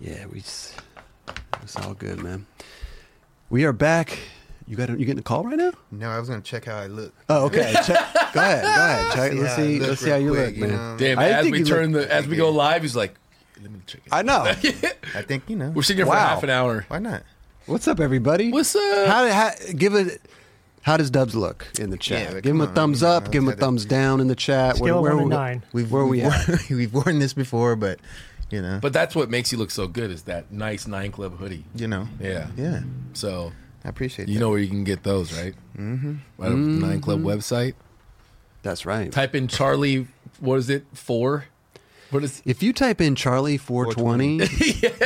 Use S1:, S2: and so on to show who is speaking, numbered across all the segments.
S1: yeah, we just, it's all good, man. We are back. You got a, you getting a call right now?
S2: No, I was gonna check how I look.
S1: Oh, okay. check, go ahead, go ahead. Check,
S2: See
S1: let's
S2: how I
S1: see,
S2: look
S1: let's see
S2: real
S1: how you
S2: quick,
S1: look,
S2: you
S1: man.
S2: know?
S3: Damn,
S1: I
S3: as
S1: think
S3: we
S1: you
S3: turn
S1: look-
S3: the as we go live, he's like, "Let me check it."
S1: I know.
S2: I think you know.
S3: We're sitting here for
S1: Wow.
S3: half an hour.
S2: Why not?
S1: What's up, everybody?
S3: What's up?
S1: How, how give it? How does Dubs look in the chat?
S2: Yeah, but
S1: give him
S2: come
S1: a
S2: on,
S1: thumbs
S2: you
S1: up.
S2: know,
S1: give him a
S2: gotta-
S1: thumbs down in the chat.
S4: Scale of one to
S1: we-
S4: nine.
S1: We've where we
S2: we've
S1: at?
S2: worn, we've worn this before, but you know,
S3: But that's what makes you look so good is that nice nine club hoodie.
S2: you know,
S3: Yeah.
S2: yeah.
S3: So
S2: I appreciate
S3: you
S2: that.
S3: know where you can get those, right? Mm-hmm. Right up the nine
S1: Mm-hmm.
S3: club website.
S1: That's right.
S3: Type in Charlie. What is it? Four. What is?
S1: If you type in Charlie four twenty,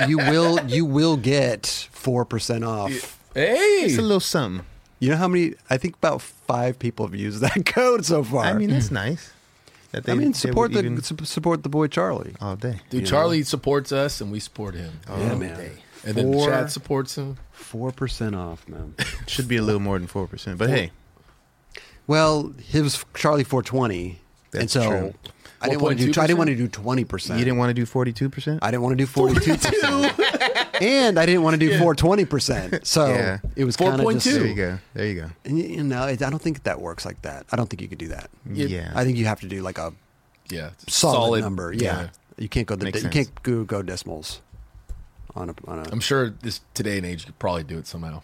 S1: you will you will get four percent off.
S3: Hey.
S2: It's a little something.
S1: You know how many? I think about five people have used that code so far.
S2: I mean, that's nice. That
S1: I mean,
S2: would
S1: support the
S2: even-
S1: su- support the boy Charlie.
S2: all day.
S3: Dude, Charlie supports us and we support him.
S1: yeah,
S2: Oh,
S1: man.
S3: And then the
S1: Oh, Four-
S3: chat supports him.
S1: Four percent off, man.
S2: Should be a little more than four percent, but hey,
S1: Well, his Charlie four twenty, and
S2: That's
S1: so
S2: true.
S1: I didn't want to do. I didn't
S3: 1.2%?
S1: want to do twenty percent.
S2: you didn't want to do forty-two percent.
S1: I didn't want to do forty two percent, and I didn't want to do four twenty percent. So
S2: Yeah.
S1: it was kind of just.
S3: 4.2.
S2: There you go. There you go.
S1: And, You know, I don't think that works like that. I don't think you could do that.
S3: Yeah.
S2: Yeah,
S1: I think you have to do like a
S3: Yeah.
S1: solid, number. Yeah. you can't go. The,
S2: Makes
S1: you
S2: sense.
S1: can't go, go decimals on a on a.
S3: I'm sure this today and age you could probably do it somehow.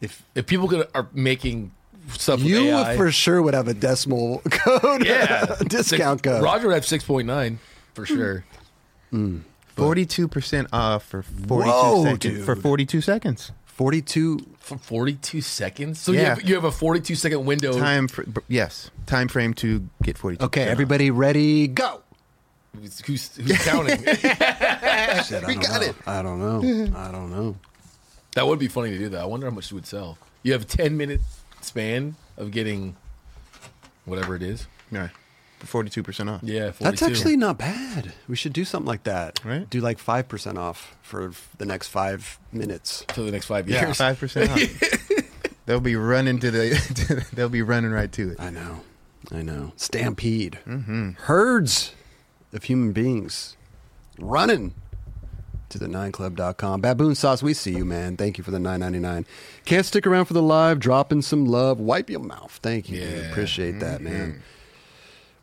S1: if
S3: If people could, are making stuff, with
S1: you
S3: AI,
S1: would for sure would have a decimal code,
S3: yeah
S1: discount
S3: Six-
S1: code.
S3: Roger would have six point nine for
S2: Hmm.
S3: sure.
S2: forty-two percent off for forty-two
S1: Whoa,
S2: seconds.
S1: dude.
S2: For forty-two seconds,
S1: Forty two.
S3: For forty two seconds, so you,
S2: Yeah.
S3: have, you have a forty two second window.
S2: time. For, yes, time frame to get forty-two.
S1: Okay, everybody, ready, go.
S3: Who's, who's who's counting?
S1: Shit, we got it. I don't know. I don't know.
S3: that would be funny to do. That I wonder how much you would sell. You have a ten minute span of getting whatever it is.
S2: Yeah, forty-two percent off.
S3: Yeah, 42.
S1: That's actually not bad. We should do something like that.
S2: Right?
S1: Do like five percent off for f- the next five minutes.
S3: for the next five
S2: Yeah,
S3: years.
S2: five percent off. they'll be running to the. they'll be running right to it.
S1: I know. I know. Mm-hmm. Stampede. Herds of human beings running to the nineclub.com. Baboon Sauce, we see you, man. Thank you for the nine ninety nine. Can't stick around for the live. Dropping some love. Wipe your mouth. Thank you. dude.
S3: Yeah.
S1: Appreciate that, man.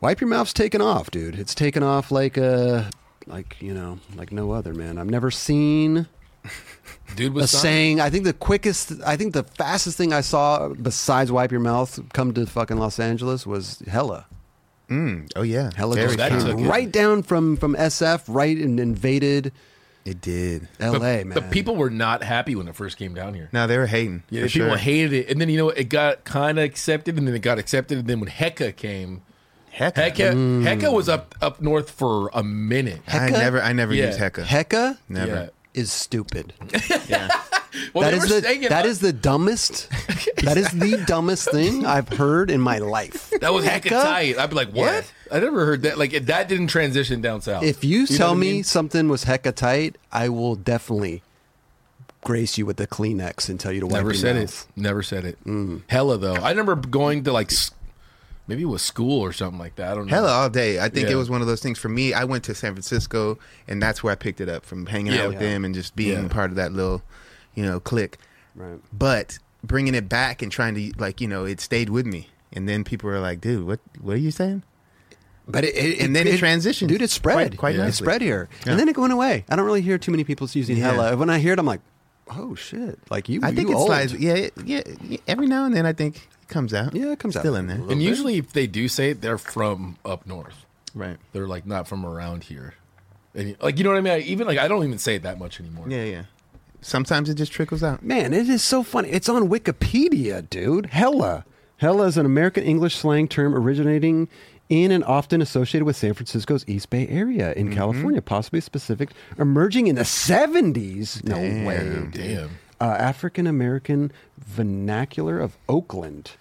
S1: Wipe your mouth's taken off, dude. It's taken off like a, like you know, like no other, man. I've never seen
S3: Dude
S1: a
S3: was signed.
S1: saying. I think the quickest, I think the fastest thing I saw besides wipe your mouth come to fucking Los Angeles was Hella.
S2: Oh yeah,
S1: Hella
S2: Very
S1: just
S3: that
S2: calm.
S3: took
S1: came
S3: it.
S1: right down from from SF, right and invaded
S2: It did.
S1: LA,
S3: the,
S1: man.
S3: the people were not happy when it first came down here.
S2: No, they were hating.
S3: yeah,
S2: for
S3: the people
S2: sure.
S3: hated it, and then you know what? it got kind of accepted, and then it got accepted, and then when Hecka came,
S2: Heck,
S3: Hecka
S2: Mm.
S3: Hecka was up up north for a minute.
S2: I
S1: Hecka?
S2: never, I never
S3: Yeah.
S2: used Hecka.
S1: Hecka
S2: never.
S1: is stupid.
S3: Yeah. Well,
S1: That
S3: Oh, they
S1: is
S3: were
S1: the
S3: saying it-
S1: that is the dumbest. That is the dumbest thing I've heard in my life.
S3: that was Hecka
S1: Hecka?
S3: tight. I'd be like, what? I never heard that. Like it, that didn't transition down south.
S1: If you,
S3: know
S1: tell
S3: what I
S1: me
S3: mean?
S1: something was Hecka tight, I will definitely grace you with a Kleenex and tell you to wipe
S3: never
S1: your
S3: said
S1: mouth.
S3: it. Never said it.
S1: Mm.
S3: Hella though. I remember going to like s- maybe it was school or something like that. I don't know.
S2: Hella all day. I think
S3: Yeah.
S2: it was one of those things for me. I went to San Francisco, and that's where I picked it up from hanging
S3: Yeah.
S2: out with them and just being
S3: Yeah.
S2: part of that little, you know, clique.
S1: Right.
S2: But bringing it back and trying to like, you know, it stayed with me. And then people were like, "Dude, what? What are you saying?"
S1: But it, it
S2: And then it transitioned
S1: Dude, it spread.
S2: quite- quite
S1: It
S2: nicely.
S1: spread here.
S2: Yeah.
S1: And then it went away. I don't really hear too many people using
S2: Yeah.
S1: hella. When I hear it, I'm like, oh shit. Like you,
S2: I think
S1: you
S2: it
S1: old.
S2: slides. Yeah, it- yeah, yeah. Every now and then, I think it comes out.
S1: Yeah, it comes out.
S2: still in there,
S3: And usually, if they do say it, they're from up north.
S2: right?
S3: They're like not from around here. And like you know what I mean? I, even like I don't even say it that much anymore.
S2: Yeah, yeah. Sometimes it just trickles out.
S1: Man, it is so funny. It's on Wikipedia, dude. Hella. Hella is an American English slang term originating in and often associated with San Francisco's East Bay area in California, possibly specific, emerging in the 70s. No way. dude.
S3: Damn.
S1: Uh, African American vernacular of Oakland.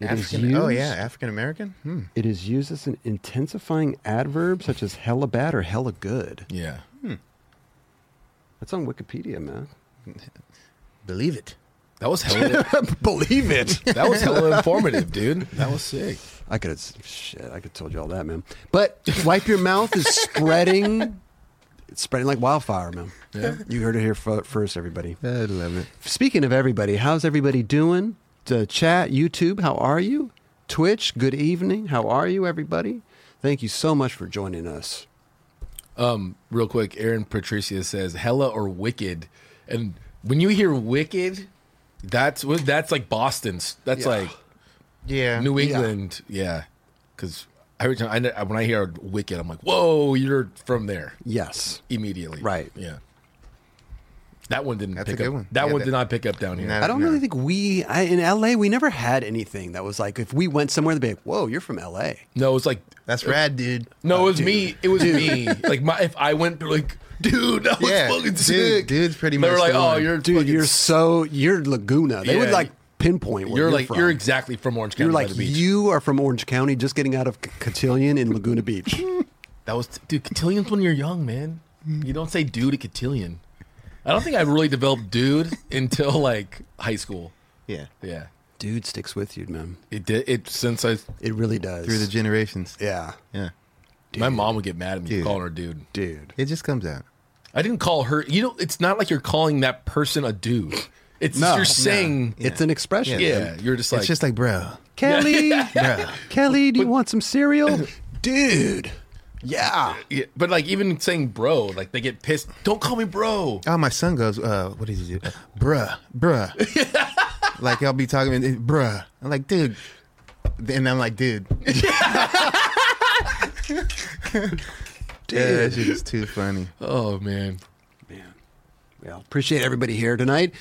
S1: It is
S2: African, oh yeah,
S1: used-
S2: African American. Hmm.
S1: It is used as an intensifying adverb such as hella bad or hella good.
S3: Yeah.
S1: Hmm. That's on Wikipedia, man.
S2: Believe it.
S3: That was hella.
S1: Believe it.
S3: that was hella informative, dude. That was sick.
S1: I could have shit. I could have told you all that, man. But wipe your mouth is spreading It's spreading like wildfire, man.
S3: Yeah.
S1: You heard it here fir- first, everybody.
S2: I love it.
S1: Speaking of everybody, how's everybody doing? The chat, YouTube, how are you? Twitch, good evening. How are you, everybody? Thank you so much for joining us.
S3: Um, real quick, Aaron Patricia says hella or wicked, and when you hear wicked, that's what that's like Boston's. That's
S1: Yeah.
S3: like
S2: Yeah.
S3: New England, yeah. Because every time I kn- when I hear wicked, I'm like, whoa, you're from there
S1: Yes.
S3: immediately,
S1: Right.
S3: Yeah. That one didn't
S2: That's
S3: pick
S2: a good
S3: up.
S2: one.
S3: That
S2: Yeah,
S3: one
S2: that-
S3: did not pick up down here.
S2: Not
S1: I don't
S2: No.
S1: really think we, I, in LA, we never had anything that was like, if we went somewhere, they'd be like, whoa, you're from LA.
S3: no, it's like
S2: That's rad, dude.
S3: no, it was me. It was me. Like my if I went like, dude, that was
S2: Yeah,
S3: fucking
S2: dude-
S3: sick.
S2: dude's pretty
S3: They were
S2: much
S3: like,
S2: the
S3: oh,
S2: one.
S3: you're
S1: Dude,
S3: fucking
S1: you're
S3: s-
S1: so, you're Laguna. They would
S3: Yeah.
S1: like pinpoint where
S3: you're,
S1: you're,
S3: like
S1: from.
S3: you're exactly from Orange County.
S1: You're
S3: by
S1: like,
S3: the beach.
S1: you are from Orange County, just getting out of C- Cotillion in Laguna Beach.
S3: That was dude. Cotillions when you're young, man. You don't say dude to cotillion. I don't think I really developed dude until like high school.
S2: Yeah.
S3: Yeah,
S1: Dude sticks with you, man.
S3: it did. It since I
S1: It really does.
S2: Through the generations.
S1: yeah.
S2: Yeah.
S3: my mom would get mad at me
S2: Dude.
S3: for calling her dude.
S1: Dude.
S2: It just comes out.
S3: I didn't call her. You know, it's not like you're calling that person a dude. It's
S1: No.
S3: you're saying
S1: It's an expression.
S3: yeah. You're just like
S2: it's just like, bro.
S1: Kelly,
S2: Bro.
S1: Kelly, do you want some cereal? Dude. Yeah.
S3: yeah, but like even saying bro, like they get pissed. Don't call me bro.
S2: Oh, my son goes, uh, what does he do? Bruh, bruh. like, I'll be talking, and, it- bruh. I'm like, dude. And I'm like, dude. dude. that shit is too funny.
S3: Oh man,
S1: Man. Well, appreciate everybody here tonight.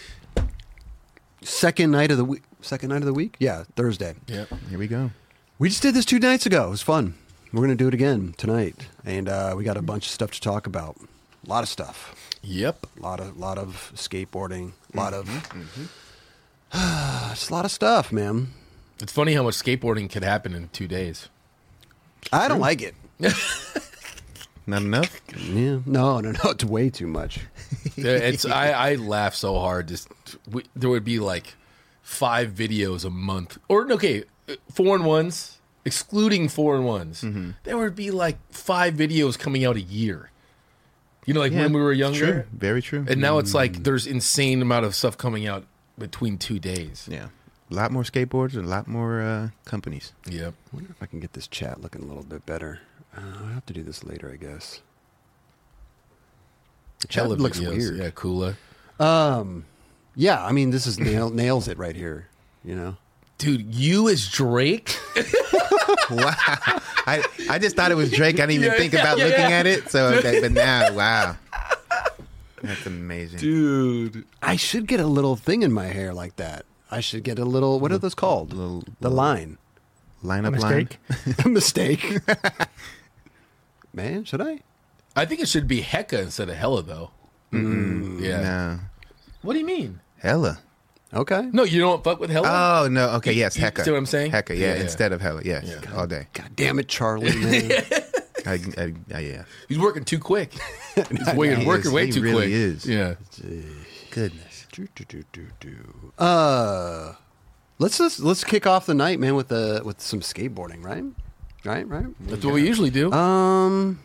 S1: Second night of the week. Second night of the week? Yeah, Thursday.
S3: yeah.
S2: Here we go.
S1: We just did this two nights ago. It was fun. We're going to do it again tonight. And uh, we got a bunch of stuff to talk about. A lot of stuff.
S3: Yep.
S1: A lot of, lot of skateboarding. A lot of. just a lot of stuff, man.
S3: It's funny how much skateboarding could happen in two days.
S1: I don't like it.
S2: Not enough?
S1: Yeah. No, no, no. It's way too much.
S3: it's I, I laugh so hard. Just we, there would be like five videos a month, or okay, four and ones, excluding four and ones.
S1: Mm-hmm.
S3: There would be like five videos coming out a year. You know, like when we were
S2: True.
S3: younger,
S2: Very true.
S3: and now it's
S1: Mm-hmm.
S3: like there's insane amount of stuff coming out between two days.
S2: yeah. A lot more skateboards and a lot more uh, companies.
S3: Yep.
S1: wonder if I can get this chat looking a little bit better. Uh, I have to do this later, I guess. The chat
S3: Hella
S1: looks
S3: videos.
S1: weird.
S3: Yeah, Kula.
S1: Yeah, I mean, this is nail, nails it right here. You know,
S3: Dude, you as Drake?
S2: Wow. I, I just thought it was Drake. I didn't even
S3: Yeah,
S2: think
S3: yeah,
S2: about
S3: yeah,
S2: looking
S3: yeah.
S2: at it. So, okay, but now, wow. That's amazing.
S3: Dude.
S1: I should get a little thing in my hair like that. I should get a little. What are those called?
S2: little-
S1: the line.
S2: Line up line.
S4: Mistake?
S1: Mistake. Man, should I?
S3: I think it should be Hecka instead of Hella though.
S1: Mm-hmm.
S3: Mm, Yeah.
S2: No.
S3: What do you mean?
S2: Hella.
S1: Okay.
S3: No, you don't fuck with Hella?
S1: Uh,
S2: Oh no! Okay, yes,
S3: you
S2: Hecka.
S3: see what I'm saying?
S2: Hecka,
S3: Yeah,
S2: yeah,
S3: yeah.
S2: Instead of hella, yes, all day.
S1: God damn it, Charlie. Man.
S2: I, I, I, yeah.
S3: He's working too quick. He's way,
S2: He
S3: working
S2: is.
S3: way
S2: He
S3: too
S2: really
S3: quick.
S2: is.
S3: Yeah.
S2: Goodness.
S1: Do, do, do, do, do. Uh, let's just let's kick off the night, man, with the with some skateboarding, right? Right, right.
S3: That's what we usually
S2: Uh.
S3: do.
S1: Um,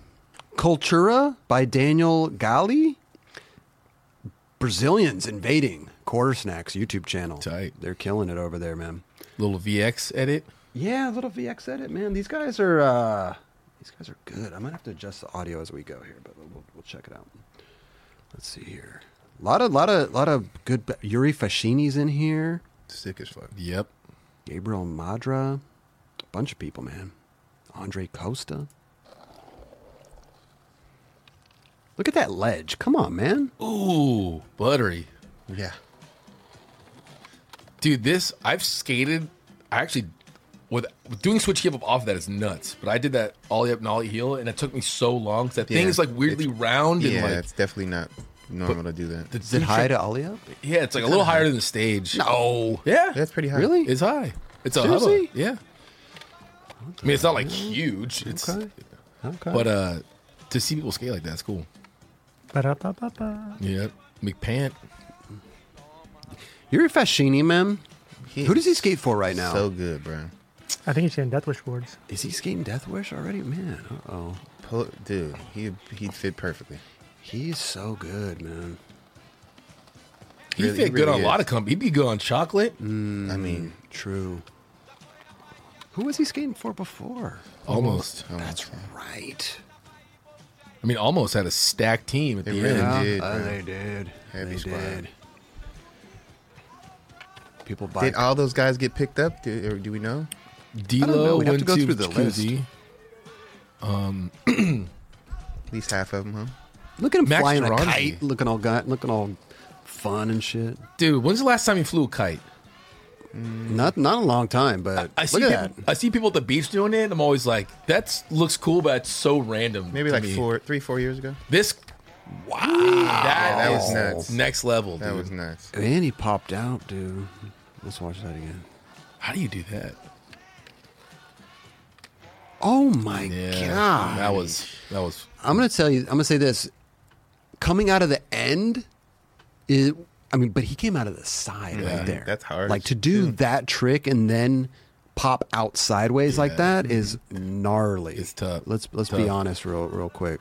S1: Cultura by Daniel Gali. Brazilians invading Quarter Snacks YouTube channel.
S3: Tight.
S1: They're killing it over there, man.
S3: Little VX edit.
S1: Yeah, little VX edit, man. These guys are uh, these guys are good. I might have to adjust the audio as we go here, but we'll, we'll check it out. Let's see here. A lot of lot of lot of good Yuri Fascini's in here.
S2: Sick as fuck.
S3: Yep.
S1: Gabriel Madra, a bunch of people, man. Andre Costa. Look at that ledge. Come on, man.
S3: Ooh, buttery.
S2: Yeah.
S3: Dude, this I've skated. I actually with doing switch hip up off of that is nuts. But I did that ollie up and ollie heel, and it took me so long. 'cause that thing
S2: Yeah.
S3: is like weirdly round and
S2: Yeah,
S3: like
S2: it's definitely not normal to do that.
S3: the
S1: Is it
S3: dude-
S1: high to ollie up?
S3: Yeah, it's like a little higher than the stage.
S1: No.
S3: Yeah,
S2: That's pretty high.
S1: Really?
S3: It's high. It's a
S1: Seriously?
S3: hubba. Yeah. I mean, it's not like huge. It's
S1: Okay. Okay.
S3: but uh to see people skate like that's cool.
S4: Ba-da-ba-ba-ba.
S3: Yeah, McPant.
S1: Yuri Fascini, man.
S2: He
S1: Who does he
S2: is
S1: skate for right now?
S2: So good, bro.
S4: I think it's in Deathwish Wars.
S1: Is he skating Death Wish already? Man, uh oh.
S2: Pull, dude, he he'd fit perfectly.
S1: He's so good, man.
S3: He'd
S2: Really-
S3: fit
S2: he
S3: good on
S2: really
S3: a lot
S2: is.
S3: of company. He'd be good on chocolate.
S2: I
S3: Mm.
S2: mean,
S1: True. Who was he skating for before?
S3: Almost.
S2: that's
S1: Right.
S3: I mean, almost had a stacked team at the
S2: It really
S3: end.
S1: Yeah,
S2: did,
S1: uh,
S2: man.
S1: they did.
S2: Heavy
S1: they
S2: squad.
S1: did. People buy.
S2: Did all those guys get picked up? Did, or do we know?
S1: I don't know.
S3: D'Lo
S1: We'd have to
S3: went
S1: go
S3: to,
S1: through the
S3: QZ.
S2: At least half of them, huh?
S1: look at him
S3: Max
S1: flying a
S3: Geronzi.
S1: kite, looking all gu looking all fun and shit.
S3: Dude, when's the last time you flew a kite?
S1: Not not a long time, but
S3: I see.
S1: look at
S3: people, I see people at the beach doing it. and I'm always like, that looks cool, but it's so random.
S2: Maybe
S3: to
S2: like
S3: me.
S2: four, three, four years ago.
S3: This. Wow, that,
S2: That
S3: is
S2: was nuts.
S3: Next level.
S2: That
S3: dude.
S2: was nuts.
S1: that. And he popped out, dude. Let's watch that again.
S3: How do you do that?
S1: Oh my
S3: Yeah,
S1: god,
S3: that was that was
S1: I'm gonna tell you. I'm gonna say this. Coming out of the end, is I mean, but he came out of the side
S3: Yeah, Hmm.
S1: right there.
S2: that's hard.
S1: Like to do that trick and then pop out sideways like that is gnarly.
S3: It's tough.
S1: Let's let's be
S3: Tough.
S1: honest, real real quick.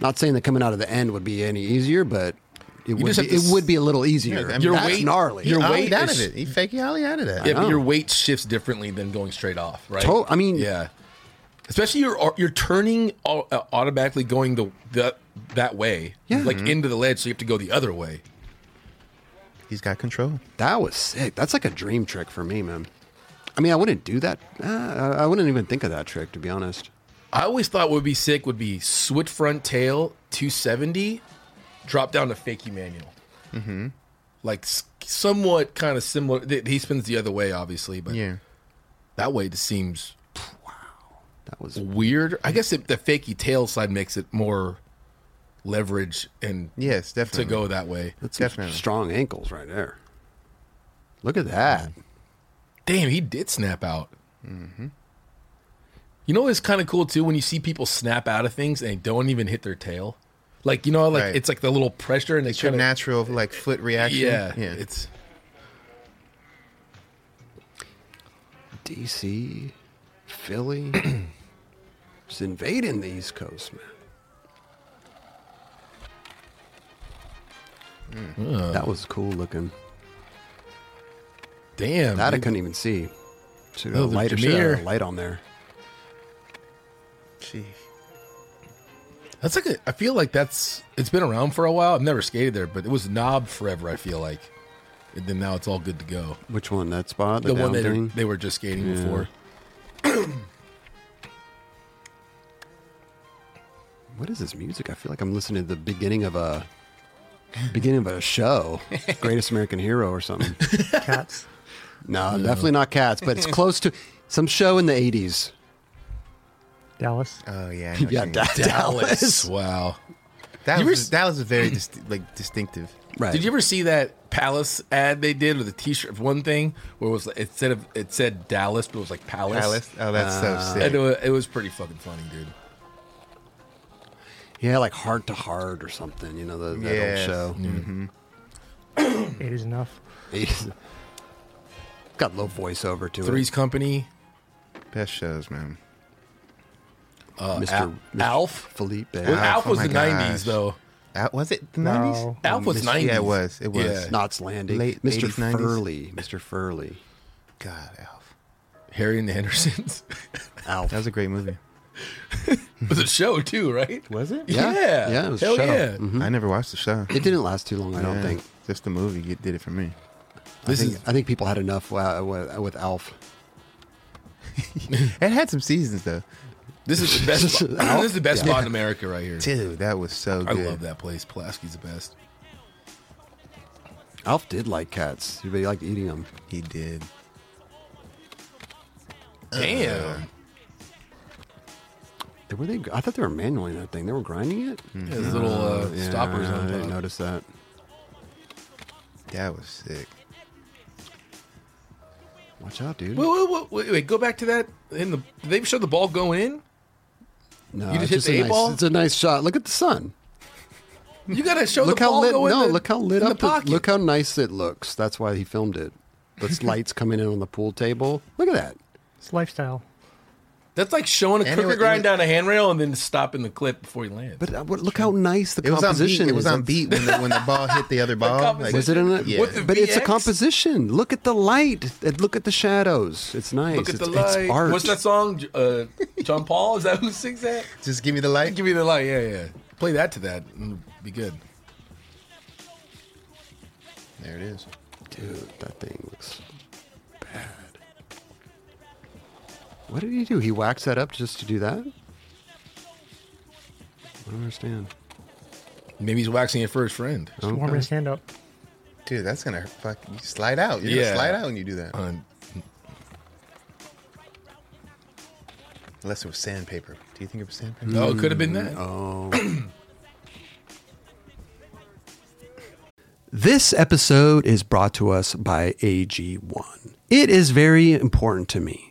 S1: Not saying that coming out of the end would be any easier, but it would
S3: just
S1: be,
S3: have to
S1: it
S3: s-
S1: would be a little easier.
S2: Yeah, I mean,
S1: your
S2: Your
S1: that's
S3: weight-
S1: gnarly.
S3: your
S2: He ollied
S3: weight
S2: out
S3: is-
S2: of it. He fake ollied out of that.
S3: Yeah,
S1: know.
S3: but your weight shifts differently than going straight off, right?
S1: To- I mean-
S3: yeah, especially your you're turning au- uh, automatically going the, the that way,
S1: Yeah. Mm-hmm.
S3: like into the ledge, so you have to go the other way.
S2: He's got control.
S1: That was sick. That's like a dream trick for me, man. I mean, I wouldn't do that. Uh, I I wouldn't even think of that trick, to be honest.
S3: I always thought what would be sick would be switch front tail 270, drop down to fakie manual, mm-hmm. like s- somewhat kind of similar. th- He spins the other way, obviously, but
S2: Yeah.
S3: that way just seems
S1: That was
S3: weird. I guess it, the fakie tail side makes it more leverage and
S2: Yes,
S3: to
S2: definitely.
S3: go that way.
S1: that's some
S2: definitely.
S1: strong ankles right there. Look at that.
S3: Damn, he did snap out. Mm-hmm. You know, it's kind of cool too when you see people snap out of things and they don't even hit their tail. Like you know, like
S2: Right.
S3: it's like the little pressure and they
S2: It's your
S3: kind of
S2: natural like foot reaction.
S3: yeah,
S2: yeah.
S3: It's
S1: DC, Philly, just invading the East Coast, man. That was cool looking.
S3: damn.
S1: That I
S3: dude.
S1: couldn't even see. Should
S3: Oh,
S1: have
S3: the
S1: light, should've had a
S3: Jameer.
S1: light on there.
S2: Gee.
S3: that's like a, I feel like that's it's been around for a while. I've never skated there, but it was knob forever. I feel like, and then now it's all good to go.
S1: Which one? That spot?
S3: The,
S1: The,
S3: one
S1: down
S3: they
S1: thing?
S3: they were just skating
S1: Yeah.
S3: before.
S1: What is this music? I feel like I'm listening to the beginning of a beginning of a show, Greatest American Hero or something.
S4: Cats.
S1: No, definitely not Cats, but it's close to some show in the '80s.
S4: Dallas.
S2: Oh yeah. I know what
S1: Yeah,
S2: you mean.
S1: Da- Dallas.
S3: Wow.
S2: that
S3: You
S2: was
S3: were-
S2: that was very dis- like distinctive.
S1: Right.
S3: Did you ever see that Palace ad they did with a T-shirt of one thing where it was like, instead of it said Dallas, but it was like Palace.
S2: Alice. Oh, that's so
S3: And
S2: sick.
S3: it was, it was pretty fucking funny, dude.
S1: Yeah, like Heart to Heart or something. You know the, that
S2: Yes. Mm-hmm.
S1: old show.
S4: Eight is enough.
S1: 80s. Got low voiceover to
S3: Three's Company,
S2: Best shows, man.
S3: uh,
S1: it.
S3: Al-
S1: Mr.
S3: Alf.
S1: Felipe.
S3: Well,
S2: Alf,
S3: Alf
S2: oh
S3: was
S2: my
S3: the '90s
S2: gosh.
S3: though.
S2: That was it. The nineties.
S4: Wow.
S3: Alf was
S2: Mr.
S3: '90s.
S2: Yeah, it was. It was.
S3: Yeah.
S1: Knots Landing.
S2: Late
S1: Mr.
S2: 80s, 90s.
S1: Furley. Mr. Furley.
S2: God, Alf.
S3: Harry and the Hendersons.
S1: Alf.
S2: That was a great movie.
S3: it was a show too, right?
S2: Was it?
S1: Yeah.
S3: Yeah.
S1: Yeah, it was a
S3: Hell
S1: show.
S3: yeah.
S2: I never watched the show.
S1: it didn't last too long, I don't
S2: Yeah,
S1: think.
S2: Just the movie get- did it for me.
S3: This
S1: I think,
S3: is
S1: I think people had enough uh, with, with Alf.
S2: It had some seasons though.
S3: this is the best. spot-
S1: Alf?
S3: this is the best spot in America right here.
S2: Dude, that was so
S3: I
S2: good.
S3: love that place. Pulaski's the best.
S1: Alf did like cats, but he liked eating them.
S2: He did.
S3: Damn.
S1: Were they? I thought they were manualing that thing. They were grinding it.
S3: Yeah, those little uh,
S1: Yeah,
S3: stoppers
S1: I didn't
S3: on top.
S1: notice that.
S2: That was sick.
S1: Watch out, dude.
S3: Wait, wait, wait, wait, wait, go back to that. In the did they showed the ball going in.
S1: no,
S3: you just
S1: it's
S3: hit
S1: a
S3: the eight
S1: nice,
S3: ball?
S1: It's a nice shot. Look at the sun.
S3: You gotta show
S1: look
S3: the
S1: how
S3: ball
S1: lit.
S3: go in
S1: No,
S3: the-
S1: look how lit
S3: in
S1: up.
S3: the
S1: The,
S3: pocket.
S1: look how nice it looks. That's why he filmed it. The lights coming in on the pool table. Look at that.
S4: It's lifestyle.
S3: That's like showing a
S2: And it
S3: cricket
S2: was- it
S3: grind
S2: was-
S3: down a handrail and then stopping the clip before you land.
S1: But uh, what- look how nice the
S2: It was on beat.
S1: composition
S2: It was
S1: is.
S2: on beat when the, when the ball hit the other ball.
S3: composition.
S1: Was it in it?
S2: Yeah.
S3: What the
S1: but it's a
S3: VX?
S1: composition. Look at the light. And Look at the shadows. It's nice.
S3: Look at
S1: it's,
S3: the light.
S1: It's art.
S3: What's that song? Uh, John Paul? Is that who sings that?
S2: Just give me the light.
S3: Give me the light. Yeah, yeah. Play that to that and be good.
S2: There it is.
S1: Dude, that thing looks bad. What did he do? He waxed that up just to do that? I don't understand.
S3: Maybe he's waxing your first friend.
S4: Just warming his hand up.
S2: Dude, that's gonna fuck. You slide out. You're
S3: Yeah.
S2: gonna slide out when you do that.
S3: Um,
S2: Unless it was sandpaper. Do you think it was sandpaper?
S3: oh, it could have been that.
S1: This episode is brought to us by AG1. It is very important to me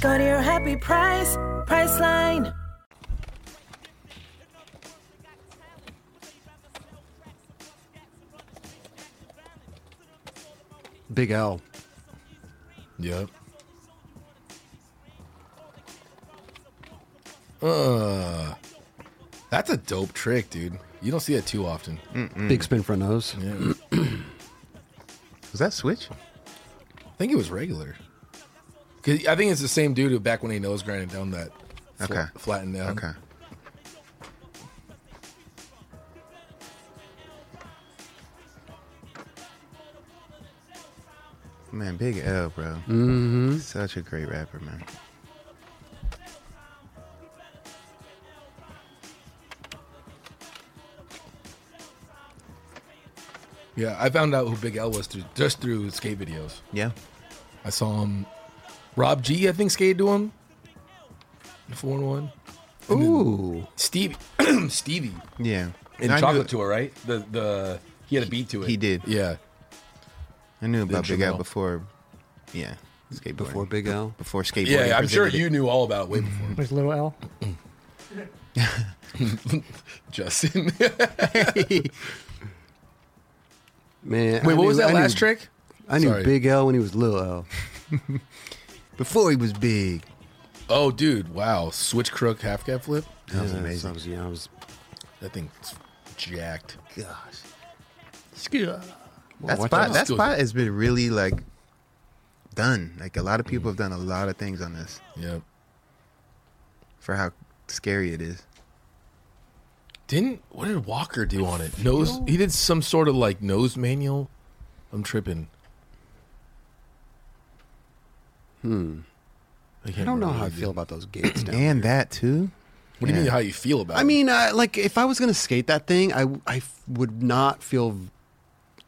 S5: Go to your happy price, price line.
S1: Big L.
S3: Yep. Uh, that's a dope trick, dude. You don't see that too often.
S1: Mm. Big spin for nose.
S2: Was that switch?
S3: Um, I think it was regular. 'Cause I think it's the same dude who back when he nose grinded down that fl-
S2: Okay.
S3: flattened down.
S2: Okay. Man, Big L, bro. Mm-hmm. Such a great rapper, man.
S3: Yeah, I found out who Big L was through just through skate videos.
S2: Yeah.
S3: I saw him. Rob G, I think, skated to him. Four and one.
S1: Ooh.
S3: Stevie, Stevie,
S2: Yeah.
S3: in
S2: I
S3: Chocolate
S2: knew,
S3: Tour, right? The the he had a beat to it.
S2: He did.
S3: Yeah.
S2: I knew about Big L
S3: Instrumental.
S2: before. Yeah. Skateboarding.
S1: Before Big L.
S2: Before skateboarding.
S3: Yeah, I'm sure
S2: presented it.
S3: you knew all about it way before
S4: There's little L.
S3: Justin.
S1: Man.
S3: Wait, what was that last
S1: trick?
S3: trick?
S1: I knew
S3: Sorry.
S1: Big L when he was Lil L.
S2: Before he was big.
S3: Oh, dude! Wow, switch crook half cat flip.
S2: That was
S1: Yeah,
S2: amazing.
S1: I was, yeah, I was-
S3: That thing's jacked.
S2: Gosh.
S1: well,
S2: That
S1: watch
S2: spot,
S1: out.
S2: that
S3: Still-
S2: spot has been really like done. Like a lot of people have done a lot of things on this
S3: Yeah.
S2: for how scary it is.
S3: Didn't what did Walker do on it? Nose. He did some sort of like nose manual. I'm tripping. Hmm.
S1: I don't know how I feel about those gates now.
S2: And that too.
S3: What do you mean how you feel about?
S1: I
S3: it?
S1: mean, I, like if I was gonna skate that thing, I I f- would not feel.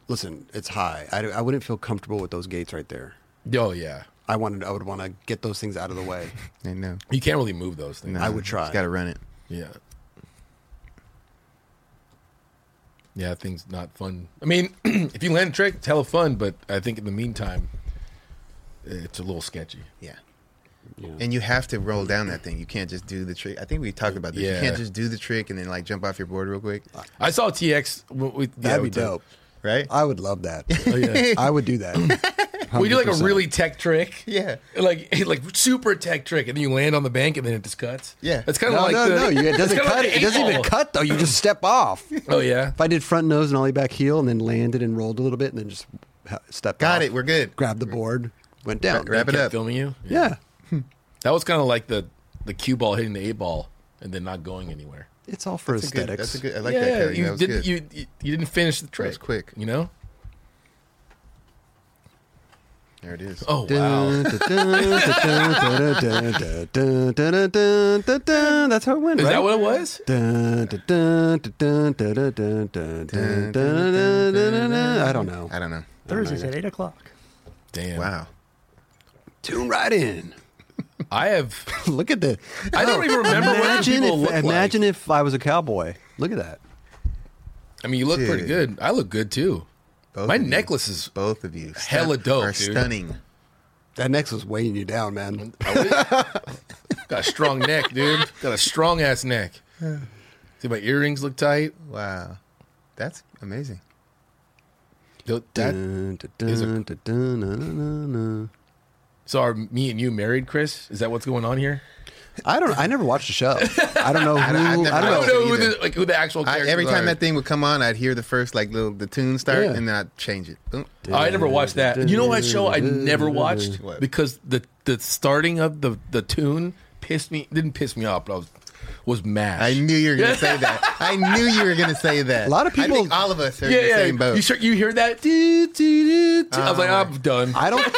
S1: Listen, it's high. I, d- I wouldn't feel comfortable with those gates right there.
S3: oh yeah,
S1: I wanted. I would want to get those things out of the way.
S2: I know.
S3: you can't really move those things.
S1: I would try.
S2: Got to run it.
S3: Yeah. Yeah, that thing's not fun. I mean, if you land a trick, it's hella fun, but I think in the meantime, it's a little sketchy.
S2: Yeah. And you have to roll down that thing. You can't just do the trick. I think we talked about this. You
S3: Yeah.
S2: can't just do the trick and then like jump off your board real quick,
S3: I saw TX. w- With, yeah,
S1: That'd be
S3: with the-
S1: dope.
S2: right?
S1: I would love that.
S3: yeah.
S1: I would do that.
S3: We do like a
S1: 100%.
S3: really tech trick.
S2: Yeah.
S3: Like like super tech trick, and then you land on the bank, and then it just cuts.
S2: Yeah.
S3: That's kind of
S1: No,
S3: like
S1: no,
S3: the,
S1: no. You, it
S3: it's
S1: doesn't
S3: kinda like
S1: cut.
S3: the
S1: it doesn't
S3: eight
S1: even
S3: ball.
S1: cut though. You just step off. If
S3: Oh yeah.
S1: I did front nose and ollie back heel and then landed and rolled a little bit and then just ha- stepped
S2: Got
S1: off,
S2: it. We're good.
S1: grabbed the board, went down.
S2: Wrap it
S3: Kept
S2: up.
S3: Filming you.
S1: Yeah.
S3: That was kind of like the the cue ball hitting the eight ball and then not going anywhere.
S1: It's all for
S2: That's a good-
S1: aesthetics.
S2: That's a good. I like
S3: yeah,
S2: that. Kelly.
S3: you
S2: that was
S3: didn't
S2: good.
S3: you, you you didn't finish the trick.
S2: was quick.
S3: You know.
S2: there it is.
S3: Oh wow.
S1: That's how it went.
S3: Is
S1: right?
S3: that what it was?
S1: I don't know.
S2: I don't know.
S4: Thursdays at 8 o'clock.
S3: Damn.
S2: Wow.
S1: Tune right in.
S3: I have.
S1: Look at the.
S3: I don't even remember what the
S1: Imagine
S3: people
S1: if,
S3: look
S1: imagine
S3: like.
S1: if I was a cowboy. Look at that.
S3: I mean, you look pretty
S2: Dude.
S3: good. I look good too.
S2: Both
S3: My
S2: of you.
S3: necklace is.
S2: Both of you. Stun-
S3: Hella dope,
S2: Are
S3: dude.
S2: stunning.
S1: That necklace was weighing you down, man.
S3: Got a strong neck, dude. Got a strong ass neck. See, my earrings look tight.
S2: Wow. That's amazing.
S3: Th- That, is a- so, are me and you married, Chris? Is that what's going on here?
S1: I don't. I never watched the show. I don't know
S2: don't- I've
S1: who.
S2: never
S1: I don't
S3: I don't
S2: watched
S1: know.
S2: it.
S3: know who
S2: either.
S3: the, like, who the actual
S2: I,
S3: characters
S2: every time
S3: are.
S2: that thing would come on, I'd hear the first like little the tune start,
S1: Yeah.
S2: and then I'd change it. Boom.
S3: I never watched that. You know what show I never watched
S2: What?
S3: because the the starting of the the tune pissed me didn't piss me off, but I was was mad.
S2: I knew you were gonna say that. I knew you were gonna say that.
S1: A lot of people-
S2: I think all of us are
S3: yeah,
S2: in the
S3: yeah.
S2: same boat.
S3: You sure you hear that? Do, do, do, do. I was like,
S2: Oh.
S3: I'm done.
S1: I don't.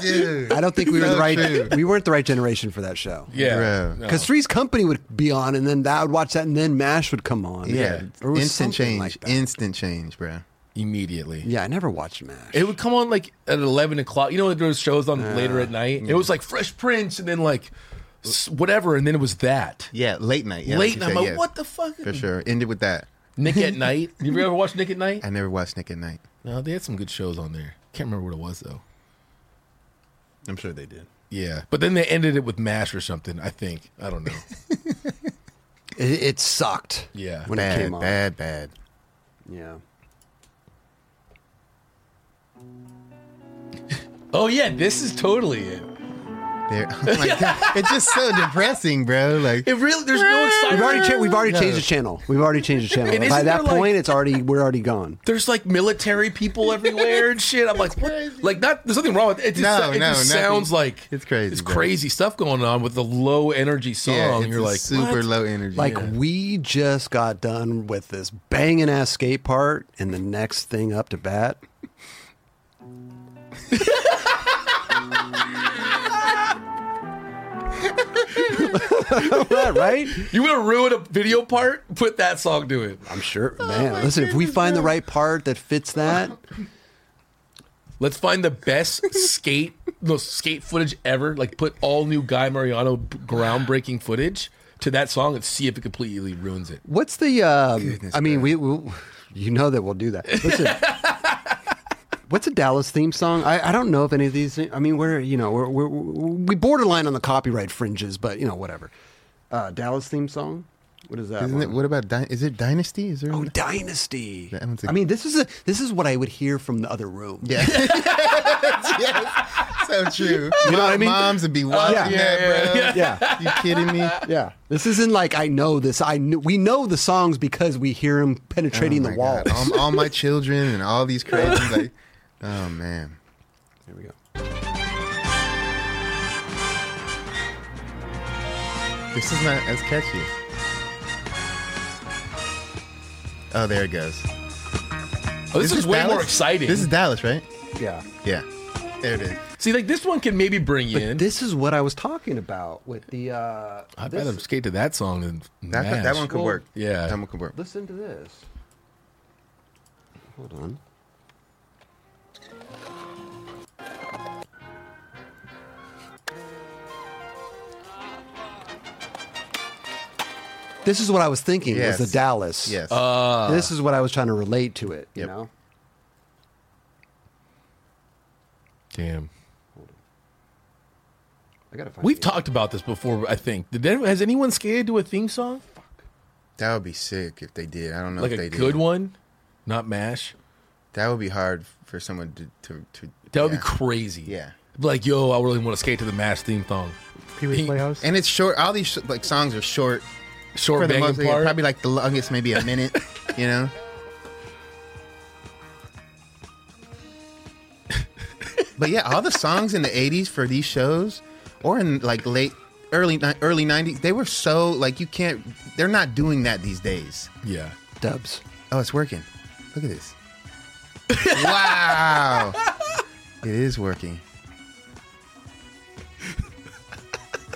S2: Dude.
S1: I don't think we were
S2: So
S1: the right.
S2: true.
S1: We weren't the right generation for that show.
S3: yeah,
S2: Bro.
S3: No.
S1: Because Three's Company would be on, and then that, I would watch that, and then Mash would come on.
S2: Yeah.
S1: Or it was
S2: Instant
S1: something
S2: change.
S1: like that.
S2: Instant change, bro.
S3: immediately.
S1: yeah, I never watched Mash.
S3: It would come on like at eleven o'clock. You know, there was shows on later at night. It was like Fresh Prince, and then like s- whatever, and then it was that
S2: Yeah. Late night. Yeah,
S3: late.
S2: like
S3: And
S2: you
S3: I'm
S2: said,
S3: like,
S2: yeah.
S3: what the fuck?
S2: For sure. Ended with that.
S3: Nick at Night. You ever watch Nick at Night?
S2: I never watched Nick at Night.
S3: No, they had some good shows on there. Can't remember what it was though.
S2: I'm sure they did.
S3: Yeah, but then they ended it with Mash or something. I think I don't know.
S1: It, it sucked.
S3: Yeah.
S1: when it
S2: Bad,
S1: came on.
S2: bad, bad.
S1: Yeah.
S3: oh yeah, this is totally it.
S2: There. Oh my god. It's just so depressing, bro. Like
S3: It really there's no
S1: We've
S3: excitement.
S1: already cha- we've already
S2: No.
S1: changed the channel. We've already changed the channel.
S3: And
S1: By
S3: isn't
S1: that
S3: there, like-
S1: point, it's already we're already gone.
S3: There's like military people everywhere and shit. I'm like, what? like not. There's nothing wrong with it. It just,
S2: No,
S3: it
S2: no,
S3: just
S2: nothing.
S3: sounds like
S2: It's crazy,
S3: It's
S2: bro.
S3: crazy stuff going on with the low energy song.
S2: yeah, it's
S3: You're
S2: a
S3: like
S2: super
S3: what?
S2: low energy.
S1: Like
S2: yeah.
S1: we just got done with this banging ass skate part, and the next thing up to bat. What, right?
S3: You want to ruin a video part? Put that song to it.
S1: I'm sure, man. listen, if we find the right part that fits that,
S3: Let's find the best skate, no skate footage ever. Like put all new Guy Mariano b- groundbreaking footage to that song and see if it completely ruins it.
S1: what's the? Um, I mean, we, we, you know that we'll do that. Listen, what's a Dallas theme song? I, I don't know if any of these. I mean, we're you know we're, we're we borderline on the copyright fringes, but you know whatever. Uh, Dallas theme song. What is that?
S2: Isn't it,
S1: one?
S2: what about Dy- is it Dynasty? Is there?
S1: Oh, Dynasty.
S2: That one's a-
S1: I mean, this is a this is what I would hear from the other room.
S2: Yeah. yes. So true. You
S1: know what I mean?
S2: Moms would be watching
S1: yeah,
S2: that, bro.
S1: yeah.
S2: You kidding me?
S1: Yeah, this isn't like I know this. I kn- we know the songs because we hear them penetrating
S2: Oh
S1: the
S2: my
S1: walls.
S2: God. All, all my children and all these crazy like oh man.
S1: Here we go.
S2: This is not as catchy. Oh, there it goes.
S3: Oh, this, is, way more exciting.
S2: This is Dallas, right?
S1: Yeah,
S2: Yeah. There it is.
S3: See, like this one can maybe bring you in.
S1: this is what I was talking about with the. Uh,
S3: I'd
S1: this-
S3: rather skate to that song than
S2: That,
S3: Mash.
S2: that one could
S1: Well,
S2: work.
S3: yeah.
S2: That one could work.
S1: Listen to this. Hold on. This is what I was thinking
S2: Yes.
S1: was the Dallas.
S2: Yes.
S3: Uh,
S1: this is what I was trying to relate to it. You
S2: Yep.
S1: know.
S3: Damn.
S1: I gotta find.
S3: We've
S1: it.
S3: talked about this before, I think. Did any- has anyone skated to a theme song?
S2: That would be sick if they did. I don't know
S3: Like
S2: if they
S3: a
S2: did.
S3: good one? Not MASH?
S2: That would be hard for someone to to. to
S3: That would
S2: yeah.
S3: be crazy.
S2: Yeah.
S3: Like, yo, I really want to skate to the MASH theme song.
S4: Pee Wee
S3: Pink.
S4: Playhouse.
S2: And it's short. All these sh- like songs are short.
S3: Short
S2: For the
S3: banging
S2: most, yeah,
S3: part.
S2: probably like the longest, maybe a minute. you know. but yeah, all the songs in the '80s for these shows, or in like late, early, ni- early '90s, they were so like you can't. They're not doing that these days.
S3: yeah.
S1: Dubs.
S2: Oh, it's working. Look at this. wow. It is working.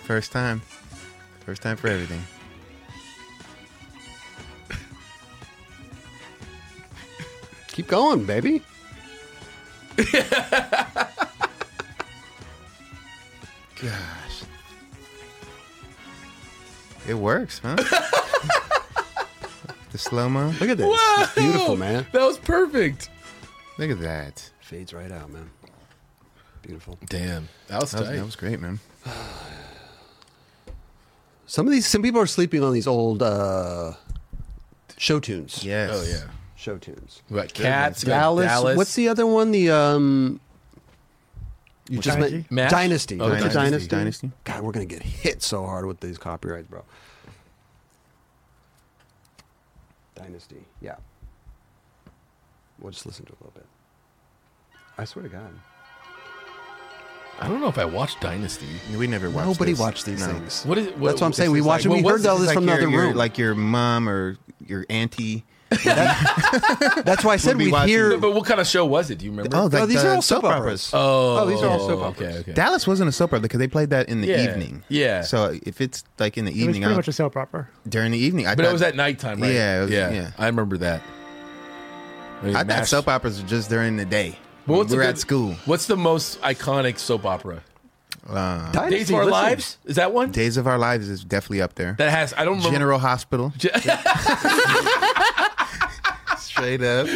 S2: First time. First time for everything.
S1: Keep going, baby.
S2: Gosh. It works, huh? the slow mo.
S1: Look at this. It's beautiful, man.
S3: That was perfect.
S2: Look at that.
S1: Fades right out, man. Beautiful.
S3: Damn. That was
S2: That was,
S3: tight.
S2: that was great, man.
S1: Some of these, some people are sleeping on these old uh, show tunes.
S2: Yes.
S3: oh, yeah.
S1: Show tunes.
S3: We got Cats, we got
S1: Dallas,
S3: Dallas.
S1: What's the other one? The um, you just
S4: Dynasty?
S1: meant
S3: Mash?
S1: Dynasty.
S3: Oh,
S1: What's the
S2: Dynasty.
S1: Dynasty?
S2: Dynasty.
S1: God, we're gonna get hit so hard with these copyrights, bro. Dynasty. Yeah. We'll just listen to it a little bit. I swear to God,
S3: I don't know if I watched Dynasty.
S2: We never watched
S1: nobody
S2: this.
S1: watched these
S2: No.
S1: things.
S3: What is what,
S1: That's what I'm
S3: this
S1: saying.
S3: is
S1: We watched it.
S2: Well,
S1: We
S2: what's
S1: heard all
S2: this?
S1: this
S2: Like
S1: from the
S2: your-
S1: other
S2: your-
S1: room.
S2: Like your mom or your auntie.
S1: That's why I said
S2: be
S1: we
S2: watching-
S1: hear.
S3: No, but what kind of show was it? Do you remember?
S2: Oh,
S1: No,
S2: like
S1: these
S2: the
S1: are all
S2: soap
S1: soap operas.
S2: operas.
S3: Oh,
S1: Oh, these are all soap
S3: okay,
S1: operas.
S3: okay.
S2: Dallas wasn't a soap opera because they played that in the
S3: Yeah,
S2: evening.
S3: yeah.
S2: So if it's like in the
S4: it was
S2: evening,
S4: pretty
S2: I'll-
S4: much a soap opera.
S2: during the evening, I
S3: but
S2: thought,
S3: it was at nighttime, right?
S2: Yeah, it was-
S3: yeah,
S2: yeah.
S3: I remember that.
S2: I thought soap operas were just during the day.
S3: But
S2: we
S3: what's a
S2: were
S3: good-
S2: at school.
S3: What's the most iconic soap opera?
S2: Uh,
S1: Dynasty,
S3: Days of Our
S1: listen.
S3: Lives is that one
S2: Days of Our Lives is definitely up there.
S3: that has I don't remember.
S2: General Hospital,
S3: Gen-
S2: straight up.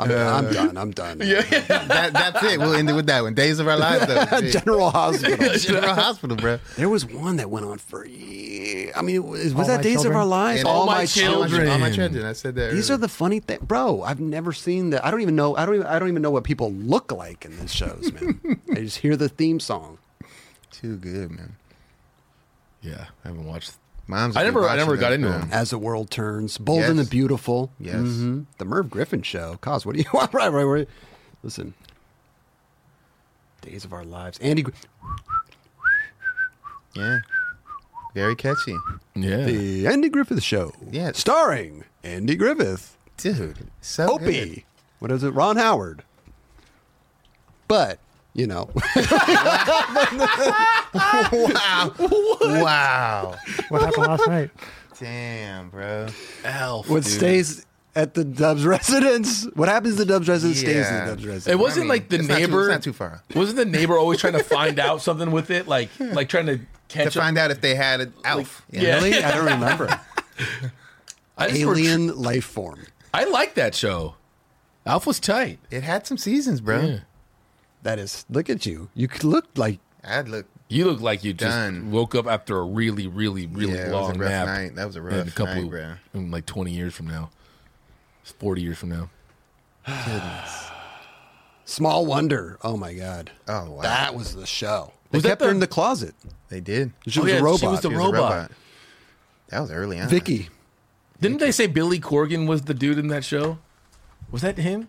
S1: I'm, I'm done. I'm done.
S2: that, that's it. We'll end it with that one. Days of Our Lives, though. Shit.
S1: General Hospital.
S2: General Hospital, bro.
S1: There was one that went on for years. I mean, it was, was
S4: All
S1: that
S4: My
S1: Days
S4: Children?
S1: of Our Lives?
S2: And
S1: All, my,
S2: All
S1: children.
S2: my- all my children. I said that.
S1: These
S2: earlier.
S1: are the funny thing, bro. I've never seen that. I don't even know. I don't. Even, I don't even know what people look like in these shows, man. I just hear the theme song.
S2: too good, man.
S3: yeah, I haven't watched.
S2: Mom's.
S3: I
S2: been
S3: never- I
S2: watching
S3: never got
S2: them,
S3: into
S2: bro.
S3: them.
S1: As the world turns, bold and the
S2: Yes.
S1: beautiful.
S2: Yes.
S1: Mhm. The Merv Griffin show. Cause what do you want? right, right, right. Listen. Days of Our Lives. Andy. Gr-
S2: Yeah. Very catchy,
S3: Yeah,
S1: The Andy Griffith Show.
S2: Yeah.
S1: Starring Andy Griffith.
S2: dude. So
S1: Opie.
S2: good.
S1: What is it? Ron Howard. But, you know,
S2: Wow. wow.
S4: What happened last night?
S2: Damn, bro.
S3: Alf.
S1: what
S3: dude.
S1: stays at the Dubs residence, what happens to the Dubs residence stays in
S2: Yeah.
S1: the Dubs residence.
S3: It wasn't
S2: I mean,
S3: like the
S2: it's not too-
S3: neighbor.
S2: it's not too far.
S3: Wasn't the neighbor always trying to find out something with it, like like trying to
S2: To
S3: catch up?
S2: find out if they had an Alf.
S3: yeah.
S1: Really? I don't remember.
S3: I just retr-
S1: Alien life form.
S3: I like that show. Alf was tight.
S2: It had some seasons, bro.
S1: That is, look at you. You c- look like,
S2: I'd look.
S3: You look like you just
S2: Done.
S3: woke up after a really, really, really
S2: Yeah, it was
S3: long
S2: a rough
S3: nap.
S2: night. That was a
S3: in
S2: rough night,
S3: of-
S2: bro.
S3: in like twenty years from now, forty years from now.
S1: small wonder. Oh my God.
S2: Oh, wow.
S1: That was the show. They
S3: Was that
S1: kept her
S3: the-
S1: in the closet.
S2: They did.
S1: She
S3: Oh,
S1: was
S3: yeah,
S1: a
S3: she
S1: robot.
S3: was the
S2: She was a
S3: robot.
S2: That was early on.
S1: Vicky.
S3: Didn't they say Billy Corgan was the dude in that show? Was that him?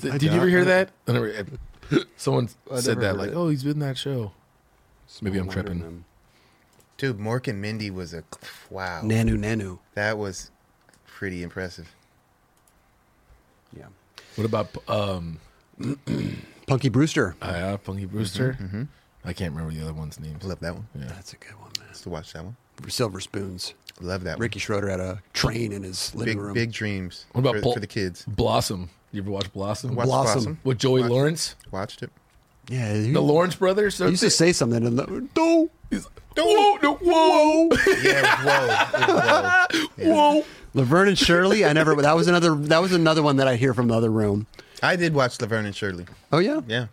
S3: Th- Did you ever hear that? I never- I- someone
S1: I
S3: said
S1: never
S3: that,
S1: heard
S3: like,
S1: it.
S3: "Oh, he's been in that show." Maybe I'm
S1: Small Wonder,
S3: tripping.
S1: man.
S2: Dude, Mork and Mindy was a. Wow.
S1: Nanu Nanu.
S2: That was pretty impressive.
S1: Yeah.
S3: What about um,
S1: Punky Brewster.
S3: uh, Punky Brewster? I can't remember the other one's names.
S2: Love that one.
S1: That's a good one, man.
S2: Just to watch that one.
S1: Silver Spoons.
S2: Love that
S1: Ricky Schroeder had a train in his
S2: one.
S1: living
S2: Big,
S1: room.
S2: big dreams
S3: What about
S2: for,
S3: Bul-
S2: for the kids.
S3: Blossom? You ever watch Blossom?
S2: Watched
S1: Blossom.
S3: With Joey
S2: Watched-
S3: Lawrence,
S2: Watched it.
S1: Yeah, he,
S3: the Lawrence brothers.
S1: he used to say something and the, no.
S3: whoa, no, whoa,
S2: Yeah, whoa. It was whoa.
S3: whoa.
S1: Laverne and Shirley. I never. That was another. That was another one that I hear from the other room.
S2: I did watch Laverne and Shirley.
S3: Mm.
S1: Oh yeah.
S2: Yeah.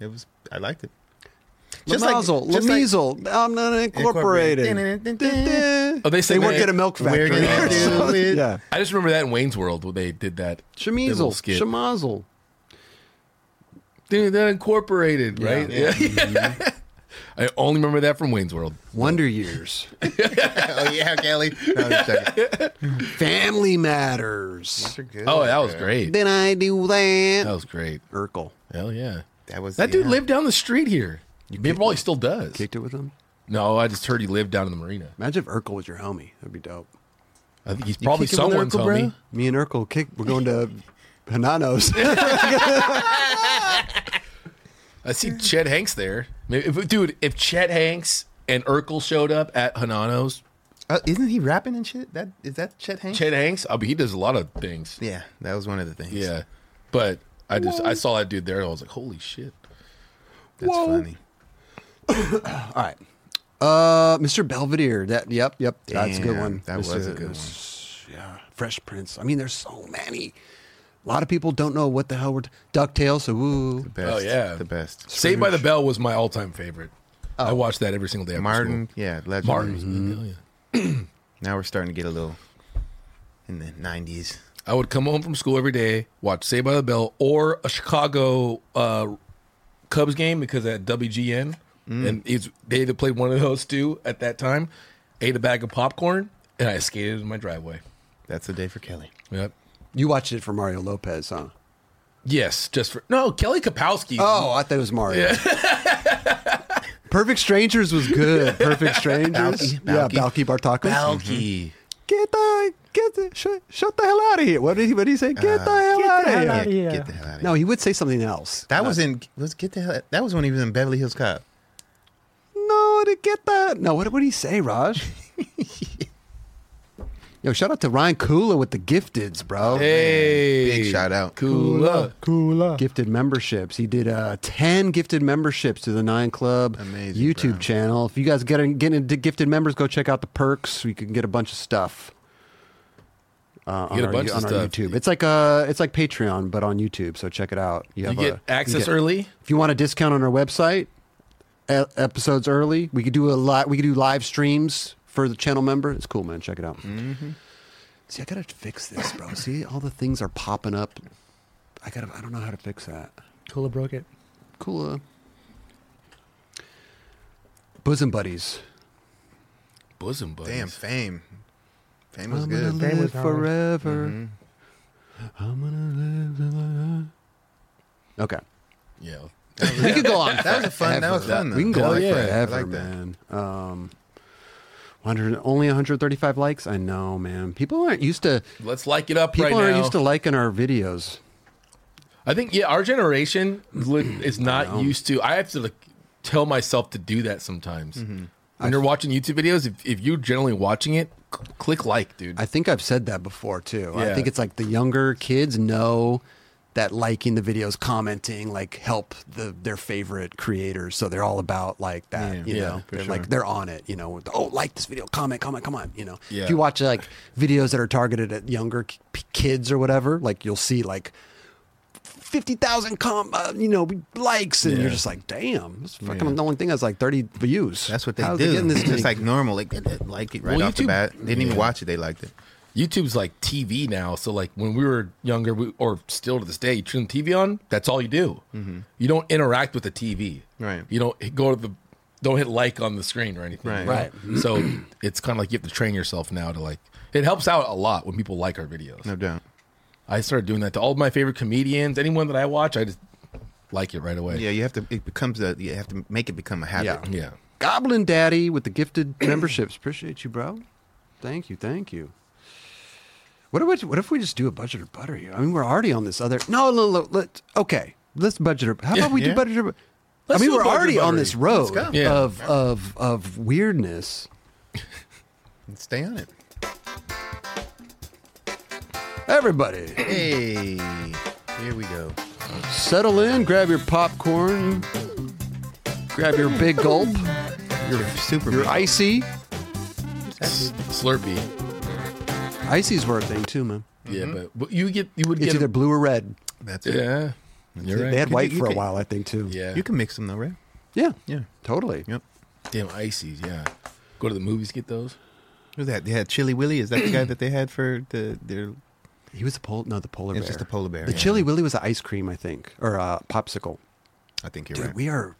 S2: It was. I liked it.
S1: Lamazel, Lamazel, I'm not incorporated.
S2: Incorporated.
S1: Oh,
S3: Oh, they said
S1: they work
S3: they-
S1: at a milk
S2: We're
S1: factory.
S2: gonna do it.
S1: yeah,
S3: I just remember that in Wayne's World when they did that. that little
S1: Shemazel,
S3: skit.
S1: Shemazel.
S3: Dude, that incorporated, right? Yeah. Mm-hmm. I only remember that from Wayne's World.
S1: Wonder Years,
S2: oh yeah, Kelly. No, I'm just joking.
S1: Family Matters.
S2: You're good.
S3: Oh, that was great.
S1: Then I do that.
S3: That was great.
S1: Urkel
S3: Hell yeah.
S2: That was
S3: That dude
S2: yeah.
S3: lived down the street here. Maybe probably still does.
S1: kicked it with him.
S3: No, I just heard he lived down in the marina.
S1: Imagine if Urkel was your homie. That'd be dope.
S3: I think he's probably
S2: kick him with
S3: someone's
S2: Urkel, bro?
S3: homie.
S1: Me and Urkel kick. We're going to Hananos.
S3: I see Chet Hanks there. Maybe, if, dude, if Chet Hanks and Urkel showed up at Hanano's,
S2: Uh, isn't he rapping and shit? That is that Chet Hanks?
S3: Chet Hanks, I mean, he does a lot of things.
S2: Yeah, that was one of the things.
S3: Yeah. But I just, I saw that dude there and I was like, holy shit.
S2: that's
S1: Whoa.
S2: funny.
S1: All right. Uh, Mr. Belvedere. That. Yep. Yep. that's a good
S2: Damn,
S1: one.
S2: That
S1: Mr.
S2: was a good one.
S1: Yeah. Fresh Prince. I mean, there's so many. A lot of people don't know what the hell we're t- Ducktales. So woo.
S2: Best,
S3: Oh, yeah.
S2: the best.
S3: Saved by the Bell was my all time favorite. I watched that every single day. after
S2: Oh. Martin,
S3: school.
S2: yeah, legendary.
S3: Martin. Hell yeah.
S2: Now we're starting to get a little in the '90s.
S3: I would come home from school every day, watch Saved by the Bell or a Chicago uh, Cubs game because at WGN, and it's, they had to play one of those two at that time. Ate a bag of popcorn and I skated in my driveway.
S2: That's the day for Kelly.
S3: Yep.
S1: You watched it for Mario Lopez, huh?
S3: Yes, just for no Kelly Kapowski.
S1: Oh, I thought it was Mario. Perfect Strangers was good. Perfect Strangers.
S2: Balky,
S1: Yeah, Balky
S2: Balky.
S1: Bartakos.
S2: Balky.
S1: Get the get the, shut, shut the hell out of here. What did he what did he say? Get
S2: Uh,
S1: the hell
S4: Get the
S1: out of
S4: hell
S1: here.
S4: outta here.
S2: Mm-hmm. Get the hell out of here.
S1: No, he would say something else.
S2: That was in was get the hell. That was when he was in Beverly Hills Cop.
S1: No, to get that. No, what what did he say, Raj? Yo, shout out to Ryan Kula with the gifteds, bro.
S3: hey,
S2: Big shout out.
S3: Cool.
S1: Oh.
S3: up.
S4: Cooler.
S1: Gifted memberships. He did uh, ten gifted memberships to the Nine Club
S2: Amazing,
S1: YouTube
S2: bro.
S1: channel. If you guys get in- get into gifted members, go check out the perks. You can get a bunch of stuff. Uh, on
S3: You get a
S1: our,
S3: bunch of
S1: on our
S3: stuff.
S1: YouTube. It's like uh it's like Patreon, but on YouTube. So check it out.
S3: You
S1: have
S3: get
S1: a-
S3: access
S1: get-
S3: early.
S1: If you want a discount on our website, e- episodes early, we could do a lot. We could do live streams for the channel member. It's cool, man. Check it out.
S4: Mm-hmm.
S1: See, I gotta fix this, bro. See, all the things are popping up. I gotta. I don't know how to fix that.
S4: Cooler broke it.
S1: Cool. uh, Bosom buddies.
S3: Bosom buddies.
S2: Damn, fame. Fame was
S1: I'm gonna
S2: good.
S4: They
S1: live
S4: was hard. Mm-hmm.
S1: forever. I'm gonna live. forever. Okay.
S3: Yeah.
S1: We could go on.
S2: That was a fun. That was
S1: forever.
S2: fun. Though.
S1: We can go
S3: Hell
S1: on
S3: yeah.
S1: forever,
S2: Oh, I like that.
S1: man. Um, 100, only 135 likes. I know, man. People aren't used to.
S3: Let's like it up
S1: People
S3: right
S1: aren't
S3: now.
S1: used to liking our videos.
S3: I think yeah, our generation li- is not used to. I have to like, tell myself to do that sometimes.
S1: Mm-hmm.
S3: When you're watching YouTube videos, if, if you're generally watching it, c- click like, dude.
S1: I think I've said that before too. I
S3: Yeah.
S1: think it's like the younger kids know that liking the videos, commenting, like help the their favorite creators. So they're all about like that.
S2: Yeah.
S1: you
S3: Yeah,
S1: know,
S3: for
S1: They're
S3: sure.
S1: like they're on it. You know, with, oh like this video, comment, comment, come on. You know,
S3: Yeah.
S1: if you watch like videos that are targeted at younger k- p- kids or whatever, like you'll see like. 50,000 com, uh, you know, likes, and
S3: Yeah.
S1: you're just like, damn, this fucking the only thing that's like 30 views.
S2: That's what they
S1: How's it
S2: do.
S1: getting this
S2: it's
S1: thing?
S2: like normal. Like, they liked it right
S3: Well,
S2: off the
S3: YouTube-
S2: bat. They didn't even
S3: yeah.
S2: watch it. They liked it.
S3: YouTube's like TV now. So like when we were younger, we, or still to this day, you turn the TV on. That's all you do.
S1: Mm-hmm.
S3: You don't interact with the TV.
S2: Right.
S3: You don't hit- go to the. Don't hit like on the screen or anything. you
S1: Right.
S3: know? So it's kind of like you have to train yourself now to like. It helps out a lot when people like our videos.
S2: No doubt.
S3: I started doing that to all my favorite comedians. Anyone that I watch, I just like it right away.
S2: Yeah, you have to. It becomes a. You have to make it become a habit.
S3: Yeah.
S1: Goblin Daddy with the gifted memberships. Appreciate you, bro. Thank you, thank you. What if, what if we just do a budget or butter here? I mean, we're already on this other. No, no, no, let okay. Let's budget or how about we do
S2: Yeah.
S1: budget or? I
S3: Let's
S1: mean,
S3: do
S1: we're
S3: budget
S1: already on
S3: buttery.
S1: this road
S2: Let's go.
S3: Yeah.
S1: of of of weirdness.
S2: Stay on it.
S1: Everybody,
S2: Hey, here we go.
S1: settle in, grab your popcorn, grab your big gulp,
S2: You're super.
S1: your icy.
S3: S- Slurpee.
S1: Icy's were a thing too, man.
S3: Yeah, but, but you get you would
S1: Mm-hmm. It's
S3: get
S1: either
S3: a,
S1: blue or red.
S2: That's it.
S3: yeah. You're
S1: They
S3: right.
S1: had
S2: You
S1: white
S2: could- you
S1: for a
S2: could-
S1: while, I think too.
S3: Yeah.
S2: You can mix them though, right?
S1: Yeah.
S2: Yeah.
S1: Totally.
S2: Yep.
S3: Damn ices, yeah. Go to the movies, get those.
S2: Who's that? They had Chili Willy. Is that the guy that they had for the their?
S1: He was a polar. No, the polar
S2: It
S1: bear.
S2: was just a polar bear.
S1: The
S2: yeah.
S1: Chili Willy was an ice cream, I think, or a popsicle.
S2: I think you're
S1: Dude,
S2: right.
S1: we are.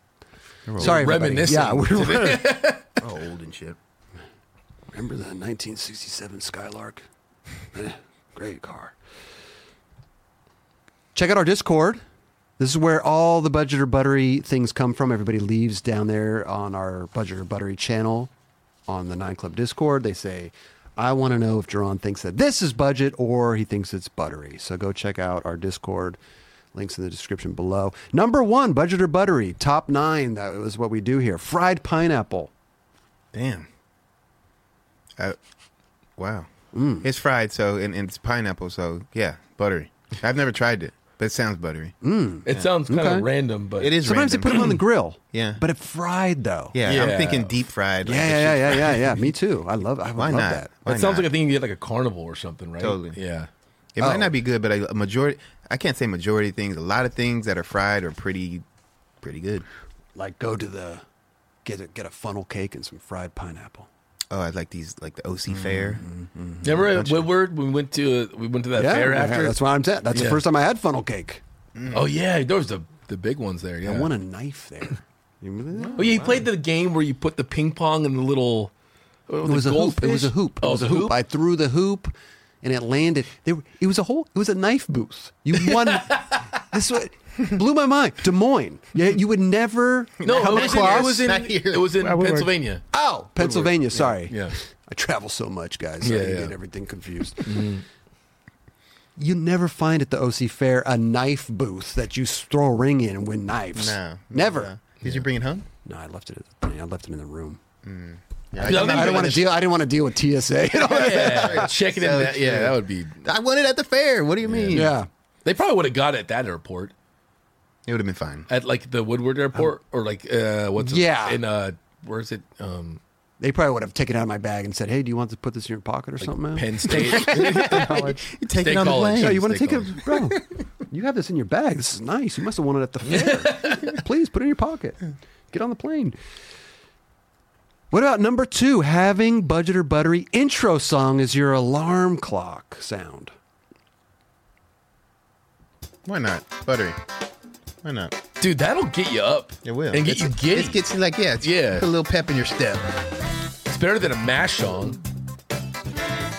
S2: You're old.
S1: Sorry, everybody.
S3: Reminiscing.
S1: Yeah, we're,
S2: We're
S1: Oh,
S2: old and shit.
S1: remember the 1967 Skylark? Eh, Great car. Check out our Discord. This is where all the budget or buttery things come from. Everybody leaves down there on our budget or buttery channel on the Nine Club Discord. They say, I want to know if Jerron thinks that this is budget or he thinks it's buttery. So go check out our Discord. Links in the description below. Number one, budget or buttery, top nine. That was what we do here. Fried pineapple.
S2: Damn. I, wow.
S1: Mm.
S2: It's fried, so and, and it's pineapple, so yeah, buttery. I've never tried it, but it sounds buttery.
S3: It sounds kind
S1: Okay.
S3: of random, but
S2: It is.
S1: Mm. Sometimes they put them on the grill.
S2: Yeah.
S1: But it fried though.
S2: Yeah,
S3: Yeah.
S2: I'm thinking deep fried. like
S1: Yeah,
S2: the
S1: yeah,
S2: shit-
S1: yeah, yeah, yeah, yeah. Me too. I love I would
S2: Why
S1: love
S2: not?
S1: that.
S2: Why
S3: That sounds
S2: not?
S3: like a thing you get at, like a carnival or something, right?
S2: Totally.
S3: Yeah.
S2: It
S1: Oh.
S2: might not be good, but a a majority. I can't say majority of things. A lot of things that are fried are pretty, pretty good.
S1: Like go to the get a get a funnel cake and some fried pineapple.
S2: Oh, I like these, like the OC
S1: Mm-hmm.
S2: fair.
S3: Remember at Woodward we went to we went to that
S1: Yeah,
S3: fair
S1: yeah,
S3: after.
S1: that's what I'm saying. That's the
S3: Yeah.
S1: first time I had funnel cake.
S3: Oh yeah, there was the the big ones there. Yeah.
S1: I want a knife there. You remember that?
S3: Oh yeah, you played the game where you put the ping pong and the little. uh,
S1: It was a hoop. It was a hoop. It
S3: Oh,
S1: was a hoop. I threw the hoop, and it landed. There, were- it was a whole. It was a knife booth. You won. this was, blew my mind. Des Moines. Yeah, you would never.
S3: no,
S1: come
S3: it was, in,
S1: across-
S3: it was in
S2: Not here.
S3: it was in
S4: Woodward.
S3: Pennsylvania.
S1: Oh, Pennsylvania. Sorry.
S3: Yeah.
S1: I travel so much, guys.
S3: Yeah,
S1: I
S3: yeah.
S1: get everything confused.
S2: Mm-hmm.
S1: You never find at the OC Fair a knife booth that you s- throw a ring in and win knives.
S2: No,
S1: Never.
S2: No. Did you bring it home?
S1: No, I left it at the thing. I left them in the room.
S2: Yeah,
S3: No,
S2: did
S3: no,
S1: I
S2: not
S1: don't
S2: bring
S1: want
S2: it
S1: to deal. I didn't want to deal with TSA. You know?
S3: Yeah, check it in.
S2: So
S3: That, yeah,
S2: true.
S3: that would be.
S2: I won it at the fair. What do you mean?
S1: yeah.
S3: They probably would have got it at that airport,
S2: it would have been fine.
S3: at like the Woodward Airport, or like uh, what's it-
S1: Um, Yeah.
S3: in uh, where is it? Um,
S1: They probably would have taken it out of my bag and said, "Hey, do you want to put this in your pocket or something?" Man?
S3: Penn State.
S4: College.
S2: You take
S3: State
S2: it on the
S3: college.
S2: plane.
S1: Yeah, you want to
S3: State
S1: take it, bro? You have this in your bag. This is nice. You must have won it at the fair. Please put it in your pocket. Get on the plane. What about number two? Having budget or buttery intro song as your alarm clock sound.
S2: Why not? Buttery. Why not?
S3: Dude, that'll get you up.
S2: It will.
S3: And get
S2: It's-
S3: you giddy.
S2: It gets you like, yeah, it's,
S3: Yeah.
S2: Put a little pep in your step.
S3: It's better than a mash song.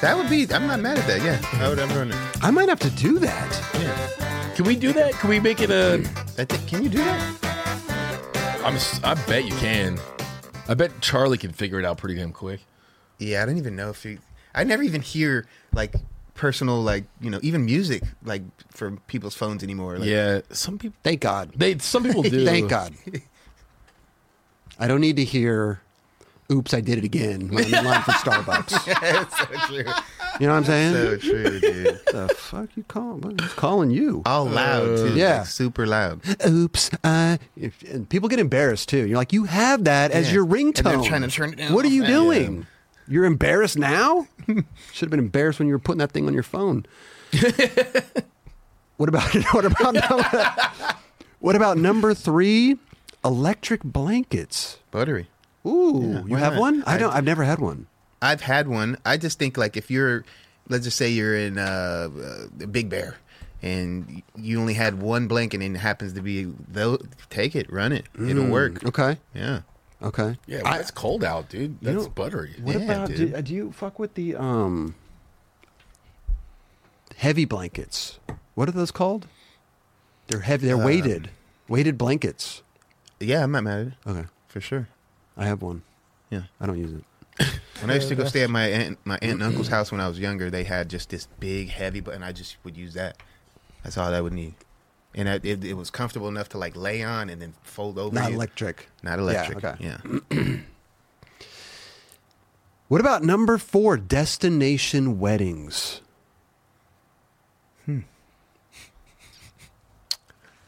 S2: That would be. I'm not mad at that. Yeah, I would. I'm doing it.
S1: I might have to do that.
S2: Yeah.
S3: Can we do that? Can we make it a?
S2: I think. Can you do that?
S3: I'm. s- I bet you can. I bet Charlie can figure it out pretty damn quick.
S2: Yeah, I don't even know if you. I never even hear like personal, like you know, even music like from people's phones anymore. Like,
S3: yeah, some people.
S1: Thank God.
S3: They some people do.
S1: Thank God. I don't need to hear. Oops, I did it again when I'm in line for Starbucks.
S2: That's so true.
S1: You know what I'm saying?
S2: So true, dude.
S1: the fuck you calling? Who's calling you?
S2: All
S3: Uh,
S2: loud too.
S1: yeah.
S2: like, super loud.
S1: oops, uh, if- and people get embarrassed too. You're like, you have that as
S2: Yeah.
S1: your
S2: And
S1: ringtone.
S2: they're trying to turn it down.
S1: What are you
S2: Yeah.
S1: doing? You're embarrassed now. Should have been embarrassed when you were putting that thing on your phone. what about what about what about number three? Electric blankets.
S2: Buttery.
S1: Ooh, you
S2: why
S1: have
S2: not?
S1: one? I
S2: I-
S1: don't. I've never had one.
S2: I've had one. I just think like if you're, let's just say you're in uh, uh, the Big Bear, and you only had one blanket and it happens to be they'll take it, run it,
S3: Mm.
S2: it'll work.
S1: Okay.
S2: Yeah.
S1: Okay.
S3: Yeah, well, it's cold out, dude. That's
S1: know-
S3: buttery.
S1: What
S2: Yeah,
S1: about
S2: dude.
S1: do, uh, do you fuck with the um heavy blankets? What are those called? They're heavy.
S2: Uh,
S1: They're weighted, weighted blankets.
S2: Yeah, I'm not mad at it.
S1: Okay,
S2: For sure.
S1: I have one.
S2: Yeah.
S1: I don't use it.
S2: When I used to go stay at my aunt, my aunt and uncle's house when I was younger, they had just this big heavy, but and I just would use that. That's all I would need, and I, it, it was comfortable enough to like lay on and then fold over.
S1: Not
S2: you.
S1: electric.
S2: Not electric.
S1: Yeah, okay.
S2: Yeah.
S1: What about number four? Destination weddings.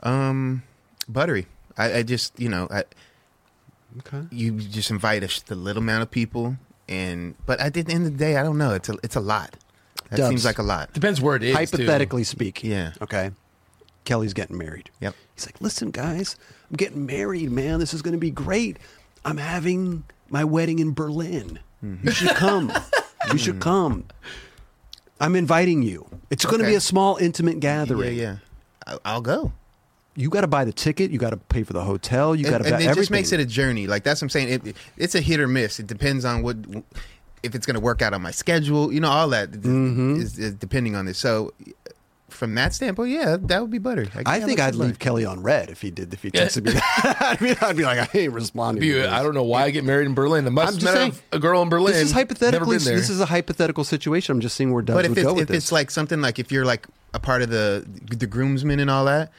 S2: Um, buttery. I, I just you know I
S1: Okay.
S2: you just invite a, just a little amount of people, and but at the end of the day, I don't know. It's a it's a lot. That
S1: Dubs.
S2: seems like a lot.
S3: Depends where it is. too.
S1: Hypothetically speaking.
S2: Yeah.
S1: Okay. Kelly's getting married.
S2: Yep.
S1: He's like, listen, guys, I'm getting married, man. This is going to be great. I'm having my wedding in Berlin.
S2: Mm-hmm.
S1: You should come. you should come. I'm inviting you. It's going to be
S2: Okay.
S1: a small, intimate gathering.
S2: Yeah, yeah. I- I'll go.
S1: You got to buy the ticket. You got to pay for the hotel. You got to
S2: and,
S1: buy
S2: and it
S1: everything.
S2: just makes it a journey. Like that's what I'm saying. It, it- it's a hit or miss. It depends on what if it's going to work out on my schedule. You know, all that is
S1: Mm-hmm.
S2: is, depending on this. So from that standpoint, yeah, that would be better. Like,
S1: I
S2: yeah,
S1: think
S2: let's
S1: I'd
S2: just learn.
S1: leave Kelly on red if he did if he texted me that. I mean, I'd be like, I ain't responding. to
S3: Be-
S1: this.
S3: uh, I don't know why I get married in Berlin. I must
S1: I'm
S3: have
S1: just
S3: met
S1: saying,
S3: a girl in Berlin.
S1: This is hypothetically.
S3: Never been there.
S1: This is a hypothetical situation. I'm just seeing where Doug
S2: But
S1: would
S2: if
S1: go
S2: it's,
S1: with
S2: if
S1: this.
S2: it's like something like if you're like a part of the the groomsmen and all that,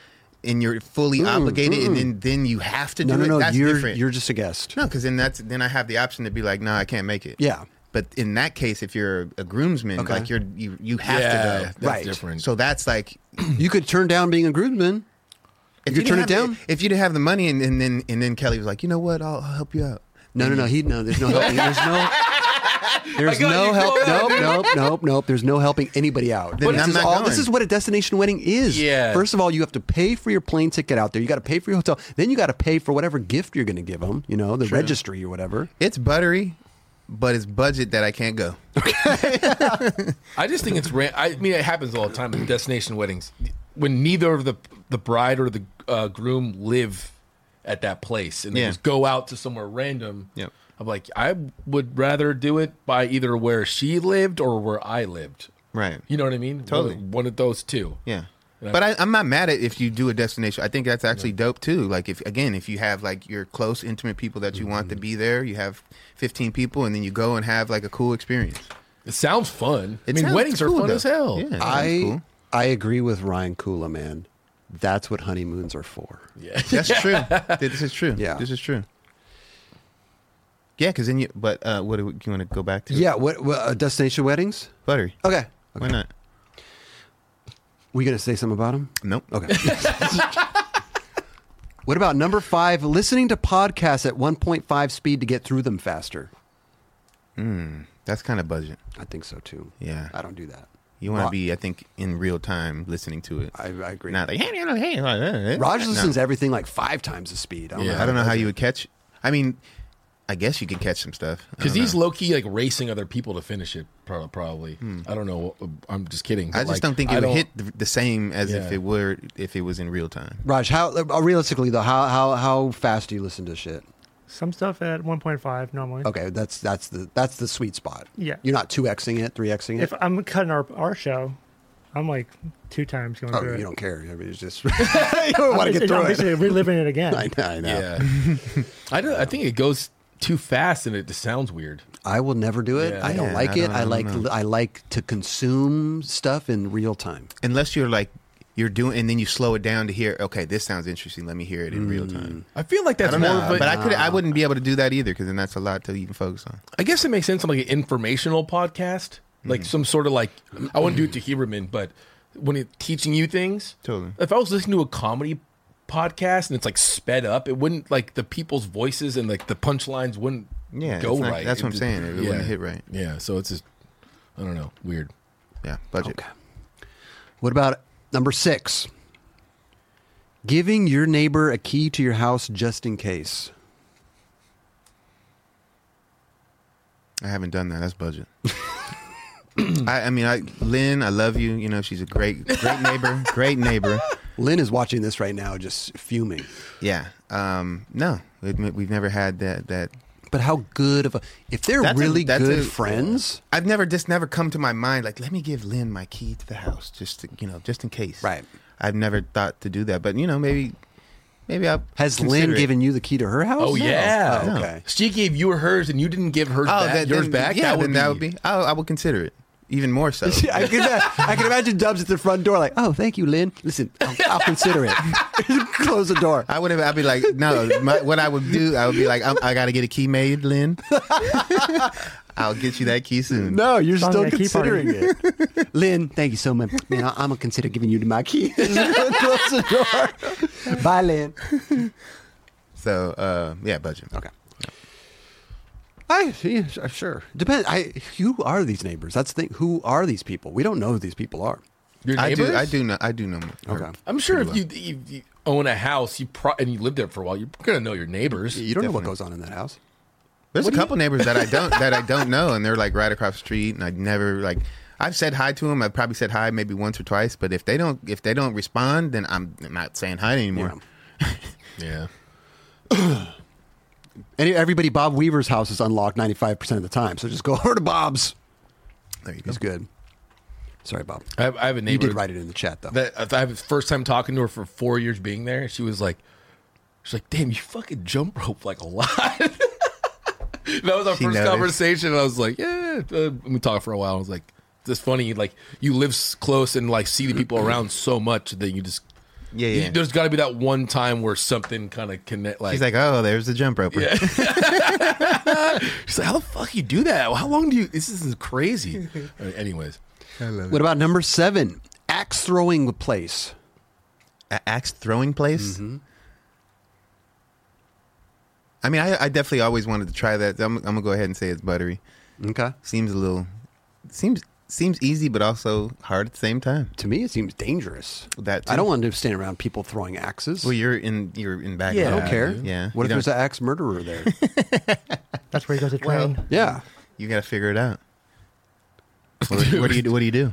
S2: and you're fully obligated, and then, then you have to do
S1: no, no,
S2: it.
S1: no.
S2: That's
S1: You're
S2: different.
S1: you're just a guest.
S2: No, because then that's then I have the option to be like, no, I can't make it.
S1: Yeah.
S2: But in that case, if you're a groomsman,
S1: Okay.
S2: like you're you you have
S3: yeah,
S2: to
S3: that's
S2: go.
S1: Right.
S3: different.
S2: So that's like
S1: You could turn down being a groomsman.
S2: if
S1: You turn
S2: didn't
S1: it
S2: have
S1: down?
S2: The, if you didn't have the money, and, and then and then Kelly was like, you know what, I'll, I'll help you out.
S1: No, no, no. He no. There's no helping. There's no. There's
S3: got
S1: no
S3: you
S1: help.
S3: going
S1: Nope, nope, nope, nope. There's no helping anybody out.
S2: Then
S1: this
S2: I'm
S1: is
S2: not
S1: all.
S2: going.
S1: This is what a destination wedding is.
S3: Yeah.
S1: First of all, you have to pay for your plane ticket out there. You got to pay for your hotel. Then you got to pay for whatever gift you're going to give them. You know, the registry or whatever.
S2: It's buttery, but it's budget that I can't go.
S3: I just think it's ran- I mean, it happens all the time at destination weddings when neither of the the bride or the uh, groom live at that place and they
S2: Yeah.
S3: just go out to somewhere random.
S2: Yep.
S3: I'm like, I would rather do it by either where she lived or where I lived.
S2: Right.
S3: You know what I mean?
S2: Totally.
S3: One, one of those two.
S2: Yeah. But I, I'm not mad at if you do a destination. I think that's actually dope too. Like if again, if you have like your close, intimate people that you want
S3: Mm-hmm.
S2: to be there, you have 15 people, and then you go and have like a cool experience.
S3: It sounds fun.
S2: It
S3: I mean,
S2: sounds
S3: weddings
S2: cool,
S3: are fun
S2: though.
S3: as hell.
S2: Yeah.
S1: I
S2: Sounds cool.
S1: I agree with Ryan Kula, man. That's what honeymoons are for.
S2: That's true. This is true.
S1: Yeah.
S2: this is true. Yeah, because then you. But uh, what do, we- do you want to go back to?
S1: Yeah. What, what uh, destination weddings?
S2: buttery.
S1: Okay.
S2: Why not?
S1: We gonna say something about them?
S2: Nope.
S1: Okay. what about number five? Listening to podcasts at 1.5 speed to get through them faster.
S2: That's kind of budget.
S1: I think so too.
S2: Yeah.
S1: I don't do that.
S2: You want
S1: Ra-
S2: to be, I think, in real time listening to it.
S1: I, I agree.
S2: Not like hey, hey, hey, hey.
S1: Raj
S2: No.
S1: listens to everything like five times the speed. I don't
S3: Yeah.
S1: know.
S2: I don't know how you would catch. I mean, I guess you could catch some stuff. I
S3: Because
S2: don't
S3: he's
S2: know. Hmm.
S3: low key like racing other people to finish it, prob- probably. I don't know. uh, I'm just kidding.
S2: I just
S3: Like,
S2: don't think it
S3: I
S2: would
S3: don't-
S2: hit the, the same as if
S3: Yeah.
S2: it were if it was in real time.
S1: Raj, how uh, realistically though, how how how fast do you listen to shit?
S4: Some stuff at 1.5 normally.
S1: Okay, that's that's the that's the sweet spot.
S4: Yeah.
S1: You're not two xing it, three xing it.
S4: If I'm cutting our our show, I'm like two times going
S1: oh,
S4: through
S1: you
S4: it.
S1: don't care. I mean, it's just you don't want to get
S4: I'm
S1: through it.
S4: basically reliving it again.
S1: I know. I know.
S3: Yeah. I don't. I think it goes too fast and it just sounds weird.
S1: I will never do it.
S3: Yeah.
S1: I don't
S2: Yeah,
S1: like
S2: I
S1: it.
S2: don't-
S1: I
S2: I don't
S1: like
S2: know.
S1: I like to consume stuff in real time.
S2: Unless you're like you're doing, and then you slow it down to hear. Okay, this sounds interesting. Let me hear it in real time.
S3: I feel like
S2: I
S3: that's
S2: don't
S3: Hmm. more
S2: know,
S3: of a.
S2: but I could. I wouldn't be able to do that either because then that's a lot to even focus on.
S3: I guess it makes sense on like an informational podcast,
S2: Mm-hmm.
S3: like some sort of like. I wouldn't do it to Huberman, but when it's teaching you things,
S2: Totally.
S3: If I was listening to a comedy podcast and it's like sped up, it wouldn't like the people's voices and like the punchlines wouldn't
S2: Yeah,
S3: go
S2: it's not-
S3: right.
S2: that's what I'm
S3: It'd-
S2: saying. It wouldn't hit right.
S3: Yeah, so it's just I don't know, weird.
S2: Yeah, budget.
S1: Okay. What about number six? Giving your neighbor a key to your house just in case.
S2: I haven't done that. That's budget. I, I mean, I Lynn, I love you. You know, she's a great, great neighbor. great neighbor.
S1: Lynn is watching this right now, just fuming.
S2: Yeah. Um, no, it, we've never had that. That
S1: But how good of a if they're
S2: That's a-
S1: really
S2: that's
S1: good
S2: a-
S1: friends,
S2: I've never just never come to my mind like let me give Lynn my key to the house just to, you know just in case.
S1: Right.
S2: I've never thought to do that, but you know maybe maybe I'll
S1: has
S2: consider
S1: Lynn
S2: it.
S1: given you the key to her house?
S3: Oh yeah,
S1: Oh, okay.
S3: She gave you hers, and you didn't give hers
S2: oh
S3: back.
S2: that,
S3: yours
S2: then-
S3: back.
S2: Yeah, then that would be. oh, I, I would consider it even more so.
S1: Yeah, I can, I can imagine Dubs at the front door, like, "Oh, thank you, Lynn. Listen, I'll, I'll consider it." Close the door.
S2: I would have. I'd be like, no. My, what I would do, I would be like, I'm, I got to get a key made, Lynn. I'll get you that key soon.
S1: No, you're
S4: Sounds
S1: still
S4: like a key party.
S1: considering it. Lynn, thank you so much. Man, I, I'm going to consider giving you my key. Close the door. Bye, Lynn.
S2: So uh, yeah, budget.
S1: Okay. I yeah, sure, sure. Depends. I who are these neighbors? That's the thing. Who are these people? We don't know who these people are.
S3: Your
S2: I do.
S3: neighbors?
S2: I do know. I do know. her
S1: Okay.
S3: I'm sure if you, you, you own a house, you pro- and you lived there for a while, you're gonna know your neighbors.
S1: You don't know what
S2: Definitely.
S1: goes on in that house.
S2: There's a couple neighbors that I don't that I don't know, and they're like right across the street, and I never like. I've said hi to them. I've probably said hi maybe once or twice, but if they don't if they don't respond, then I'm not saying hi anymore.
S3: Yeah.
S1: Any, everybody, Bob Weaver's house is unlocked 95% of the time. So just go over to Bob's.
S2: There you go.
S1: He's good. Sorry, Bob.
S3: I have, I have a
S1: You
S3: Uh, neighbor.
S1: did write it in the chat, though.
S3: That I have the first time talking to her for four years being there. She was like, she's like, damn, you fucking jump rope like a lot. that was our
S2: She
S3: first
S2: noticed.
S3: conversation. I was like, yeah, uh, we talked for a while. I was like, it's funny. Like you live s- close and like see the people around so much that you just
S2: Yeah,
S3: you-
S2: yeah.
S3: there's got to be that one time where something kind of connect. Like
S2: He's like, oh, there's the jump rope.
S3: she's like, how the fuck you do that? How long do you? This is crazy. All right, anyways,
S1: What about number seven? Axe throwing place.
S2: A- axe throwing place.
S1: Mm-hmm.
S2: I mean, I, I definitely always wanted to try that. I'm, I'm gonna go ahead and say it's buttery.
S1: Okay.
S2: Seems a little, seems seems easy, but also hard at the same time.
S1: To me, it seems dangerous.
S2: That
S1: I
S2: too.
S1: don't want to stand around people throwing axes.
S2: Well, you're in you're in back.
S1: I don't care.
S2: Yeah.
S1: What
S2: you
S1: if
S2: don't-
S1: there's an axe murderer there?
S4: That's where he goes to
S2: Well-
S4: train.
S1: yeah.
S2: You gotta figure it out. What, what do you do? What do you do?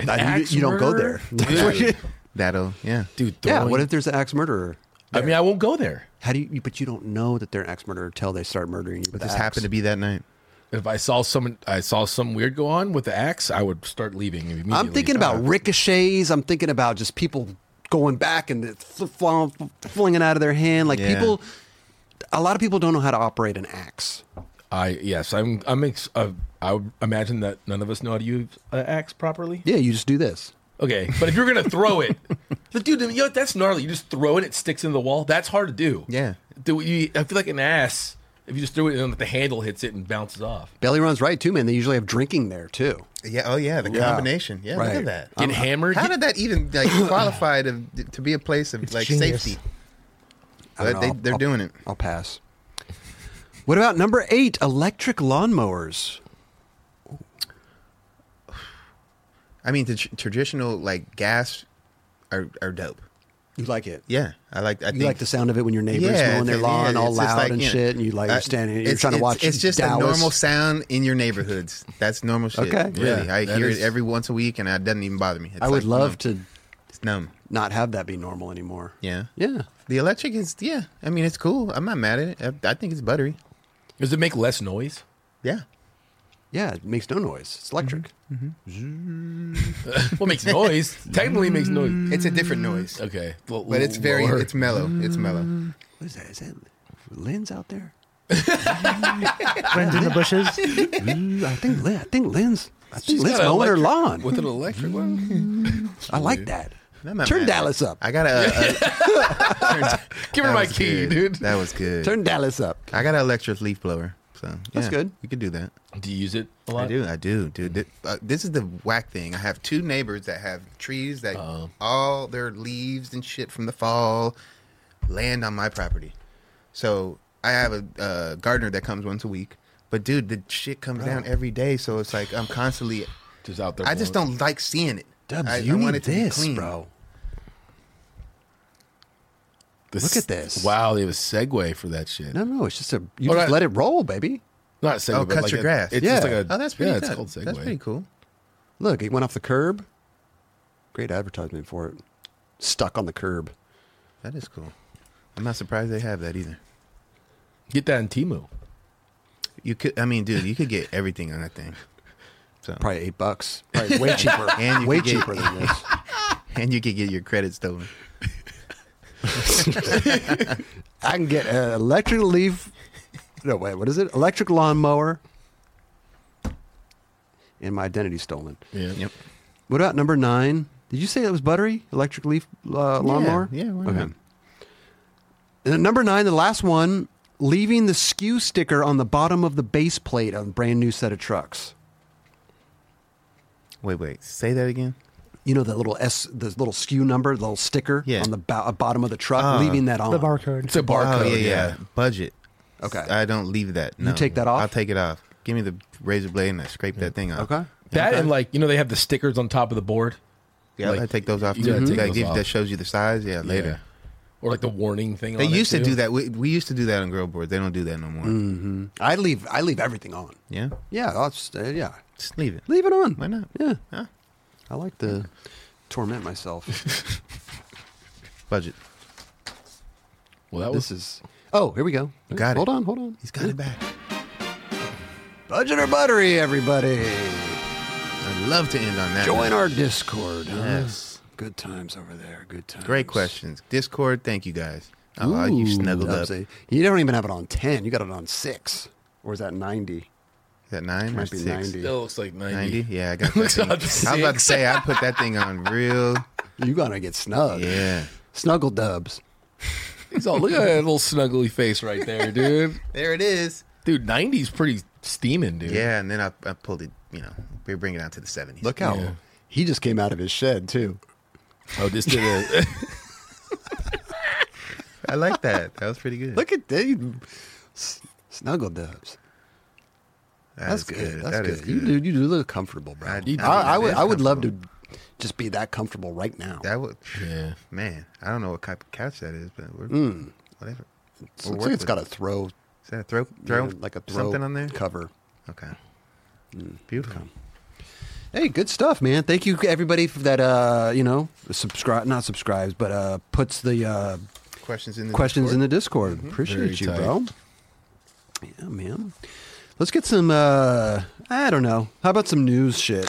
S1: Uh, you-
S3: axe
S1: you, don't go
S3: murderer?
S1: there.
S3: Dude.
S2: That'll yeah.
S3: dude.
S1: yeah.
S3: throwing-
S1: What if there's an axe murderer?
S3: I mean, I won't go there.
S1: How do you? But you don't know that they're an axe murderer until they start murdering you.
S2: But
S1: with
S2: this
S1: the axe.
S2: happened to be that night.
S3: If I saw someone, I saw some weird go on with the axe, I would start leaving immediately. Uh,
S1: I'm thinking
S2: Oh,
S1: about ricochets. I'm thinking about just people going back and it fl- fl- flinging out of their hand. Like
S2: Yeah.
S1: people, a lot of people don't know how to operate an axe.
S3: I yes, I'm. I'm. Ex- uh, I would imagine that none of us know how to use an axe properly.
S1: Yeah, you just do this.
S3: Okay, but if you're gonna throw it, but dude, you know, that's gnarly. You just throw it, it sticks in the wall. That's hard to do.
S2: Yeah.
S3: Do you, I feel like an ass if you just threw it and the handle hits it and bounces off.
S1: Belly runs right too, man. They usually have drinking there too.
S2: Yeah. Oh yeah. The
S1: Yeah.
S2: combination. Yeah. Look
S1: Right.
S2: at that.
S3: Get hammered.
S2: How did that even like qualify to to be a place of
S4: It's
S2: like
S4: genius.
S2: safety?
S1: I don't
S2: But
S1: know.
S2: they,
S1: I'll-
S2: they're
S1: I'll-
S2: doing it.
S1: I'll pass. What about number eight? Electric lawnmowers.
S2: I mean, the tr- traditional like gas are are dope.
S1: You like it?
S2: Yeah, I like. I
S1: You
S2: think,
S1: like the sound of it when your neighbors mowing their
S2: yeah,
S1: lawn all
S2: it's just
S1: loud
S2: like,
S1: and
S2: you know,
S1: shit, and you like
S2: uh,
S1: you're standing, you're
S2: it's-
S1: trying to
S2: it's-
S1: watch.
S2: It's just
S1: Dallas.
S2: a normal sound in your neighborhoods. That's normal shit.
S1: Okay.
S2: really,
S3: Yeah,
S2: I
S3: that
S2: hear
S3: is-
S2: it every once a week, and it doesn't even bother me. It's
S1: I would
S2: like
S1: love
S2: numb.
S1: to
S2: It's numb.
S1: not have that be normal anymore.
S2: Yeah.
S1: Yeah.
S2: The electric is yeah. I mean, it's cool. I'm not mad at it. I, I think it's buttery.
S3: Does it make less noise?
S2: Yeah.
S1: Yeah, it makes no noise. It's electric.
S2: Mm-hmm.
S3: Well, it makes noise. Technically, it makes noise.
S2: It's a different noise,
S3: Okay,
S1: Oh,
S2: but it's very
S3: Lower.
S2: it's mellow. It's mellow.
S1: What is that? Is that Lynn's out there?
S4: Friends in the bushes.
S1: Ooh, I think Lynn, I think Lynn's. I think
S3: She's
S1: Lynn's
S3: got an
S1: mowing her
S3: electric-
S1: lawn.
S3: with an electric one.
S1: I like that.
S2: I'm not
S1: Turn
S2: mad.
S1: Dallas up.
S2: I got a. a
S3: Give her
S2: That
S3: my
S2: was
S3: key,
S2: good.
S3: dude.
S2: That was good.
S1: Turn Dallas up.
S2: I got an electric leaf blower, so
S1: That's
S2: yeah,
S1: good.
S2: You could do that.
S3: Do you use it a lot?
S2: I do, I do, dude. Th- uh, This is the whack thing. I have two neighbors that have trees that all their leaves and shit from the fall land on my property. So I have a uh, gardener that comes once a week, but dude, the shit comes down every day. So it's like I'm constantly.
S3: Just out there.
S2: I just
S3: blowing
S2: don't like seeing it.
S1: Dubs,
S2: I,
S1: you
S2: I
S1: need
S2: want it to be
S1: this,
S2: clean.
S1: bro.
S3: it. This-
S1: Look at this.
S3: Wow, they have a segue for that shit.
S1: No, no, it's just a. You
S3: All
S1: just
S3: right.
S1: let it roll, baby.
S3: Not a segue.
S2: Oh,
S3: but
S2: cut
S3: like
S2: your
S3: a-
S2: grass.
S3: It's just
S1: Yeah.
S3: like a.
S2: Oh, that's pretty.
S3: Yeah, it's
S2: good.
S3: called segue.
S2: That's pretty cool.
S1: Look, it went off the curb. Great advertisement for it. Stuck on the curb.
S2: That is cool. I'm not surprised they have that either.
S3: Get that in Timu.
S2: You could, I mean, dude, you could get everything on that thing. So,
S1: Probably eight bucks. Probably way cheaper.
S2: And you
S1: way
S2: could get-
S1: cheaper than this.
S2: and you could get your credit stolen.
S1: I can get an electric leaf. No, wait, what is it? Electric lawnmower. And my identity stolen.
S3: Yeah.
S2: Yep.
S1: What about number nine? Did you say it was buttery? Electric leaf uh, lawnmower?
S2: Yeah, why
S1: okay.
S2: not?
S1: And then number nine, the last one, leaving the skew sticker on the bottom of the base plate on a brand new set of trucks.
S2: Wait, wait. Say that again.
S1: You know, that little S, the little skew number, the little sticker
S2: Yeah.
S1: on the bo- uh, bottom of the truck,
S2: Oh.
S1: leaving that on.
S4: The barcode.
S3: It's a barcode.
S2: oh yeah,
S3: yeah.
S2: yeah, Budget.
S1: Okay.
S2: I don't leave that.
S1: You
S2: No.
S1: take that off?
S2: I'll take it off. Give me the razor blade and I scrape that thing off.
S1: Okay.
S3: That and like you know they have the stickers on top of the board.
S2: Yeah,
S3: Like,
S2: I take those off
S3: you
S2: too.
S3: gotta take
S2: That
S3: those
S2: gives-
S3: off.
S2: That shows you the size. Yeah, later.
S3: Yeah. Or like the warning thing.
S2: They
S3: on it,
S2: used to
S3: too.
S2: do that. We, we used to do that on grill boards. They don't do that no more.
S1: I leave I leave everything on.
S2: Yeah,
S1: Yeah, I'll just, uh, yeah.
S2: just leave it.
S1: Leave it on.
S2: Why not?
S1: Yeah.
S2: Huh?
S1: I like to torment myself.
S2: Budget.
S3: Well, that was
S1: this is Oh, here we go.
S2: Got it.
S1: Hold on, hold on.
S2: He's got it back.
S1: Budget or buttery, everybody.
S2: I'd love to end on that.
S1: Join
S2: note.
S1: our Discord. huh?
S2: Yes.
S1: Good times over there. Good times.
S2: Great questions. Discord. Thank you guys. Oh,
S1: Ooh,
S2: you snuggled up. Is
S1: Dubsy. You don't even have it on 10. You got it on 6. Or is that 90?
S2: that nine or
S1: Might be
S2: six?
S1: 90.
S3: that looks like 90.
S2: 90? Yeah, I got that
S3: Looks
S2: thing. I
S3: about
S2: was about to
S3: six.
S2: say I put that thing on real.
S1: You got to get snugged.
S2: Yeah.
S1: Snuggle dubs.
S3: He's all look at that little snuggly face right there, dude.
S2: There it is.
S3: Dude, 90's pretty steaming, dude.
S2: Yeah, and then I, I pulled it. You know, we bring it out to the seventies.
S1: Look how
S3: Yeah.
S1: he just came out of his shed, too.
S3: Oh, this did a
S2: I like that. That was pretty good.
S1: Look at that. S- Snuggle dubs.
S2: That
S1: That's
S2: is
S1: good. That's good. You,
S2: good.
S1: do, you do look comfortable, bro.
S2: I
S1: I,
S2: do.
S1: I, would,
S2: That
S1: I would
S2: is
S1: love to just be that comfortable right now.
S2: That would,
S3: yeah.
S2: man. I don't know what type of couch that is, but we're, whatever.
S1: It's-
S2: We'll
S1: looks
S2: work
S1: like it's
S2: with
S1: got
S2: it.
S1: a throw,
S2: Is that a throw, throw
S1: yeah, like a throw
S2: something on there?
S1: cover.
S2: Okay, beautiful.
S1: Hey, good stuff, man. Thank you, everybody, for that, uh, you know, subscribe, not subscribes, but uh, puts the uh,
S2: Questions in the
S1: questions in
S2: Discord?
S1: the Discord.
S2: Mm-hmm.
S1: Appreciate
S3: Very
S1: you, bro. Yeah, man. Let's get some, uh, I don't know. How about some news shit?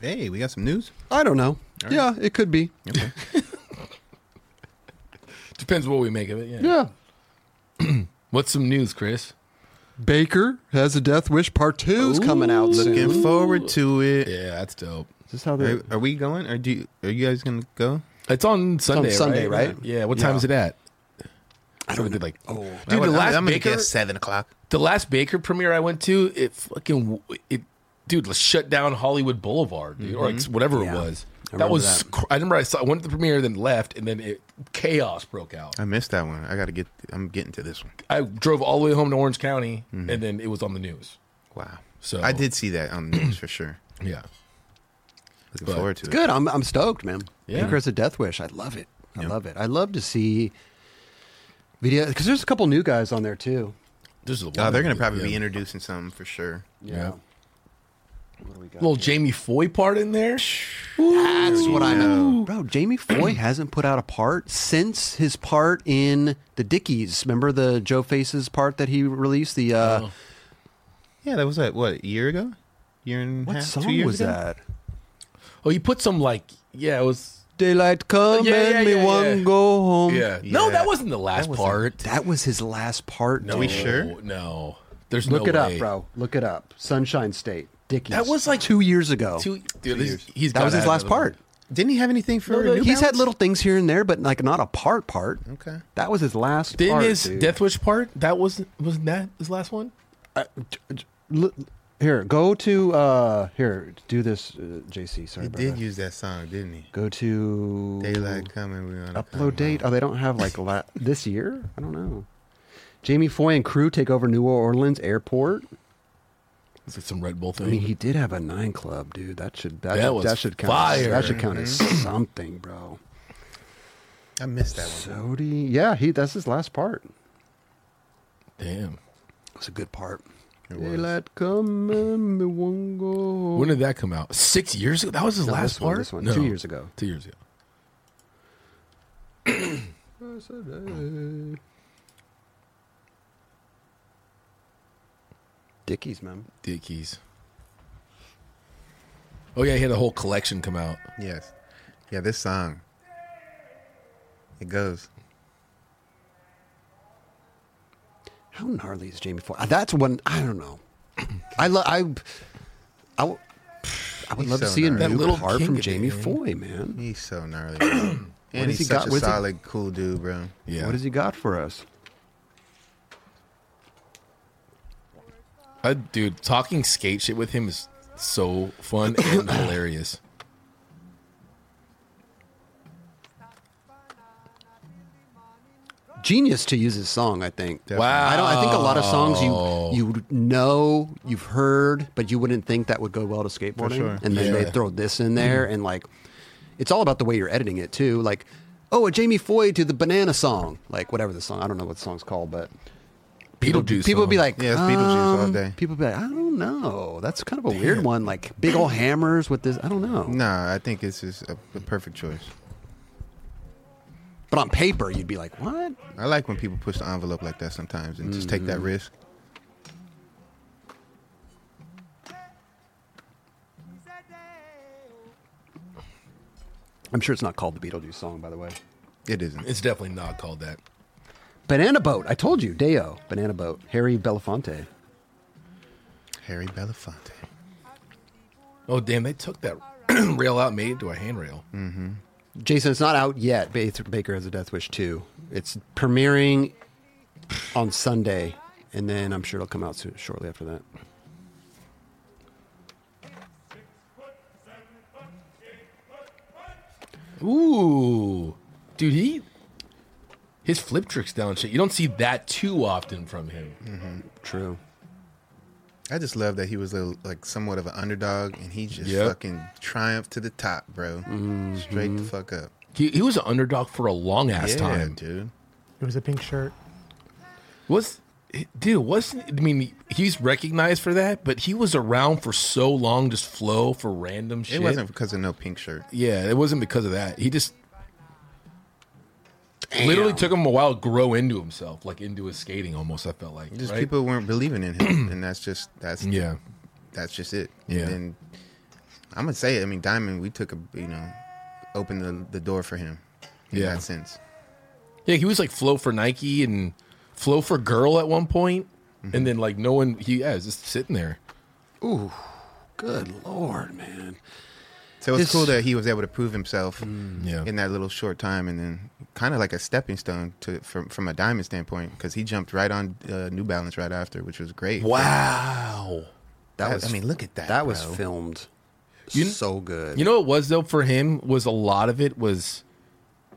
S2: Hey, we got some news.
S1: I don't know. Yeah, it could be.
S2: Okay.
S3: Depends what we make of it. Yeah.
S1: Yeah.
S3: What's some news, Chris?
S1: Baker has a Death Wish Part 2's coming out soon.
S2: Looking forward to it.
S3: Yeah, that's dope.
S1: Is this how they
S2: Are, are we going, or do you, are you guys gonna go?
S3: It's on Sunday.
S1: Sunday, right?
S3: Yeah. What
S1: Yeah.
S3: time is it at?
S1: I don't
S3: Something
S1: know.
S3: like
S1: Oh.
S3: dude, the
S2: I'm-
S3: last
S2: I'm gonna
S3: Baker,
S2: guess seven o'clock.
S3: the last Baker premiere I went to, it fucking it, dude, let's shut down Hollywood Boulevard, dude, or like whatever
S1: Yeah.
S3: it was.
S1: I
S3: that
S1: remember
S3: was
S1: that.
S3: cr- I remember I saw I went to the premiere, then left, and then it chaos broke out.
S2: I missed that one. I gotta get. I'm getting to this one.
S3: I drove all the way home to Orange County, and then it was on the news.
S2: Wow.
S3: So-
S2: I did see that on the news for sure.
S3: Yeah,
S2: Looking
S3: But-
S2: forward to it.
S1: Good. I'm, I'm stoked, man.
S3: Yeah.
S1: Baker has a Death Wish. I love it. I
S2: Yeah.
S1: love it. I love to see video because there's a couple new guys on there, too.
S3: this is the
S2: Oh,
S3: one.
S2: they're gonna probably be
S3: Yeah.
S2: introducing something for sure.
S1: Yeah.
S3: little Jamie Foy part in there.
S1: That's what I know. Bro, Jamie Foy hasn't put out a part since his part in the Dickies. Remember the Joe Faces part that he released? The uh
S2: Yeah, that was like what a year ago, year and
S1: what
S2: half, two
S1: song
S2: years
S1: was
S2: ago?
S1: that?
S3: Oh, he put some like yeah, it was
S1: Daylight come
S3: Yeah, yeah,
S1: and me
S3: yeah,
S1: one
S3: yeah.
S1: go home.
S3: yeah. No,
S2: Yeah.
S3: that wasn't the last
S2: wasn't-
S3: part.
S1: That was his last part.
S3: no,
S1: dude.
S2: we sure?
S3: No, there's
S1: Look
S3: no
S1: it up,
S3: way.
S1: bro. Look it up. Sunshine State. Dickies.
S3: That was like
S1: two years ago.
S3: Two, dude, this- he's
S1: that was
S3: gotta
S1: his
S3: have
S1: last
S3: another
S1: part.
S3: one.
S2: Didn't he have anything for? New
S1: He's had
S2: Balance?
S1: little things here and there, but like not a part part.
S2: Okay.
S1: That was his last
S3: Didn't
S1: part.
S3: his
S1: dude.
S3: Death Wish part? That was was that his last one?
S1: L- here, go to uh here, do this uh, JC, sorry.
S2: He
S1: about
S2: did
S1: that.
S2: use that song, didn't he?
S1: go to
S2: Daylight coming, we on
S1: upload date. Oh, they don't have like la- this year? I don't know. Jamie Foy and crew take over New Orleans airport.
S3: Is it some Red Bull
S1: I mean,
S3: thing?
S1: he did have a nine club, dude. That should that,
S3: That
S1: should,
S3: was
S1: that should count.
S3: fire.
S1: That should count as
S2: Mm-hmm.
S1: something, bro.
S2: I missed that one.
S1: Sody, yeah, he that's his last part.
S3: Damn.
S1: It was a good part.
S2: It was.
S1: Daylight come and me one go.
S3: When did that come out? Six years ago. That was his
S1: No,
S3: last
S1: this one,
S3: part.
S1: this one.
S3: No.
S1: Two years ago.
S3: Two years ago.
S1: Dickies, man.
S3: Dickies. Oh yeah, he had a whole collection come out.
S2: Yes. Yeah, this song. It goes.
S1: How gnarly is Jamie Foxx? That's one I don't know. I love I I, w- I would
S2: He's
S1: love to
S2: so
S1: see a
S2: gnarly.
S1: new
S3: That little
S1: part from
S3: king,
S1: Jamie
S3: dude.
S1: Foy, man.
S2: He's so gnarly. bro. and
S1: has
S2: he's
S1: he
S2: such
S1: got-
S2: a
S1: what's he-
S2: solid, cool dude, bro.
S3: Yeah.
S1: What has he got for us?
S3: I, dude, talking skate shit with him is so fun and hilarious.
S1: Genius to use his song, I think.
S3: Wow.
S1: I don't. I think a lot of songs you you know you've heard, but you wouldn't think that would go well to skateboarding.
S2: sure.
S1: And then
S3: Yeah. Mm-hmm.
S1: they throw this in there, and like it's all about the way you're editing it too. Like, oh, a Jamie Foy to the banana song, like whatever the song. I don't know what the song's called, but
S3: Beetlejuice.
S1: people
S3: song.
S1: would be like,
S2: Yeah, it's Beetlejuice all
S1: um,
S2: day.
S1: People would be like, I don't know. That's kind of a weird one. Like big old hammers with this. I don't know.
S2: Nah, I think this is a, a perfect choice.
S1: But on paper, you'd be like, what?
S2: I like when people push the envelope like that sometimes and just take that
S3: Mm-hmm.
S2: risk.
S1: I'm sure it's not called the Beetlejuice song, by the way.
S2: It isn't.
S3: it's definitely not called that.
S1: Banana Boat. I told you, Deo. Banana Boat. Harry Belafonte.
S2: Harry Belafonte.
S3: Oh damn, they took that rail out, and made it to a handrail.
S1: Jason, it's not out yet. Ba- Baker has a Death Wish too. It's premiering on Sunday, and then I'm sure it'll come out soon, shortly after that.
S3: Ooh, dude, he his flip tricks down shit. You don't see that too often from him.
S1: True.
S2: I just love that he was a, like somewhat of an underdog and he just
S3: Yep. Mm-hmm.
S2: fucking triumphed to the top, bro. Straight the fuck up.
S3: He, he was an underdog for a long ass
S2: yeah,
S3: time.
S2: dude.
S4: It was a pink shirt.
S3: Was dude wasn't I mean he's recognized for that, but he was around for so long, just flow for random shit.
S2: It wasn't because of no pink shirt.
S3: Yeah, it wasn't because of that. He just literally took him a while to grow into himself, like into his skating. Almost, I felt like
S2: Just
S3: right?
S2: people weren't believing in him, and that's just that's
S3: Yeah,
S2: that's just it.
S3: Yeah.
S2: And then, I'm gonna say it. I mean, Diamond, we took a you know, opened the the door for him. In
S3: Yeah.
S2: that sense.
S3: yeah. He was like flow for Nike and flow for girl at one point, and then like no one. He yeah, was just sitting there.
S1: Good lord, man.
S2: So it's
S1: It's-
S2: cool that he was able to prove himself
S3: yeah.
S2: in that little short time, and then kind of like a stepping stone to from from a Diamond standpoint, because he jumped right on uh, New Balance right after, which was great.
S3: Wow.
S1: That
S2: I-
S1: was.
S2: I mean, look at that,
S1: That was
S2: bro.
S1: filmed.
S3: You-
S1: so good.
S3: You know what it was though for him was a lot of it was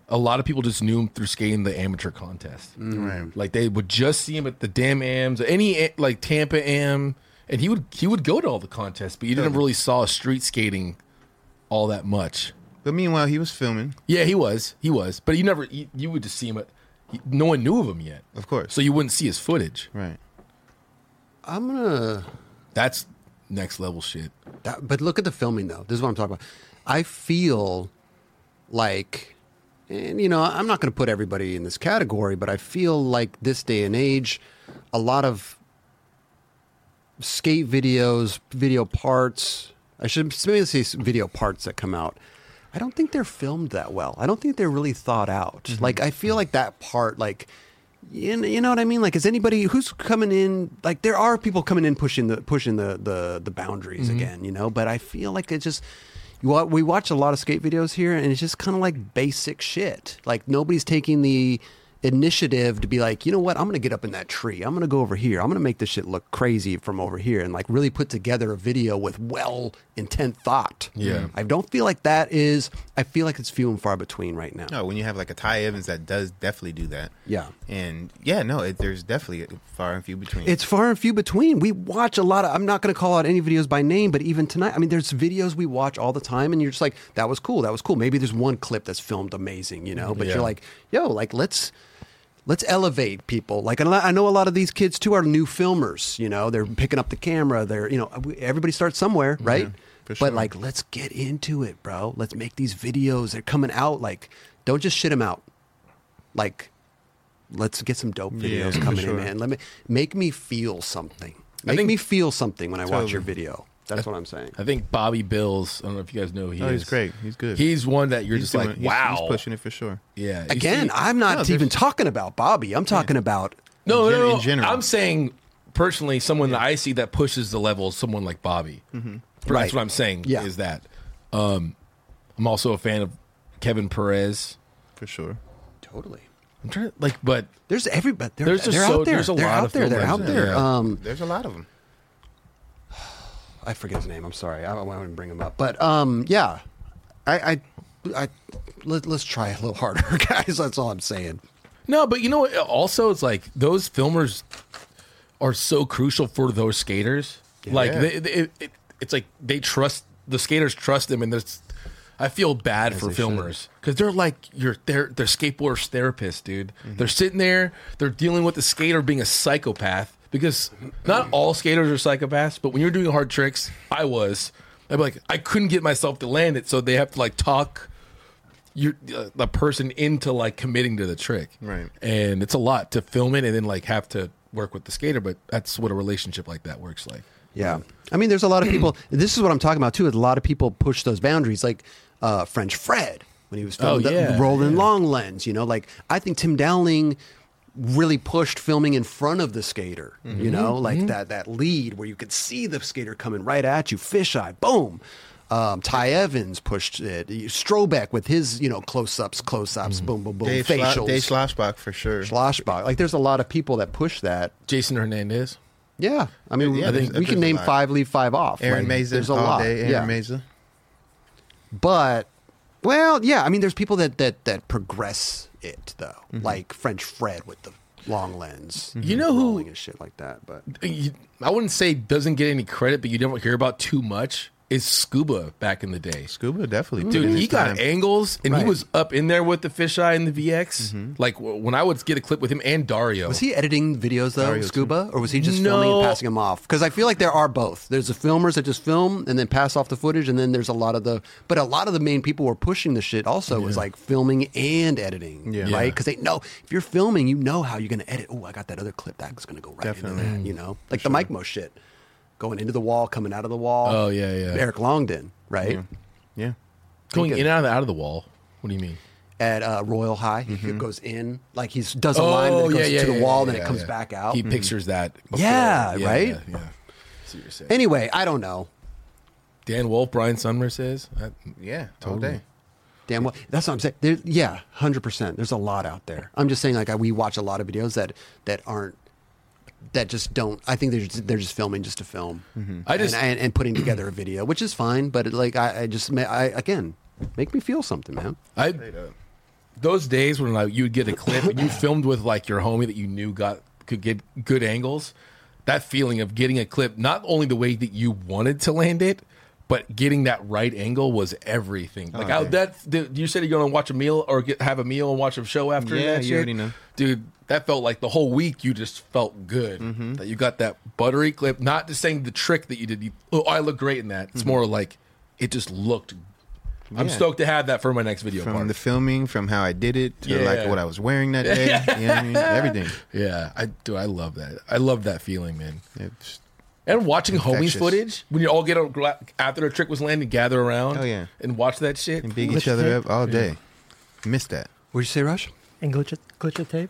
S3: a lot of people just knew him through skating the amateur contest.
S2: Mm. Right.
S3: Like they would just see him at the damn AMs, any a- like Tampa AM, and he would he would go to all the contests, but you didn't really saw street skating all that much.
S2: But meanwhile, he was filming,
S3: Yeah, he was, he was, but you never you, you would just see him at. he- No one knew of him yet,
S2: of course.
S3: so you wouldn't see his footage.
S2: right.
S1: I'm gonna.
S3: That's next level shit.
S1: That, but look at the filming though. This is what I'm talking about. I feel like, and you know, I'm not going to put everybody in this category, but I feel like this day and age, a lot of skate videos, video parts. I should maybe say s- video parts that come out. I don't think they're filmed that well. I don't think they're really thought out. Like I feel like that part, like you know, you know what I mean. Like is anybody who's coming in? Like there are people coming in pushing the pushing the the, the boundaries again. You know, but I feel like it just. you wa- We watch a lot of skate videos here, and it's just kind of like basic shit. Like nobody's taking the initiative to be like, you know what, I'm gonna get up in that tree. I'm gonna go over here. I'm gonna make this shit look crazy from over here and like really put together a video with well intent thought.
S3: Yeah.
S1: I don't feel like that is I feel like it's few and far between right now.
S2: No, when you have like a Ty Evans that does definitely do that.
S1: Yeah.
S2: And yeah, no, it, there's definitely a far and few between.
S1: It's far and few between. We watch a lot of I'm not gonna call out any videos by name, but even tonight, I mean there's videos we watch all the time and you're just like, that was cool, that was cool. Maybe there's one clip that's filmed amazing, you know, but
S3: Yeah.
S1: you're like, yo, like let's let's elevate people. Like, and I I know a lot of these kids too are new filmers. You know, they're picking up the camera. They're, you know, we- everybody starts somewhere, right?
S2: for sure.
S1: But like, let's get into it, bro. Let's make these videos. They're coming out. Like, don't just shit them out. Like, let's get some dope videos
S2: for
S1: coming
S2: sure.
S1: in, man. Let me make me feel something.
S3: I
S1: Make
S3: think-
S1: me feel something when I watch
S2: Totally.
S1: your video. That's what I'm saying.
S3: I think Bobby Bills. I don't know if you guys know who he
S2: Oh,
S3: is.
S2: he's great. He's good.
S3: He's one that you're
S2: He's
S3: just
S2: doing-
S3: like,
S2: he's-
S3: wow.
S2: He's pushing it for sure.
S3: Yeah. you
S1: Again,
S3: see-
S1: I'm
S2: No,
S1: not
S2: there's-
S1: even talking about Bobby. I'm talking about
S3: no,
S2: in
S3: no,
S2: gen-
S3: no,
S2: in general.
S3: I'm saying personally, someone that I see that pushes the level is someone like Bobby.
S2: Mm-hmm.
S3: That's
S1: Right.
S3: what I'm saying.
S1: Yeah.
S3: Is that? Um, I'm also a fan of Kevin Perez.
S2: For sure.
S1: totally.
S3: I'm trying to, like, but
S1: There's everybody. They're,
S3: There's just
S1: they're
S3: so-
S1: out there.
S3: there's a
S1: they're
S3: lot
S1: out
S3: of
S1: there. They're
S3: filmmakers
S1: out
S3: out
S1: there.
S3: there.
S1: Um,
S2: There's a lot of them.
S1: I forget his name. I'm sorry. I, I wouldn't bring him up. But um, yeah, I, I, I let, let's try a little harder, guys. That's all I'm saying.
S3: no, but you know, what? also it's like those filmers are so crucial for those skaters. Like,
S2: Yeah.
S3: they, they, it, it, it's like they trust the skaters trust them, and there's. I feel bad for
S1: they should.
S3: filmers because they're like your they're they're skateboarders therapist, dude.
S1: Mm-hmm.
S3: They're sitting there, they're dealing with the skater being a psychopath because not all skaters are psychopaths, but when you're doing hard tricks, I was. I'd be like, I couldn't get myself to land it, so they have to like talk you uh, the person into like committing to the trick,
S2: Right.
S3: And it's a lot to film it and then like have to work with the skater, but that's what a relationship like that works like.
S1: Yeah. I mean, there's a lot of people. this is what I'm talking about, too. is A lot of people push those boundaries, like uh, French Fred when he was filming
S3: Oh, yeah,
S1: the Rolling
S3: yeah.
S1: Long Lens. You know, like I think Tim Dowling really pushed filming in front of the skater, you know, like that, that lead where you could see the skater coming right at you, fisheye, boom. Um, Ty Evans pushed it. Strobeck with his, you know, close ups, close ups, boom, boom, boom,
S2: Dave, Schla-
S1: facials.
S2: Dave Schlossbach for sure.
S1: Schlossbach. Like, there's a lot of people that push that.
S3: Jason Hernandez.
S1: Yeah, I mean,
S2: Yeah,
S1: I
S2: there's-
S1: think we
S2: there's
S1: can
S2: a
S1: name
S2: lot.
S1: five, leave five off.
S2: Aaron
S1: Like,
S2: Mazer,
S1: there's a
S2: all
S1: lot.
S2: day. Aaron
S1: yeah,
S2: Mazer.
S1: but well, yeah. I mean, there's people that that that progress it though,
S2: Mm-hmm.
S1: like French Fred with the long lens.
S3: You know who-
S1: rolling and shit like that. But
S3: uh, you- I wouldn't say doesn't get any credit, but you don't hear about too much. Is Scuba back in the day?
S2: Scuba definitely.
S3: Dude,
S2: took
S3: he
S2: his
S3: got
S2: time.
S3: angles, and he
S1: Right.
S3: was up in there with the fisheye and the VX. Like w- when I would get a clip with him and Dario.
S1: was he editing videos though,
S2: Dario, too.
S1: Scuba, or was he just filming
S3: No.
S1: and passing them off? Because I feel like there are both. There's the filmers that just film and then pass off the footage, and then there's a lot of the. But a lot of the main people were pushing the shit. Also, was like filming and editing,
S2: Yeah.
S1: right?
S3: Yeah.
S1: Because they know if you're filming, you know how you're going to edit. Oh, I got that other clip that's going to go right into
S2: Definitely.
S1: that. You know, like the Mike Mo shit, going into the wall, coming out of the wall.
S3: Oh, yeah, yeah.
S1: Eric Longden, right?
S2: Yeah.
S3: going in and out of the, out of the wall? What do you mean?
S1: At uh, Royal High, he goes in like he's does a line, then it goes to the wall, then it
S3: Mm-hmm. Oh, yeah,
S1: comes
S3: yeah.
S1: back out. Mm-hmm.
S3: He pictures that. before.
S1: Yeah, right?
S3: Yeah, yeah. See what you're saying.
S1: Anyway, I don't know.
S3: Dan Wolf, Brian Sumner says. That,
S2: Yeah. All day.
S1: Damn well. That's what I'm saying. There, yeah, hundred percent. There's a lot out there. I'm just saying, like I, we watch a lot of videos that that aren't that just don't. I think they're just, they're just filming just to film.
S2: Mm-hmm.
S3: I just-
S1: and, and, and putting together a video, which is fine. But it, like I, I just ma- I again make me feel something, man.
S3: I
S2: Straight up.
S3: those days when like you'd get a clip and you filmed with like your homie that you knew got could get good angles that feeling of getting a clip not only the way that you wanted to land it but getting that right angle was everything like I,
S2: Oh, yeah.
S3: that dude, you said you're going to watch a meal or get, have a meal and watch a show after
S2: Yeah,
S3: that
S2: you
S3: shit.
S2: already know.
S3: dude that felt like the whole week you just felt good
S2: Mm-hmm.
S3: that you got that buttery clip not just saying the trick that you did you, oh i look great in that it's more like it just looked i'm
S2: Mm-hmm. Yeah.
S3: stoked to have that for my next video
S2: From
S3: part.
S2: the filming, from how I did it, to like
S3: Yeah.
S2: what I was wearing that day. you know what I mean? Everything.
S3: Yeah, I do. I love that. I love that feeling, man.
S2: It's-
S3: And watching homies
S2: Infectious.
S3: footage when you all get a, after the trick was landed, gather around.
S2: Oh, yeah.
S3: and watch that shit.
S2: and big
S4: Glitch
S2: each other
S4: tape.
S2: up all day. Miss that.
S1: What'd you say, Rush?
S4: And glitch it, glitch the tape.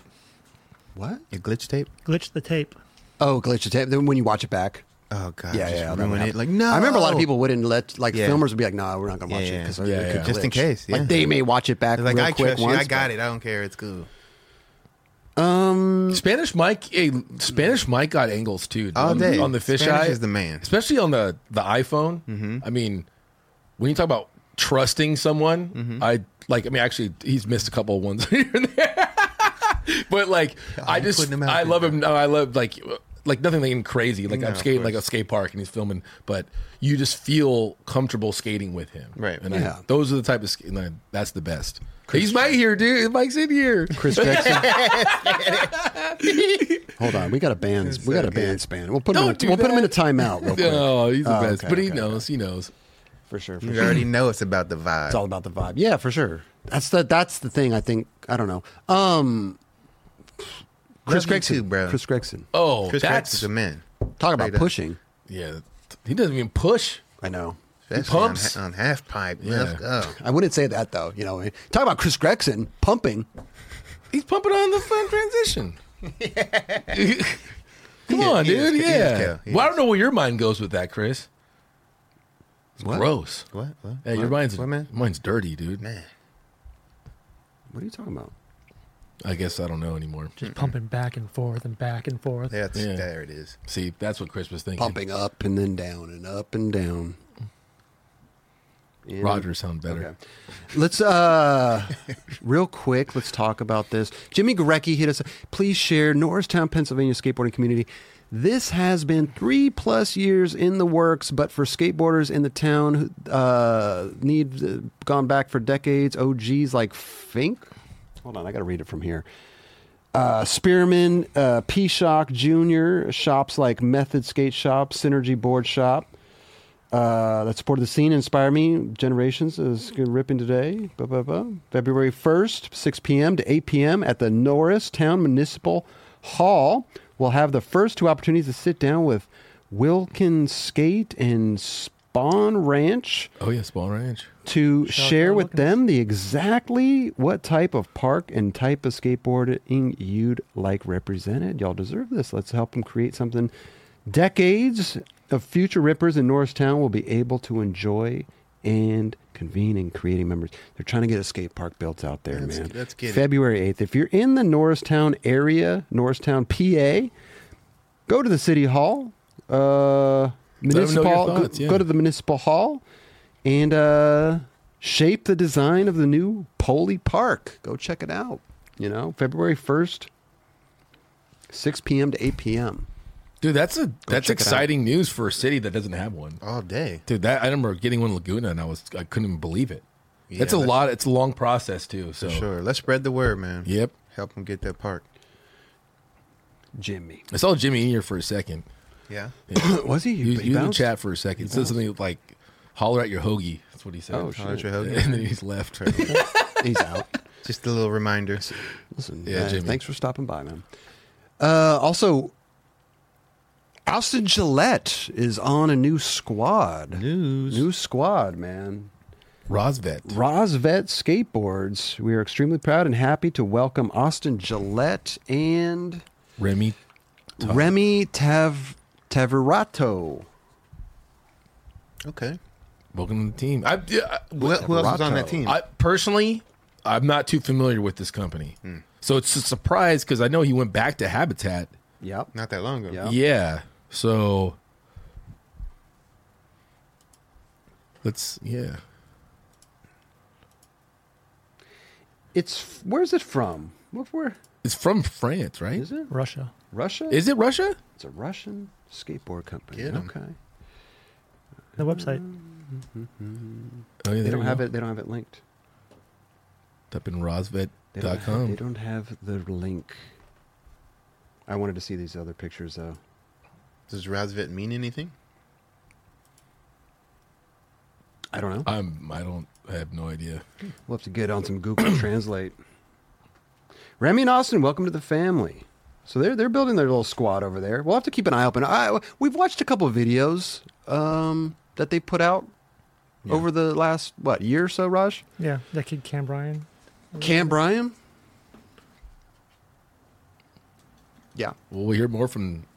S1: What?
S2: Your glitch tape?
S4: Glitch the tape.
S1: Oh, glitch the tape. Then when you watch it back.
S2: Oh god.
S1: Yeah,
S2: just
S1: yeah, that would
S2: Ruin it.
S1: happen.
S2: Like no.
S1: I remember a lot of people wouldn't let like
S2: Yeah.
S1: filmers would be like, "No, we're not gonna watch
S2: Yeah,
S1: it because
S2: yeah.
S3: Yeah, yeah.
S2: Just in case, yeah.
S1: Like they may watch it back
S2: They're like
S1: real
S2: I
S1: quick
S2: trust you.
S1: once.
S2: I got it. I don't care. It's cool.
S3: Spanish Mike, hey, Spanish Mike got angles too. dude.
S2: All
S3: on,
S2: day.
S3: on the
S2: Spanish
S3: fisheye
S2: is the man. Mm-hmm.
S3: especially on the the iPhone. I mean, when you talk about trusting someone,
S2: Mm-hmm.
S3: I like. I mean, actually, he's missed a couple of ones here and there, but like, I
S2: I'm
S3: just
S2: putting him out
S3: I
S2: there,
S3: love
S2: bro.
S3: him. No, I love like like nothing like crazy. Like
S2: No,
S3: I'm
S2: of
S3: skating like a
S2: course.
S3: skate park and he's filming, but you just feel comfortable skating with him,
S2: Right.
S3: And
S1: Yeah.
S3: I, those are the type of sk- and I, that's the best. he's Mike here, dude. Mike's in here. Chris Jackson.
S1: Hold on, we got to ban. we got to ban Span. We'll put him.
S3: Don't
S1: In a,
S3: do
S1: we'll put him in a
S3: that.
S1: timeout real quick.
S3: oh, he's the
S1: Oh,
S3: best.
S1: okay,
S3: but he
S1: okay,
S3: knows. He knows.
S1: for sure.
S2: You already know it's about the vibe.
S1: It's all about the vibe. Yeah, for sure. That's the that's the thing. I think I don't know. Um, Chris
S2: Love you
S1: Gregson,
S2: too, bro.
S1: Chris Gregson.
S3: Oh,
S2: Chris Rex
S3: that's
S2: is a man.
S1: Talk about
S2: Straight up.
S1: pushing.
S3: yeah. He doesn't even push.
S1: I know.
S2: Especially
S3: pumps.
S2: on, on half pipe. Let's
S3: Yeah.
S2: go.
S1: I wouldn't say that though. You know, talk about Chris Gregson pumping.
S3: He's pumping on the fun transition. Come
S2: He
S3: on,
S2: is- he is-
S3: dude.
S2: he is
S3: yeah.
S2: Cal. He
S3: Well, I
S2: is.
S3: don't know where your mind goes with that, Chris. It's
S1: What?
S3: gross.
S2: What? What?
S3: Hey, your
S2: What?
S3: mind's
S2: what, man?
S3: mine's dirty, dude.
S2: Man.
S1: What are you talking about?
S3: I guess I don't know anymore.
S4: Just pumping back and forth and back and forth.
S2: That's
S3: Yeah.
S2: there it is.
S3: See, that's what Chris was thinking.
S1: Pumping up and then down and up and down.
S3: Roger sound better.
S1: Okay. Let's uh real quick, let's talk about this. Jimmy Gorecki hit us. Please share Norristown, Pennsylvania skateboarding community. This has been three plus years in the works, but for skateboarders in the town who uh, need uh, gone back for decades, OGs like Fink. Hold on, I got to read it from here uh, Spearman, uh, P Shock Jr., shops like Method Skate Shop, Synergy Board Shop uh, that supported the scene, inspire me. Generations is ripping today. Blah, blah, blah. February 1st, 6 p.m. to 8 p.m. at the Norristown Municipal Hall. We'll have the first two opportunities to sit down with Wilkins Skate and Spawn Ranch
S3: Oh yeah, Spawn Ranch.
S1: to share
S4: out
S1: with them the exactly what type of park and type of skateboarding you'd like represented. Y'all deserve this. Let's help them create something decades of future rippers in Norristown will be able to enjoy and convene and creating members. They're trying to get a skate park built out there,
S2: Let's-
S1: man.
S2: let's get it.
S1: February 8th. If you're in the Norristown area, Norristown, PA, go to the city hall, uh,
S3: know
S1: municipal,
S3: your
S1: go-
S3: thoughts,
S1: go,
S3: yeah.
S1: to the municipal hall, and uh, shape the design of the new Poli Park. Go check it out. You know, February first, six p.m. to eight p.m.
S3: Dude, that's a that's
S1: check it out.
S3: exciting news for a city that doesn't have one.
S2: all day.
S3: Dude, that I remember getting one in Laguna and I was I couldn't even believe it.
S2: Yeah,
S3: that's a
S2: that's-
S3: lot. It's a long process too. So
S2: Sure, let's spread the word, man.
S3: Yep.
S2: help them get that park.
S1: Jimmy,
S3: I saw Jimmy in here for a second.
S2: Yeah,
S1: was he?
S3: You,
S1: he
S3: you in the
S1: bounced?
S3: chat for a second. He said something like "holler at your hoagie." That's what he said.
S1: Oh, shit.
S2: Holler at your hoagie.
S3: And then he's left.
S1: He's out.
S2: just a little reminder.
S1: Listen,
S3: Yeah,
S1: man,
S3: Jimmy.
S1: thanks for stopping by, man. Uh, also, Austin Gillette is on a new squad. News. New squad, man.
S3: Rosvet.
S1: Rosvet Skateboards. We are extremely proud and happy to welcome Austin Gillette and
S3: Remy.
S1: Remy Tav Taverato.
S2: Okay,
S3: Welcome to the team. I, yeah, I-
S2: who, who else is on that
S1: Rotto.
S2: team?
S3: I personally, I'm not too familiar with this company,
S1: Hmm.
S3: so it's a surprise because I know he went back to Habitat.
S1: Yep.
S2: Not that long ago.
S1: Yeah.
S3: Yeah, so let's yeah.
S1: It's where's it from? What where
S3: It's from France, right?
S1: is it?
S4: Russia.
S1: Russia?
S3: Is it Russia?
S1: it's a Russian skateboard company.
S2: Get 'em.
S1: okay.
S4: The website.
S3: Oh, yeah,
S1: They don't have it they don't have it linked.
S3: Up in
S1: They don't, have, they
S3: Rosvet.com.
S1: don't have the link. I wanted to see these other pictures though.
S2: Does Razvit mean anything?
S1: I don't know.
S3: I'm. I don't. I have no idea.
S1: We'll have to get on some Google Translate. Remy and Austin, welcome to the family. So they're they're building their little squad over there. We'll have to keep an eye open. I we've watched a couple of videos um, that they put out over the last what year or so. Raj,
S4: Yeah, that kid Cam Bryan.
S1: Cam Bryan, yeah,
S3: Well, we'll hear more from.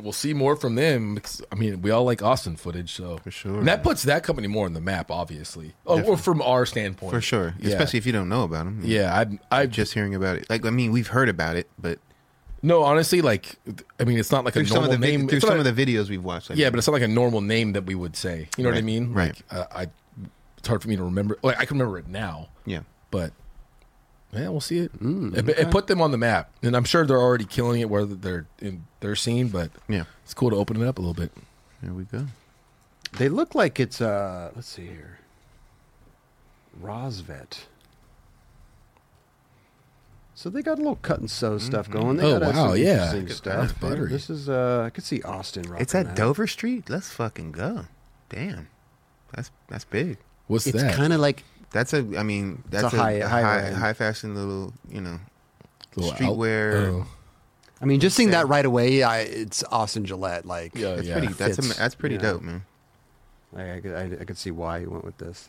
S3: We'll see more from them. because, I mean, we all like Austin footage, so for
S2: sure.
S3: And that puts that company more on the map, obviously. Oh, or from our standpoint,
S2: For sure,
S3: Yeah.
S2: especially if you don't know about them.
S3: yeah, I, I just
S2: just hearing about it. Like I mean, we've heard about it, but
S3: no, honestly, like, I mean, it's not like a
S2: through some
S3: normal
S2: of the vid-
S3: name.
S2: through
S3: it's not
S2: some
S3: a-
S2: of the videos we've watched. Like,
S3: yeah, but it's not like a normal name that we would say. You know what I
S2: Right,
S3: mean?
S2: right.
S3: Like, uh, I, I, it's hard for me to remember. Like, I can remember it now,
S2: yeah,
S3: but yeah, we'll see it.
S2: Mm,
S3: it, it put them on the map, and I'm sure they're already killing it whether they're in their scene, but
S2: yeah.
S3: it's cool to open it up a little bit.
S2: There we go.
S1: they look like it's uh let's see here, Rosvet. So they got a little cut and sew stuff going. They
S3: Oh,
S1: got uh,
S3: wow,
S1: some
S3: yeah.
S1: interesting
S3: That's
S1: stuff. here.
S3: buttery.
S1: This is uh, I could see Austin. Rocking
S2: It's at
S1: that.
S2: Dover Street. Let's fucking go. Damn, that's that's big.
S3: What's
S1: It's
S3: that?
S1: kind of like
S2: That's a. I mean, that's
S1: a
S2: a,
S1: high-
S2: a
S1: high
S2: high, high,
S1: end.
S2: fashion little. You know,
S3: Little out-
S2: streetwear.
S3: Oh.
S1: I mean, just seeing that right away, I, it's Austin Gillette. Like,
S3: Yeah,
S2: that's
S3: yeah.
S2: pretty. That's
S1: Fits,
S2: a, that's pretty
S1: yeah.
S2: dope, man.
S1: like, I, could, I, I could see why he went with this.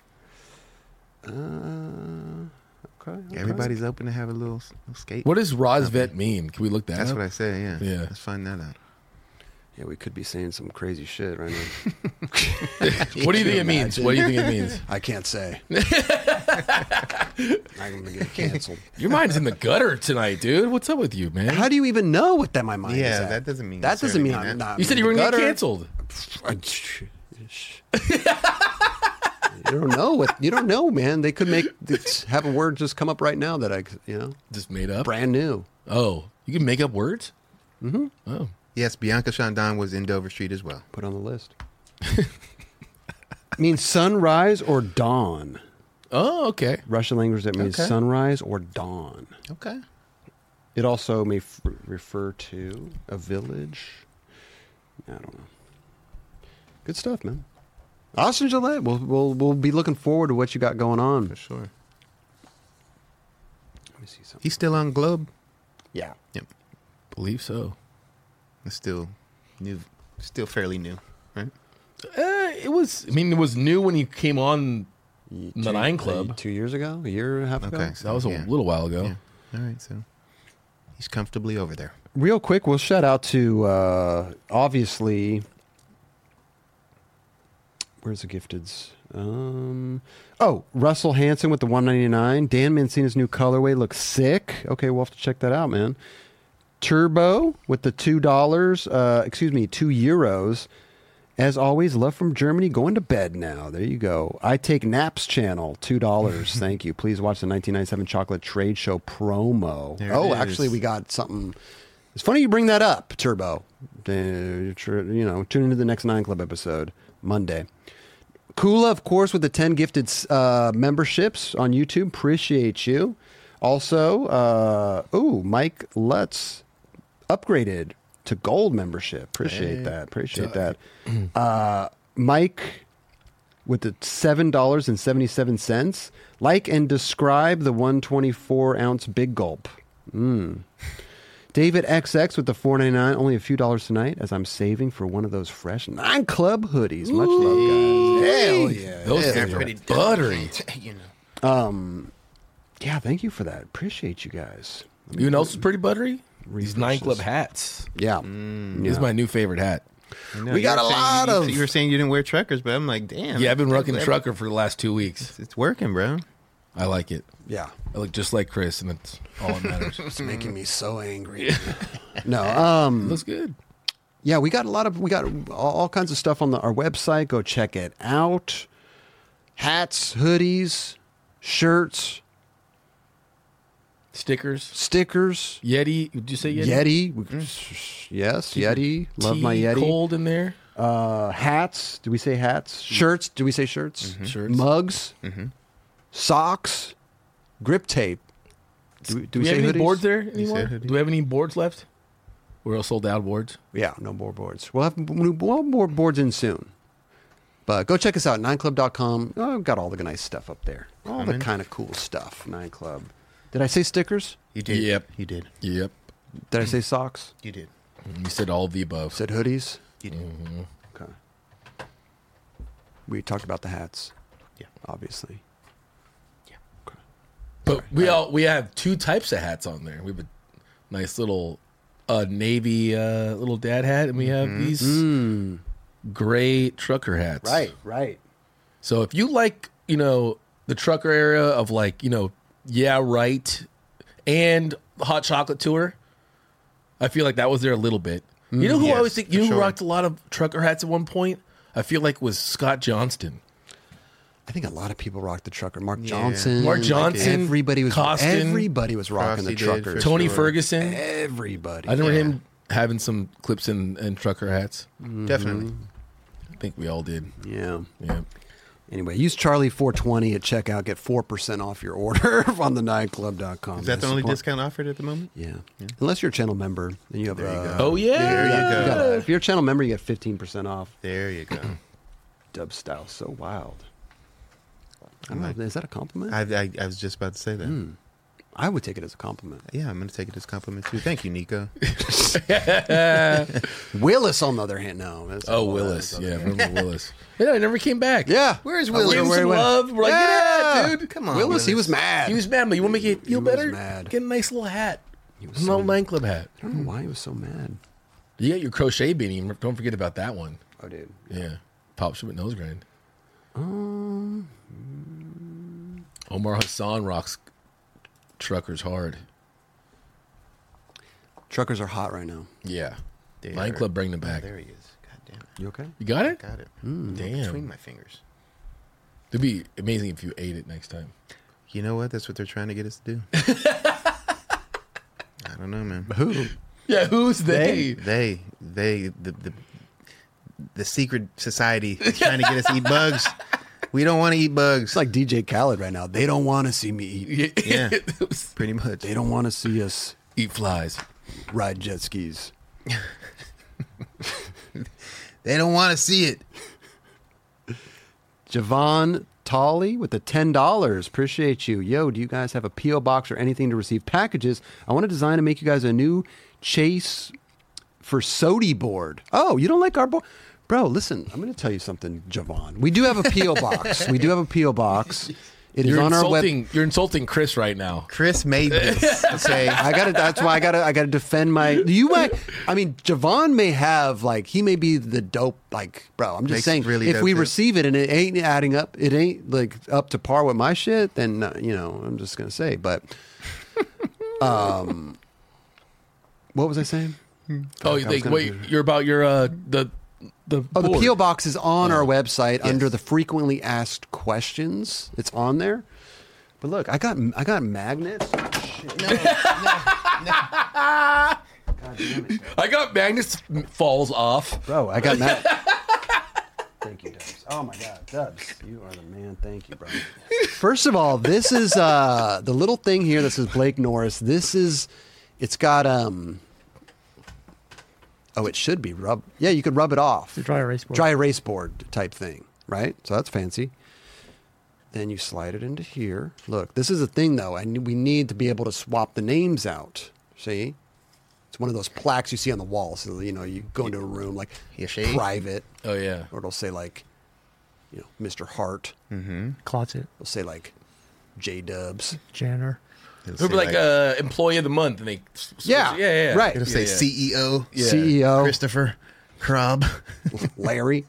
S1: Uh, okay, okay.
S2: Everybody's open to have a little s- skate.
S3: What does Rosvet mean? Can we look that
S2: That's
S3: up?
S2: what I say. Yeah.
S3: Yeah.
S2: Let's find that out.
S1: Yeah, we could be saying some crazy shit right now.
S3: what do you think it means? What do you think it means?
S1: I can't say. I'm gonna get canceled.
S3: Your mind's in the gutter tonight, dude. What's up with you, man?
S1: How do you even know what that my mind is?
S2: Yeah,
S1: at?
S2: that doesn't mean
S1: that doesn't
S2: necessarily
S1: mean
S2: mean
S1: I'm
S2: that.
S1: not.
S3: you said you
S1: in
S3: were
S1: the
S3: gonna get
S1: gutter.
S3: canceled.
S1: I- shh. You don't know what you don't know, man. They could make have a word just come up right now that I, you know,
S3: Just made up.
S1: brand new.
S3: Oh, you can make up words. Mm-hmm. Oh,
S2: Yes, Bianca Shandon was in Dover Street as well.
S1: Put on the list. means sunrise or dawn.
S3: oh, okay.
S1: Russian language that means
S2: Okay.
S1: sunrise or dawn.
S2: Okay.
S1: It also may f- refer to a village. I don't know. Good stuff, man. Austin Gillette, we'll, we'll, we'll be looking forward to what you got going on.
S2: For sure.
S1: Let me see something.
S2: He's still on Globe.
S1: Yeah.
S2: Yep.
S3: Believe so.
S2: It's still new. Still fairly new, right?
S3: Uh, it was. I mean, it was new when you came on. The Nine Club.
S1: Two years ago? A year and a half
S2: Okay.
S1: ago?
S3: That was a
S2: Yeah.
S3: little while ago.
S2: Yeah. All right. So he's comfortably over there.
S1: Real quick, we'll shout out to, uh, obviously, where's the gifteds? Um, oh, Russell Hansen with the 199. Dan Mancini's new colorway looks sick. Okay, we'll have to check that out, man. Turbo with the two dollars, uh, excuse me, two euros. As always, love from Germany. Going to bed now. There you go. I take naps channel two dollars. Thank you. Please watch the 1997 Chocolate Trade Show promo.
S2: There it
S1: oh,
S2: is.
S1: actually, we got something. It's funny you bring that up, Turbo. Uh, tr- You know, tune into the next Nine Club episode Monday. Kula, of course, with the 10 gifted uh, memberships on YouTube. Appreciate you. Also, uh, ooh, Mike Lutz upgraded to gold membership. Appreciate that. Appreciate that. Uh, Mike with the $7.77. Like and describe the 124 ounce big gulp. Hmm. David XX with the 499, only a few dollars tonight as I'm saving for one of those fresh nine club hoodies. Much love, guys. Hell yeah.
S3: Those things are buttery.
S2: You know.
S1: Yeah, thank you for that. Appreciate you guys.
S3: You know, what else is pretty buttery. These nine club hats.
S1: Yeah. Yeah.
S3: This is my new favorite hat.
S2: No,
S1: We
S2: you
S1: got
S2: were
S1: a
S2: saying-
S1: lot
S2: you-
S1: of-
S2: You were saying you didn't wear truckers, but I'm like, damn.
S3: Yeah, I've been rocking
S2: it's-
S3: trucker for the last two weeks.
S2: It's working, bro.
S3: I like it.
S1: yeah.
S3: I look just like Chris, and that's all that matters.
S1: It's making me so angry. no. Um
S3: Looks good.
S1: yeah, we got a lot of we got all, all kinds of stuff on the, our website. Go check it out. Hats, hoodies, shirts,
S3: Stickers.
S1: stickers,
S3: Yeti. Did you say Yeti? Mm.
S1: Yeti. We- Yes, Yeti. Love my
S3: Tea,
S1: Yeti.
S3: Cold in there.
S1: uh, hats. Do we say hats? Shirts. Do we say shirts?
S3: Mm-hmm. Shirts. Mm-hmm.
S1: Mugs. Socks. Grip tape. Do we, do
S3: Do
S1: we
S3: we have
S1: say
S3: any
S1: hoodies?
S3: boards there anymore?
S2: hoodies.
S3: Do we have any boards left? We're all sold out of boards.
S1: Yeah, no more boards. We'll have new- we'll have more boards in soon. But go check us out, nineclub.com. Oh, I've got all the nice stuff up there. All
S2: Coming.
S1: the kind of cool stuff, Nine Club. Did I say stickers?
S2: You did.
S3: Yep.
S2: You did.
S3: Yep.
S1: Did I say socks?
S2: You did.
S3: You said all of the above.
S1: Said hoodies?
S2: You did.
S1: Mm-hmm. Okay. We talked about the hats,
S2: Yeah.
S1: obviously.
S3: But we all we have two types of hats on there. We have a nice little uh, navy uh, little dad hat, and we have
S1: Mm-hmm.
S3: these gray trucker hats.
S1: Mm. right.
S3: So if you like, you know, the trucker era of like, you know, yeah, right, and the hot chocolate tour, I feel like that was there a little bit. you know who I
S2: yes,
S3: always think you
S2: for
S3: know who
S2: sure.
S3: rocked a lot of trucker hats at one point? I feel like was Scott Johnston.
S1: I think a lot of people rocked the trucker. Mark Johnson.
S3: Mark
S1: like,
S3: Johnson,
S1: everybody was
S3: Costin.
S1: everybody was rocking the
S2: Frosty did,
S1: trucker.
S2: for
S3: Tony
S2: sure.
S3: Ferguson.
S1: Everybody.
S3: I remember him having some clips in, in trucker hats.
S2: Definitely.
S3: I think we all did.
S1: yeah.
S3: Yeah.
S1: Anyway, use Charlie four twenty at checkout. Get four percent off your order on the nineclub.com.
S2: Is that the only discount offered at the moment?
S1: Yeah. Unless you're a channel member, then you have.
S2: There you
S1: uh,
S3: Oh
S2: There
S3: yeah.
S2: you
S1: you
S2: go.
S1: gotta- if you're a channel member, you get fifteen percent off.
S2: There you go.
S1: Dub style, so wild. I don't know. Is that a compliment?
S2: I,
S1: I,
S2: I, I was just about to say that.
S1: would take it as a compliment.
S2: Yeah, I'm going to take it as a compliment too. Thank you, Nico.
S1: Willis, on the other hand, no. that's-
S3: Oh Willis. Yeah, remember Willis. Yeah, I never came back.
S1: Yeah.
S2: Where's
S1: Oh,
S2: Willis?
S3: Give him
S1: where he
S3: some
S1: went.
S3: love. We're like, yeah,
S1: Yeah.
S3: dude.
S2: Come on,
S1: Willis, he was
S2: Willis.
S1: mad.
S3: He was mad, but you want to make it
S1: He
S3: feel
S1: was
S3: better?
S1: mad.
S3: Get a nice little hat. An
S1: was so-
S3: old nine club hat.
S1: I don't know why he was so mad.
S3: You got your crochet beanie. Don't forget about that one.
S1: Oh, dude.
S3: Yeah. Pop shit with nose grind. Um, Omar Hassan rocks truckers hard.
S1: Truckers are hot right now.
S3: Yeah.
S2: There.
S3: Nine club bring them
S2: Oh,
S3: back.
S2: there he is. God damn it.
S1: You okay?
S2: Hmm,
S3: You got it?
S2: Got it.
S3: Damn.
S2: Between my fingers.
S3: It'd be amazing if you ate it next time.
S2: You know what? That's what they're trying to get us to do. I don't know, man.
S1: Who?
S3: Yeah, who's they?
S2: They, they, the, the, the secret society is trying to get us to eat bugs. We don't want to eat bugs.
S1: It's like DJ Khaled right now. They don't want to see me eat.
S2: Yeah. Pretty much.
S1: They don't want to see us
S3: Eat flies.
S1: ride jet skis.
S2: They don't want to see it.
S1: Javon Tolly with the $10. Appreciate you. Yo, do you guys have a P.O. box or anything to receive packages? I want to design and make you guys a new chase for Sody board. Oh, you don't like our board? Bro, listen, I'm going to tell you something, Javon. We do have a P.O. box. we do have a P.O. box. It is
S3: You're
S1: on our web.
S3: insulting. You're insulting Chris right now.
S2: Chris made this. Okay.
S1: I got to That's why I got to. I got to defend my. You might. I mean, Javon may have like he may be the dope. Like, bro, I'm just
S2: Makes
S1: saying.
S2: it really
S1: if
S2: dope
S1: we
S2: too.
S1: receive it and it ain't adding up, it ain't like up to par with my shit. Then uh, you know, I'm just gonna say. But, um, what was I saying?
S3: Oh,
S1: I was
S3: like
S1: gonna
S3: wait,
S1: do-
S3: you're about your uh the the
S1: Oh, the
S3: board.
S1: PO box is on our website under the frequently asked questions. It's on there. But look, I got I got magnets.
S3: I got Magnus falls off.
S1: Bro, I got mad. Thank you, Dubs. Oh my God, Dubs, you are the man. Thank you, bro. First of all, this is uh, the little thing here. This is Blake Norris. This is, it's got um. Oh, it should be rub. Yeah, you could rub it off.
S4: dry erase board.
S1: Dry erase board type thing, right? So that's fancy. Then you slide it into here. Look, this is a thing though, and we need to be able to swap the names out. See, it's one of those plaques you see on the wall. So you know, you go into a room like
S2: You see?
S1: private,
S3: Oh yeah.
S1: or it'll say like, you know, Mr. Hart.
S2: Hmm.
S4: Closet.
S1: It'll say like J Dubs.
S4: Janner.
S3: It'll be like, uh, employee of the month, and they s- s-
S1: Yeah,
S3: yeah, yeah, yeah.
S1: right.
S2: it'll
S3: Yeah,
S2: say
S3: yeah.
S2: CEO
S3: Yeah. E
S1: CEO.
S2: Christopher Crumb.
S1: Larry.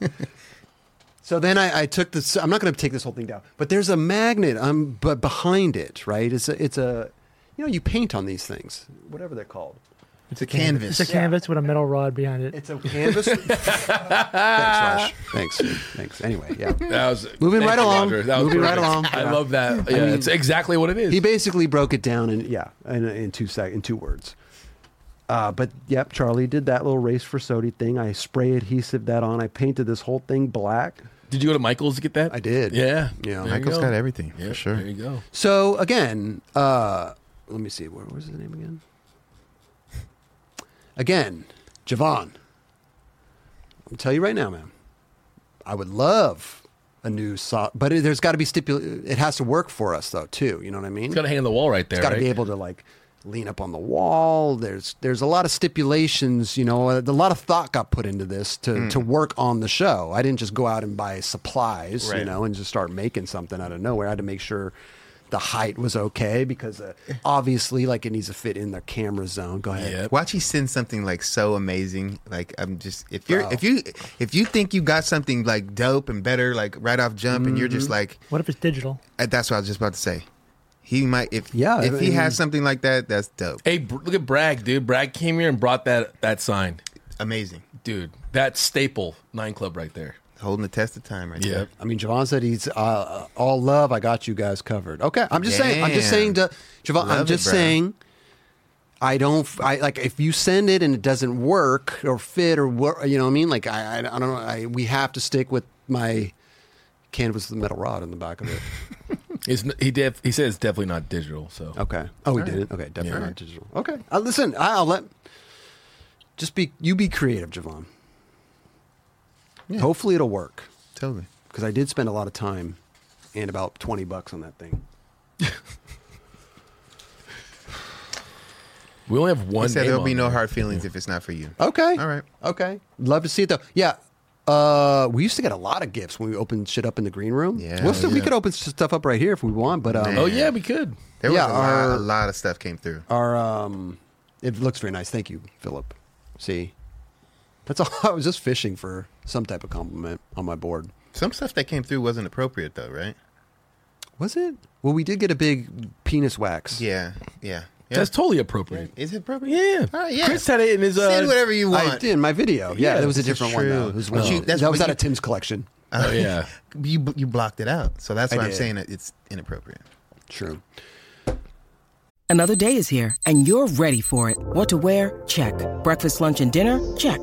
S1: so then I, I took this. I'm not going to take this whole thing down, but there's a magnet. Um, but behind it, right? It's a, it's a, you know, you paint on these things, whatever they're called.
S2: It's a canvas.
S4: It's a canvas with a metal rod behind it.
S1: It's a canvas. Thanks, Rush. Thanks. Thanks. Anyway, yeah.
S3: That was
S1: Moving
S3: thank
S1: right
S3: you,
S1: along.
S3: Roger. That was
S1: Moving right
S3: perfect.
S1: along.
S3: I
S1: Yeah.
S3: love that. Yeah, it's exactly what it is.
S1: He basically broke it down in yeah, in, in two sec, in two words. Uh, but yep, Charlie did that little race for Sodi thing. I spray adhesive that on. I painted this whole thing black.
S3: did you go to Michael's to get that?
S1: I did.
S3: Yeah.
S1: Yeah.
S3: There you
S2: Michael's
S3: go.
S2: got everything,
S3: Yeah,
S2: for sure.
S3: There you go.
S1: So again, uh, let me see. Where was his name again? Again, Javon. I'll tell you right now, man. I would love a new so but it, there's got to be stipul. It has to work for us though, too. You know what I mean?
S3: It's got to hang on the wall right there.
S1: It's got to
S3: right?
S1: be able to like lean up on the wall. There's there's a lot of stipulations. You know, a lot of thought got put into this to
S3: Hmm.
S1: to work on the show. I didn't just go out and buy supplies, you
S2: Right.
S1: know, and just start making something out of nowhere. I had to make sure the height was okay because uh,
S3: Eh.
S1: obviously, like, it needs to fit in the camera zone. Go ahead.
S3: Yep.
S2: Watch he send something like so amazing. Like I'm just if you're if you if you think you got something like dope and better like right off jump and you're
S3: Mm-hmm.
S2: just like
S4: What if it's digital?
S2: uh, that's what I was just about to say. He might if
S1: Yeah,
S2: if
S1: I
S2: he
S1: mean-
S2: has something like that that's dope
S3: Hey, Br- look at Bragg, dude. Bragg came here and brought that that sign,
S2: amazing
S3: dude. That staple nine club right there.
S2: holding the test of time right
S3: Yeah.
S2: there.
S1: I mean, Javon said he's uh, all love. I got you guys covered. Okay, I'm just saying. I'm just saying,
S2: Damn.
S1: to, Javon.
S2: Love
S1: I'm
S2: it,
S1: just
S2: bro.
S1: saying. I don't. f- I like if you send it and it doesn't work or fit or what you know what I mean. Like I, I, I don't know. I we have to stick with my canvas with the metal rod in the back of it.
S3: It's, n- he def, he says definitely not digital. So
S1: Okay. Oh, we did it. Okay, definitely not digital. Okay. Uh, listen, I- I'll let. Just be you. Be creative, Javon. Hopefully, it'll work
S2: Totally.
S1: because I did spend a lot of time and about twenty bucks on that thing.
S3: we only have one.
S2: He said
S3: name
S2: there'll be
S3: on
S2: no
S3: Uh, there.
S2: hard feelings if it's not for you.
S1: Okay.
S2: All right.
S1: Okay. Love to see it though. Yeah. Uh, we used to get a lot of gifts when we opened shit up in the green room.
S2: Yeah.
S1: We'll still- we
S2: Yeah.
S1: could open s- stuff up right here if we want, but um,
S3: Oh yeah, we could.
S2: There was
S1: Yeah,
S2: a,
S1: our-
S2: lot, a lot of stuff came through.
S1: our um, it looks very nice. Thank you, Philip. See, that's all. I was just fishing for some type of compliment on my board.
S2: Some stuff that came through wasn't appropriate though, right?
S1: Was it? Well, we did get a big penis wax.
S2: Yeah. Yeah. yeah.
S3: That's totally appropriate.
S2: Is it appropriate?
S3: Yeah.
S2: All right, yeah.
S3: Chris had it in his. Uh,
S2: Send whatever you want.
S1: I did in my video. Yeah,
S3: Yeah,
S1: that was a
S2: this is
S1: different one
S2: true.
S1: though. It was
S2: But
S1: one-
S2: you- that's
S1: that was
S2: what
S1: out
S2: you-
S1: of Tim's collection.
S3: Oh yeah.
S2: You you blocked it out, so that's
S1: I
S2: why I'm
S1: did.
S2: saying that it's inappropriate.
S1: True.
S6: Another day is here, and you're ready for it. What to wear? Check. Breakfast, lunch, and dinner? Check.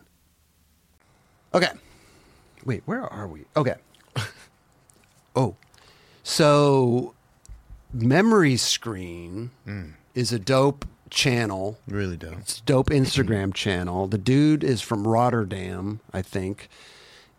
S1: Okay. Wait, where are we? Okay. oh. So Memory Screen is a dope channel.
S2: Really don't.
S1: It's a Hmm. dope Instagram channel. The dude is from Rotterdam, I think.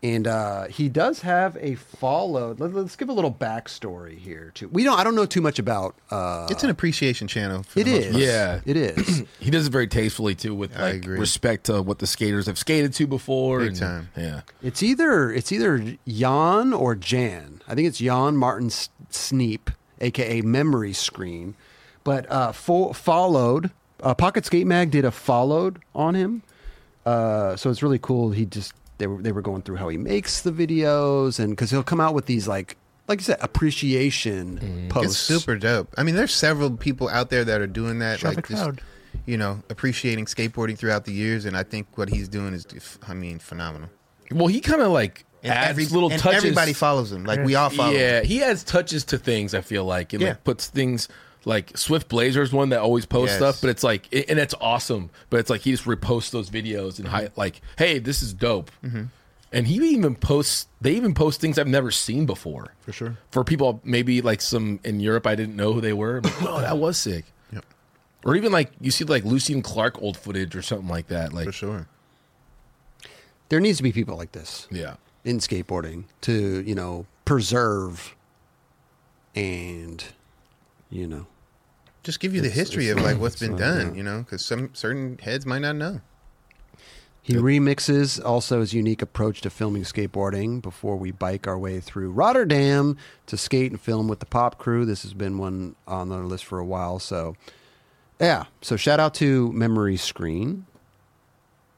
S1: And uh, he does have a follow. Let, us give a little backstory here. Too. We don't. I don't know too much about. Uh,
S2: It's an appreciation channel. For
S1: it
S2: the most
S1: is.
S2: part.
S3: Yeah.
S1: It is.
S3: He does it very tastefully too, with
S2: I
S3: like
S2: agree.
S3: respect to what the skaters have skated to before.
S2: Big
S3: and-
S2: time.
S3: Yeah.
S1: It's either it's either Jan or Jan. I think it's Jan Martin S- Sneap, aka Memory Screen. But uh, fo- followed uh, Pocket Skate Mag did a followed on him, uh, so it's really cool. He just they were they were going through how he makes the videos and because he'll come out with these like like you said appreciation
S2: Mm. It's
S1: posts.
S2: super dope. I mean, there's several people out there that are doing that,
S4: Shout
S2: like
S4: the
S2: just
S4: crowd.
S2: you know, appreciating skateboarding throughout the years. And I think what he's doing is, I mean, phenomenal.
S3: Well, he kind of like
S2: And
S3: adds
S2: every-
S3: little
S2: and
S3: touches.
S2: Everybody follows him. Like we all follow.
S3: Yeah,
S2: him.
S3: he adds touches to things. I feel like and
S2: Yeah.
S3: like puts things like Swift Blazers one that always posts
S2: Yes.
S3: stuff, but it's like and it's awesome. But it's like he just reposts those videos and
S2: Mm-hmm.
S3: hi- like, hey, this is dope. And he even posts. They even post things I've never seen before. For
S2: sure.
S3: For people, maybe like some in Europe, I didn't know who they were. I'm like, oh, that was sick.
S2: Yep.
S3: Or even like you see like Lucian Clark old footage or something like that. Like,
S2: for sure.
S1: There needs to be people like this.
S3: yeah.
S1: in skateboarding to you know preserve and you know
S2: Just give you the history of like what's
S3: uh,
S2: been done, you know, because some certain heads might not know.
S1: he remixes also his unique approach to filming skateboarding before we bike our way through rotterdam to skate and film with the pop crew this has been one on the list for a while so yeah so shout out to memory screen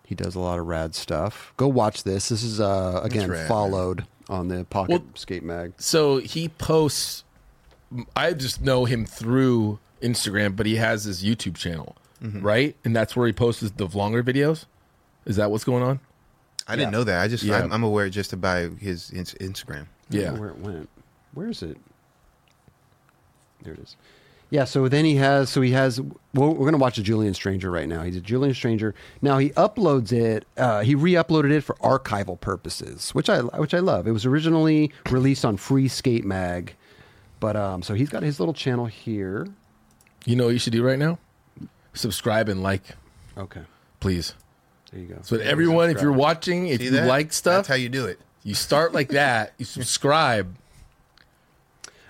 S1: he does a lot of rad stuff go watch this this is uh again
S2: rad, man.
S1: followed on the pocket
S3: Well-
S1: skate mag
S3: so he posts i just know him through instagram but he has his youtube channel
S1: Mm-hmm.
S3: right and that's where he posts the vlonger videos is that what's going on
S2: I didn't know that. I just
S3: Yeah.
S2: I'm, I'm aware just by his ins- Instagram.
S1: I don't know where it went. Where is it? There it is. Yeah. So then he has. So he has. Well, we're gonna watch a Julian Stranger right now. He's a Julian Stranger. Now he uploads it. Uh, he re-uploaded it for archival purposes, which I which I love. It was originally released on Free Skate Mag, but um. So he's got his little channel here.
S3: you know what you should do right now subscribe and like
S1: Okay.
S3: please
S1: There you go.
S3: so that everyone if you're watching if
S2: See
S3: you
S2: that?
S3: like stuff
S2: That's how you do it.
S3: you start like that you subscribe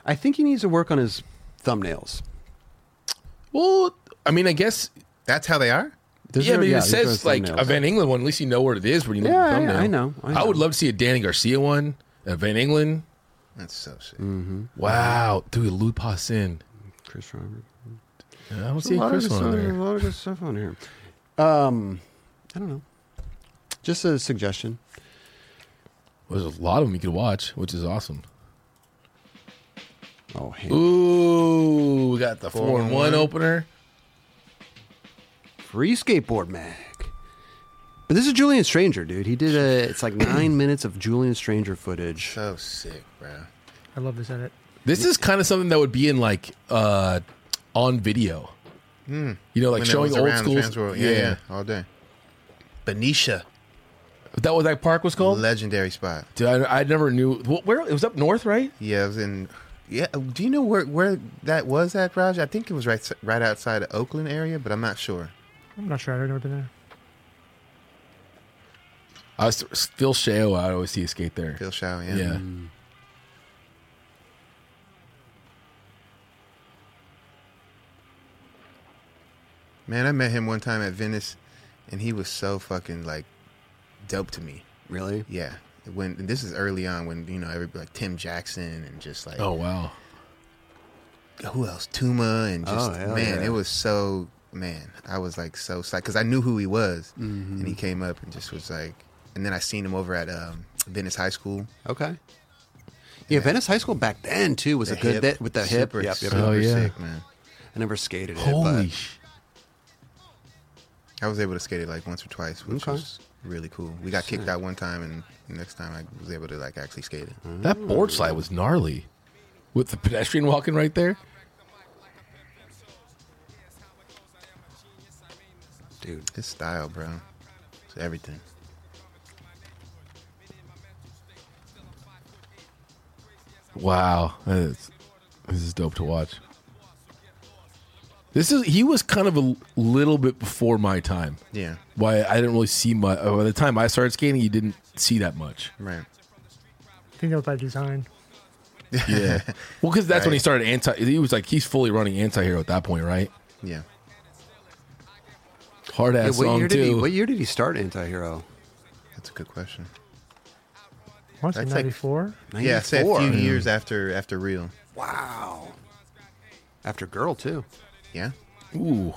S1: I think he needs to work on his thumbnails.
S3: well i mean i guess
S2: That's how they are.
S1: Those
S3: yeah,
S1: are-
S3: but
S1: yeah,
S3: it
S1: those are his
S3: says like
S1: thumbnails.
S3: a Van England one. At least you know where it is when you look
S1: Yeah,
S3: at
S1: yeah,
S3: the thumbnail.
S1: I know, I
S3: would
S1: know.
S3: love to see a Danny Garcia one, a Van England.
S2: That's so sick.
S3: Mm. Wow, dude, Lupas in.
S1: Chris Robert.
S3: I don't
S1: There's
S3: see a Chris
S1: good
S3: one
S1: stuff,
S3: on
S1: there's a
S3: there.
S1: lot of good stuff on here. Um, I don't know. Um, Just a suggestion.
S3: There's a lot of them you could watch, which is awesome.
S1: Oh, hey,
S3: Ooh, we got the four and one
S2: 411.
S3: opener.
S1: free skateboard mag. But this is Julian Stranger, dude. He did a. It's like nine minutes of Julian Stranger footage.
S2: So sick, bro.
S4: I love this edit.
S3: This is kind of something that would be in like uh on video. You know, like
S2: When it
S3: showing
S2: was
S3: old
S2: around
S3: school.
S2: Trans World. Yeah, yeah, all day. Benicia,
S3: that was that park was called.
S2: legendary spot.
S3: Dude, I, I never knew. wh- Where it was up north, right?
S2: Yeah, it was in Yeah. Do you know where where that was at, Raj? I think it was right s- right outside of Oakland area, but I'm not sure.
S4: I'm not sure. I've never been there.
S3: I was still Shao. I always see you skate there.
S2: Phil Shaw. Yeah.
S3: yeah.
S2: Man, I met him one time at Venice, and he was so fucking like dope to me.
S1: Really?
S2: Yeah. When and this is early on, when you know everybody like Tim Jackson and just like
S3: Oh wow.
S2: who else? Tuma and just
S1: Oh, hell
S2: man,
S1: yeah.
S2: it was so man. I was like so psyched because I knew who he was,
S1: Mm-hmm.
S2: and he came up and just was like. And then I seen him over at um, Venice High School.
S1: Okay. Yeah, Venice High School back then too was a good
S2: hip,
S1: that with the hip.
S2: super,
S1: Yep, yep,
S2: super
S3: Oh, yeah.
S2: sick, man.
S1: I never skated it,
S3: Holy.
S1: but
S3: sh-
S2: I was able to skate it like once or twice, which
S1: Okay.
S2: was really cool. We got kicked out one time, and the next time I was able to like actually skate it.
S3: That board slide was gnarly, with the pedestrian walking right there.
S1: dude,
S2: His style, bro, it's everything.
S3: Wow, that is, this is dope to watch. This is he was kind of a little bit before my time.
S2: Yeah,
S3: Why I didn't really see much. By the time I started skating, you didn't see that much.
S2: right.
S4: I think that was by design.
S3: Yeah. well, because that's when
S2: Right.
S3: he started anti. He was like he's fully running anti-hero at that point, right?
S2: Yeah,
S3: Hard
S1: yeah,
S3: ass
S1: what
S3: song
S1: year
S3: too.
S1: did he? What year did he start Antihero?
S2: that's a good question.
S4: Once in
S2: That's like-
S4: '94.
S2: Yeah, I say a
S1: 94.
S2: few years after after real.
S1: Wow. After girl too.
S2: Yeah,
S3: Ooh,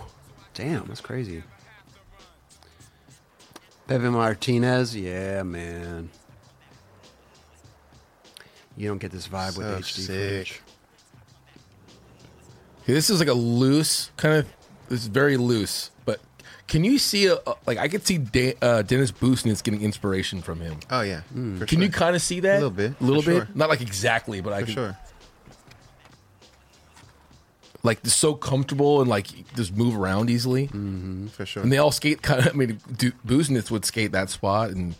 S1: Damn, that's crazy. Bevin Martinez, yeah, man. You don't get this vibe with
S2: So
S1: HD
S2: sick.
S1: footage.
S3: Okay, this is like a loose kind of. It's very loose, but can you see a, a- like I could see da- uh, Dennis Busnitz getting inspiration from him.
S2: Oh yeah. for
S3: Hmm. Can
S2: sure.
S3: you kind of see that?
S2: A little bit,
S3: A little
S2: for
S3: bit.
S2: sure.
S3: Not like exactly, but I
S2: For
S3: can,
S2: sure.
S3: like just so comfortable and like just move around easily.
S2: For sure.
S3: Hmm. And they all skate kind of. I mean, Du- Busnitz would skate that spot, and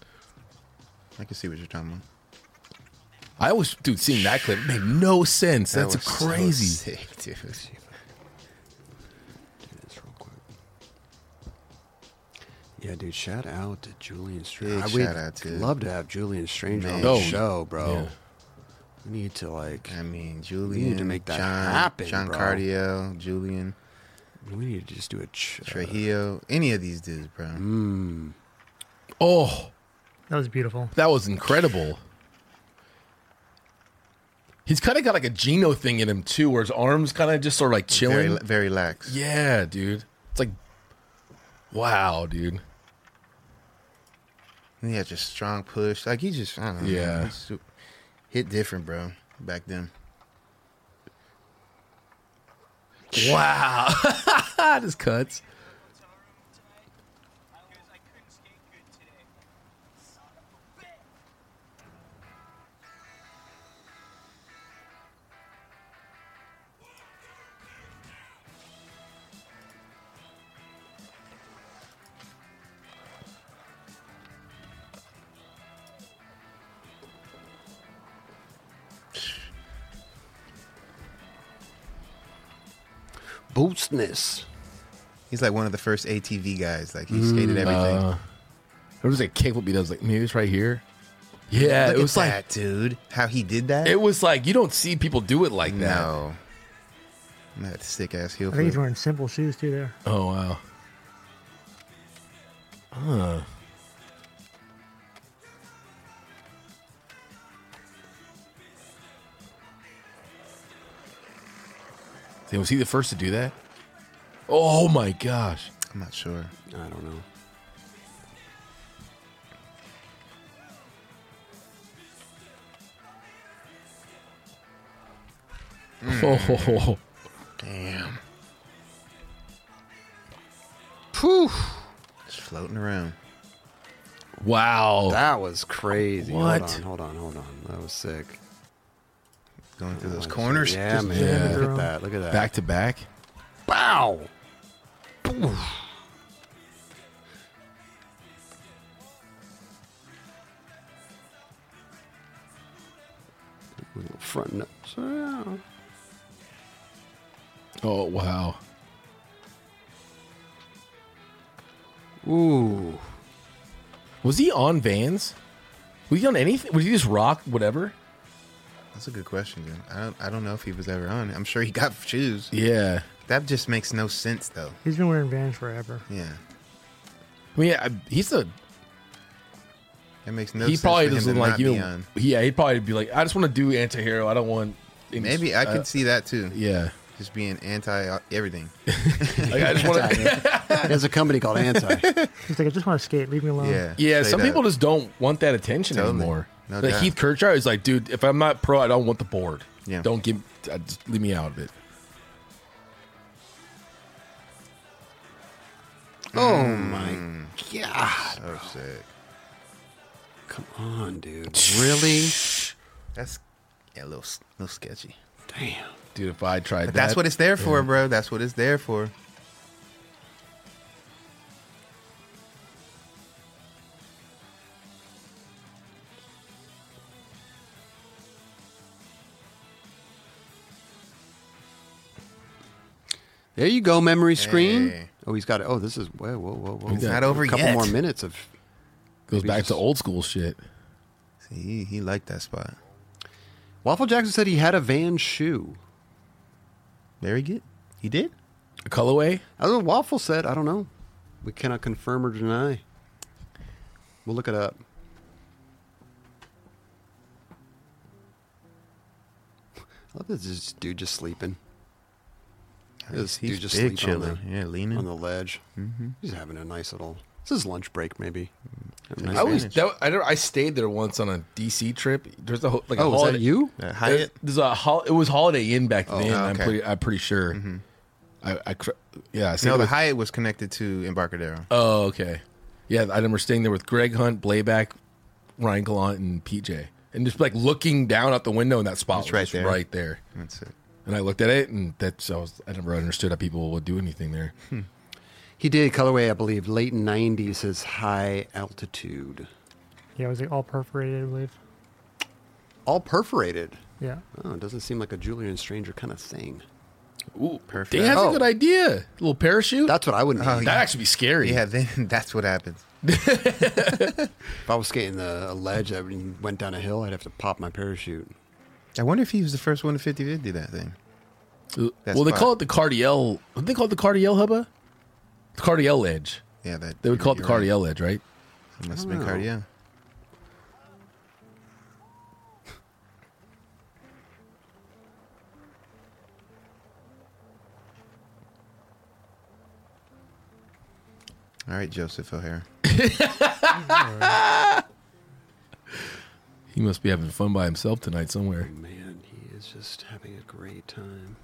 S2: I can see what you're talking about.
S3: I always, dude, seeing that clip it made no sense.
S2: That
S3: That's
S2: was so
S3: crazy.
S2: sick, dude.
S1: Do this real quick. Yeah, dude, shout out to Julian Stranger.
S2: Big
S1: We'd
S2: shout out to-
S1: love to have Julian Stranger on
S2: Man.
S1: the
S3: Oh,
S1: show, bro.
S3: yeah.
S1: We need to like
S2: I mean, Julian,
S1: make that
S2: John,
S1: happen,
S2: John
S1: bro.
S2: Cardiel, Julian
S1: we need to just do a ch-
S2: Trujillo, any of these dudes, bro.
S3: Hmm. Oh,
S4: That was beautiful.
S3: that was incredible. He's kind of got like a Geno thing in him too, where his arms kind of just sort of like chilling.
S2: Very, very lax.
S3: Yeah, dude. It's like, wow, dude.
S2: And he had just strong push. Like he just, I don't know.
S3: Yeah.
S2: man, he's su- hit different, bro. Back then.
S3: Wow. Just cuts.
S1: bootsness.
S2: He's like one of the first ATV guys. Like he skated everything.
S3: Uh, it was like kickflip he does. Like maybe it's right here. Yeah,
S2: Look
S3: it
S2: at
S3: was like
S2: that, dude. How he did that?
S3: it was like you don't see people do it like that.
S2: no. That sick ass heel
S4: I think
S2: flip.
S4: he's wearing simple shoes too. There.
S3: Oh wow. Huh. Was he the first to do that? Oh my gosh.
S2: I'm not sure.
S1: I don't know.
S3: Oh,
S2: Damn.
S1: Phew,
S2: Just floating around.
S3: wow.
S1: that was crazy.
S3: What?
S1: Hold on, hold on, hold on. That was sick.
S2: Going through those corners.
S1: Oh, Yeah,
S2: Just-
S1: man.
S3: yeah.
S1: Look at that. Look at that.
S3: back to back.
S1: Bow. Front nose.
S3: Oh wow.
S1: Ooh.
S3: Was he on Vans? Was he on anything? Was he just rock whatever?
S2: That's a good question, dude. I don't, I don't know if he was ever on it. I'm sure he got shoes.
S3: Yeah.
S2: That just makes no sense, though.
S4: He's been wearing Vans forever.
S2: Yeah.
S3: I mean, I, he's a
S2: That makes no
S3: he
S2: sense.
S3: probably
S2: for him to
S3: doesn't like
S2: not
S3: you.
S2: be on.
S3: Yeah, he'd probably be like, I just want to do anti-hero. I don't want any-
S2: Maybe I could
S3: uh,
S2: see that, too.
S3: yeah. Uh-huh.
S2: Just being anti uh, everything.
S3: Like, I just want to.
S1: There's a company called Anti.
S4: He's like, I just want to skate. Leave me alone.
S2: Yeah.
S3: Yeah,
S2: Say
S3: some
S2: that.
S3: people just don't want that attention
S2: Totally.
S3: anymore.
S2: No
S3: like
S2: doubt.
S3: Heath Kirchhoff is like, dude, if I'm not pro, I don't want the board.
S2: Yeah.
S3: Don't give. Uh, just leave me out of it.
S1: oh my god!
S2: Oh, sick.
S1: Come on, dude. Really?
S2: That's yeah, a little, s- little sketchy.
S1: Damn.
S3: Dude, if I tried
S2: But
S3: that,
S2: that's what it's there for, bro. That's what it's there for.
S1: There you go, memory screen.
S2: Hey.
S1: Oh, he's got it. Oh, this is whoa, whoa, whoa, whoa.
S2: It's not over
S1: a couple
S2: yet.
S1: more minutes of.
S3: goes
S1: Maybe
S3: back
S1: just-
S3: to old school shit.
S2: See, he, he liked that spot.
S1: Waffle Jackson said he had a van shoe.
S2: Very good. He did?
S3: A colorway.
S1: I don't know. Waffle said, I don't know. We cannot confirm or deny. We'll look it up. I love this this dude just sleeping This dude just
S2: big
S1: sleep on
S2: chilling.
S1: the-
S2: yeah, leaning.
S1: on the ledge. Mm-hmm. He's having a nice little. This is lunch break, maybe. Have a nice
S3: I was.
S1: lunch.
S3: That, I don't. I stayed there once on a DC trip. There's a ho- like
S1: Oh,
S3: a
S1: was
S3: holiday.
S1: that you?
S2: Uh,
S3: There's,
S2: Hyatt. Oh,
S3: there's a hol- it was Holiday Inn back then. I'm
S2: okay. Mm-hmm.
S3: pretty. I'm pretty sure. I, I. cr- Yeah. I stayed
S2: No, the
S3: with-
S2: Hyatt was connected to Embarcadero.
S1: Uh,
S3: Oh, okay. Yeah, I remember staying there with Greg Hunt, Blayback, Ryan Gallant, and PJ, and just like looking down out the window, and that spot
S2: It's
S3: was
S2: right
S3: just
S2: there.
S3: right there.
S2: That's it.
S3: And I looked at it, and that's I was I never understood how people would do anything there.
S1: He did colorway, I believe, late '90s. His high altitude,
S4: Yeah, it was like all perforated, I believe.
S1: all perforated.
S4: Yeah.
S1: Oh, it doesn't seem like a Julian Stranger kind of thing.
S3: Ooh,
S2: perfect.
S3: Dan has
S1: Oh.
S3: a good idea. A little parachute.
S1: That's what I would need.
S2: Oh,
S3: That'd
S2: yeah.
S3: actually be scary.
S2: Yeah, then that's what happens.
S1: If I was skating the, a ledge that went down a hill, I'd have to pop my parachute.
S2: I wonder if he was the first one to 50 to do that thing.
S3: Well,
S2: That's
S3: they
S2: fine.
S3: call it the Cardiel. What they call it the Cardiel hubba? The Cardiel edge.
S2: Yeah, that
S3: They would call it the
S2: you're right.
S3: Cardiel edge, right?
S2: It must have
S1: I
S2: been
S1: don't know.
S2: Cardiel. All right, Joseph O'Hare.
S3: He must be having fun by himself tonight somewhere.
S1: Man, he is just having a great time.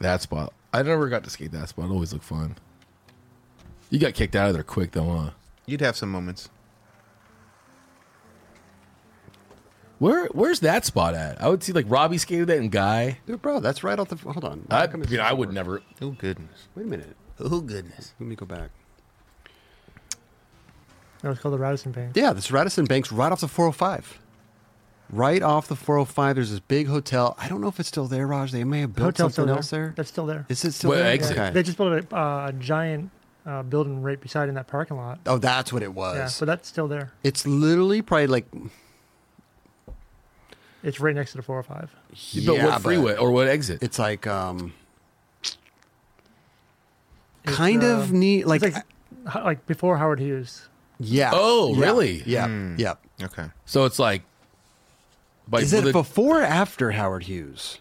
S3: That spot. I never got to skate that spot. It always looked fun. You got kicked out of there quick though, huh?
S2: You'd have some moments.
S3: Where where's that spot at? I would see like Robbie skated that and Guy.
S1: Dude, bro, that's right off the. Hold on.
S3: I,
S1: How
S3: I
S1: come it's
S3: mean, I
S1: not
S3: would
S1: working?
S3: never.
S2: Oh goodness.
S1: Wait a minute.
S2: Oh goodness.
S1: Let me go back.
S4: That was called the Radisson Bank.
S1: Yeah, this Radisson Bank's right off the 405. Right off the 405, there's this big hotel. I don't know if it's still there, Raj. They may have
S4: The
S1: built
S4: hotel's still
S1: something
S4: there.
S1: else there.
S4: That's still there.
S1: Is it still
S3: Well,
S1: there?
S3: exit.
S1: Okay.
S4: They just built a uh, giant uh, building right beside in that parking lot.
S1: Oh, that's what it
S4: Yeah,
S1: was.
S4: so that's still there.
S1: it's literally probably like
S4: It's right next to the 405.
S3: but
S1: Yeah,
S3: what freeway or what exit?
S1: It's like um,
S4: It's,
S1: kind of
S4: uh,
S1: neat. Like,
S4: It's like, h- like before Howard Hughes.
S1: yeah.
S3: Oh,
S1: Yeah.
S3: really?
S1: Yeah. Yeah.
S2: Okay.
S3: so it's like. By
S1: Is it before or after Howard Hughes?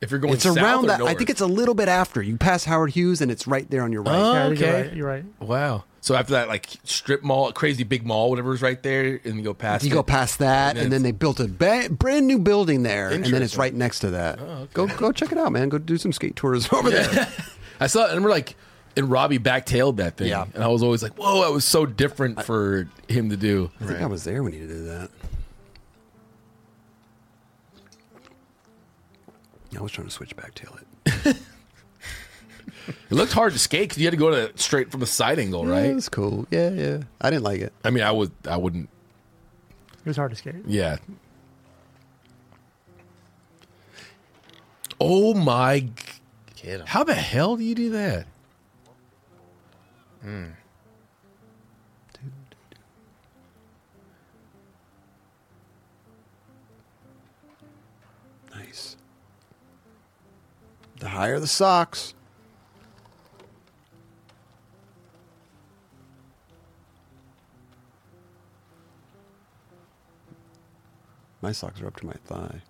S3: if you're going
S1: it's around that.
S3: that.
S1: I think it's a little bit after. You pass Howard Hughes, and it's right there on your right.
S3: Oh.
S4: Yeah, I think
S3: Okay.
S4: You're right. You're right.
S3: wow. So after that, like strip mall, crazy big mall, whatever's right there, and you go past.
S1: You
S3: it.
S1: go past that, and,
S3: And
S1: then
S3: it's-
S1: they built a ba- brand new building there, and then it's
S3: Interesting. Oh,
S1: right next to that. Go go check it out, man. Go do some skate tours over there.
S3: I saw. I remember like, and Robbie backtailed that thing,
S1: Yeah.
S3: and I was always like, "Whoa, that was so different for him to do."
S1: I think I was there when you did that. I was trying to switch back tail it.
S3: It looked hard to skate because you had to go to straight from a side angle,
S1: Right?
S3: right?
S1: It's cool. Yeah, yeah. I didn't like it.
S3: I mean, I would, I wouldn't.
S4: It was hard to skate.
S3: Yeah. Oh my! g-
S2: Kid 'em.
S3: How the hell do you do that?
S1: Nice. The higher the socks. My socks are up to my thigh.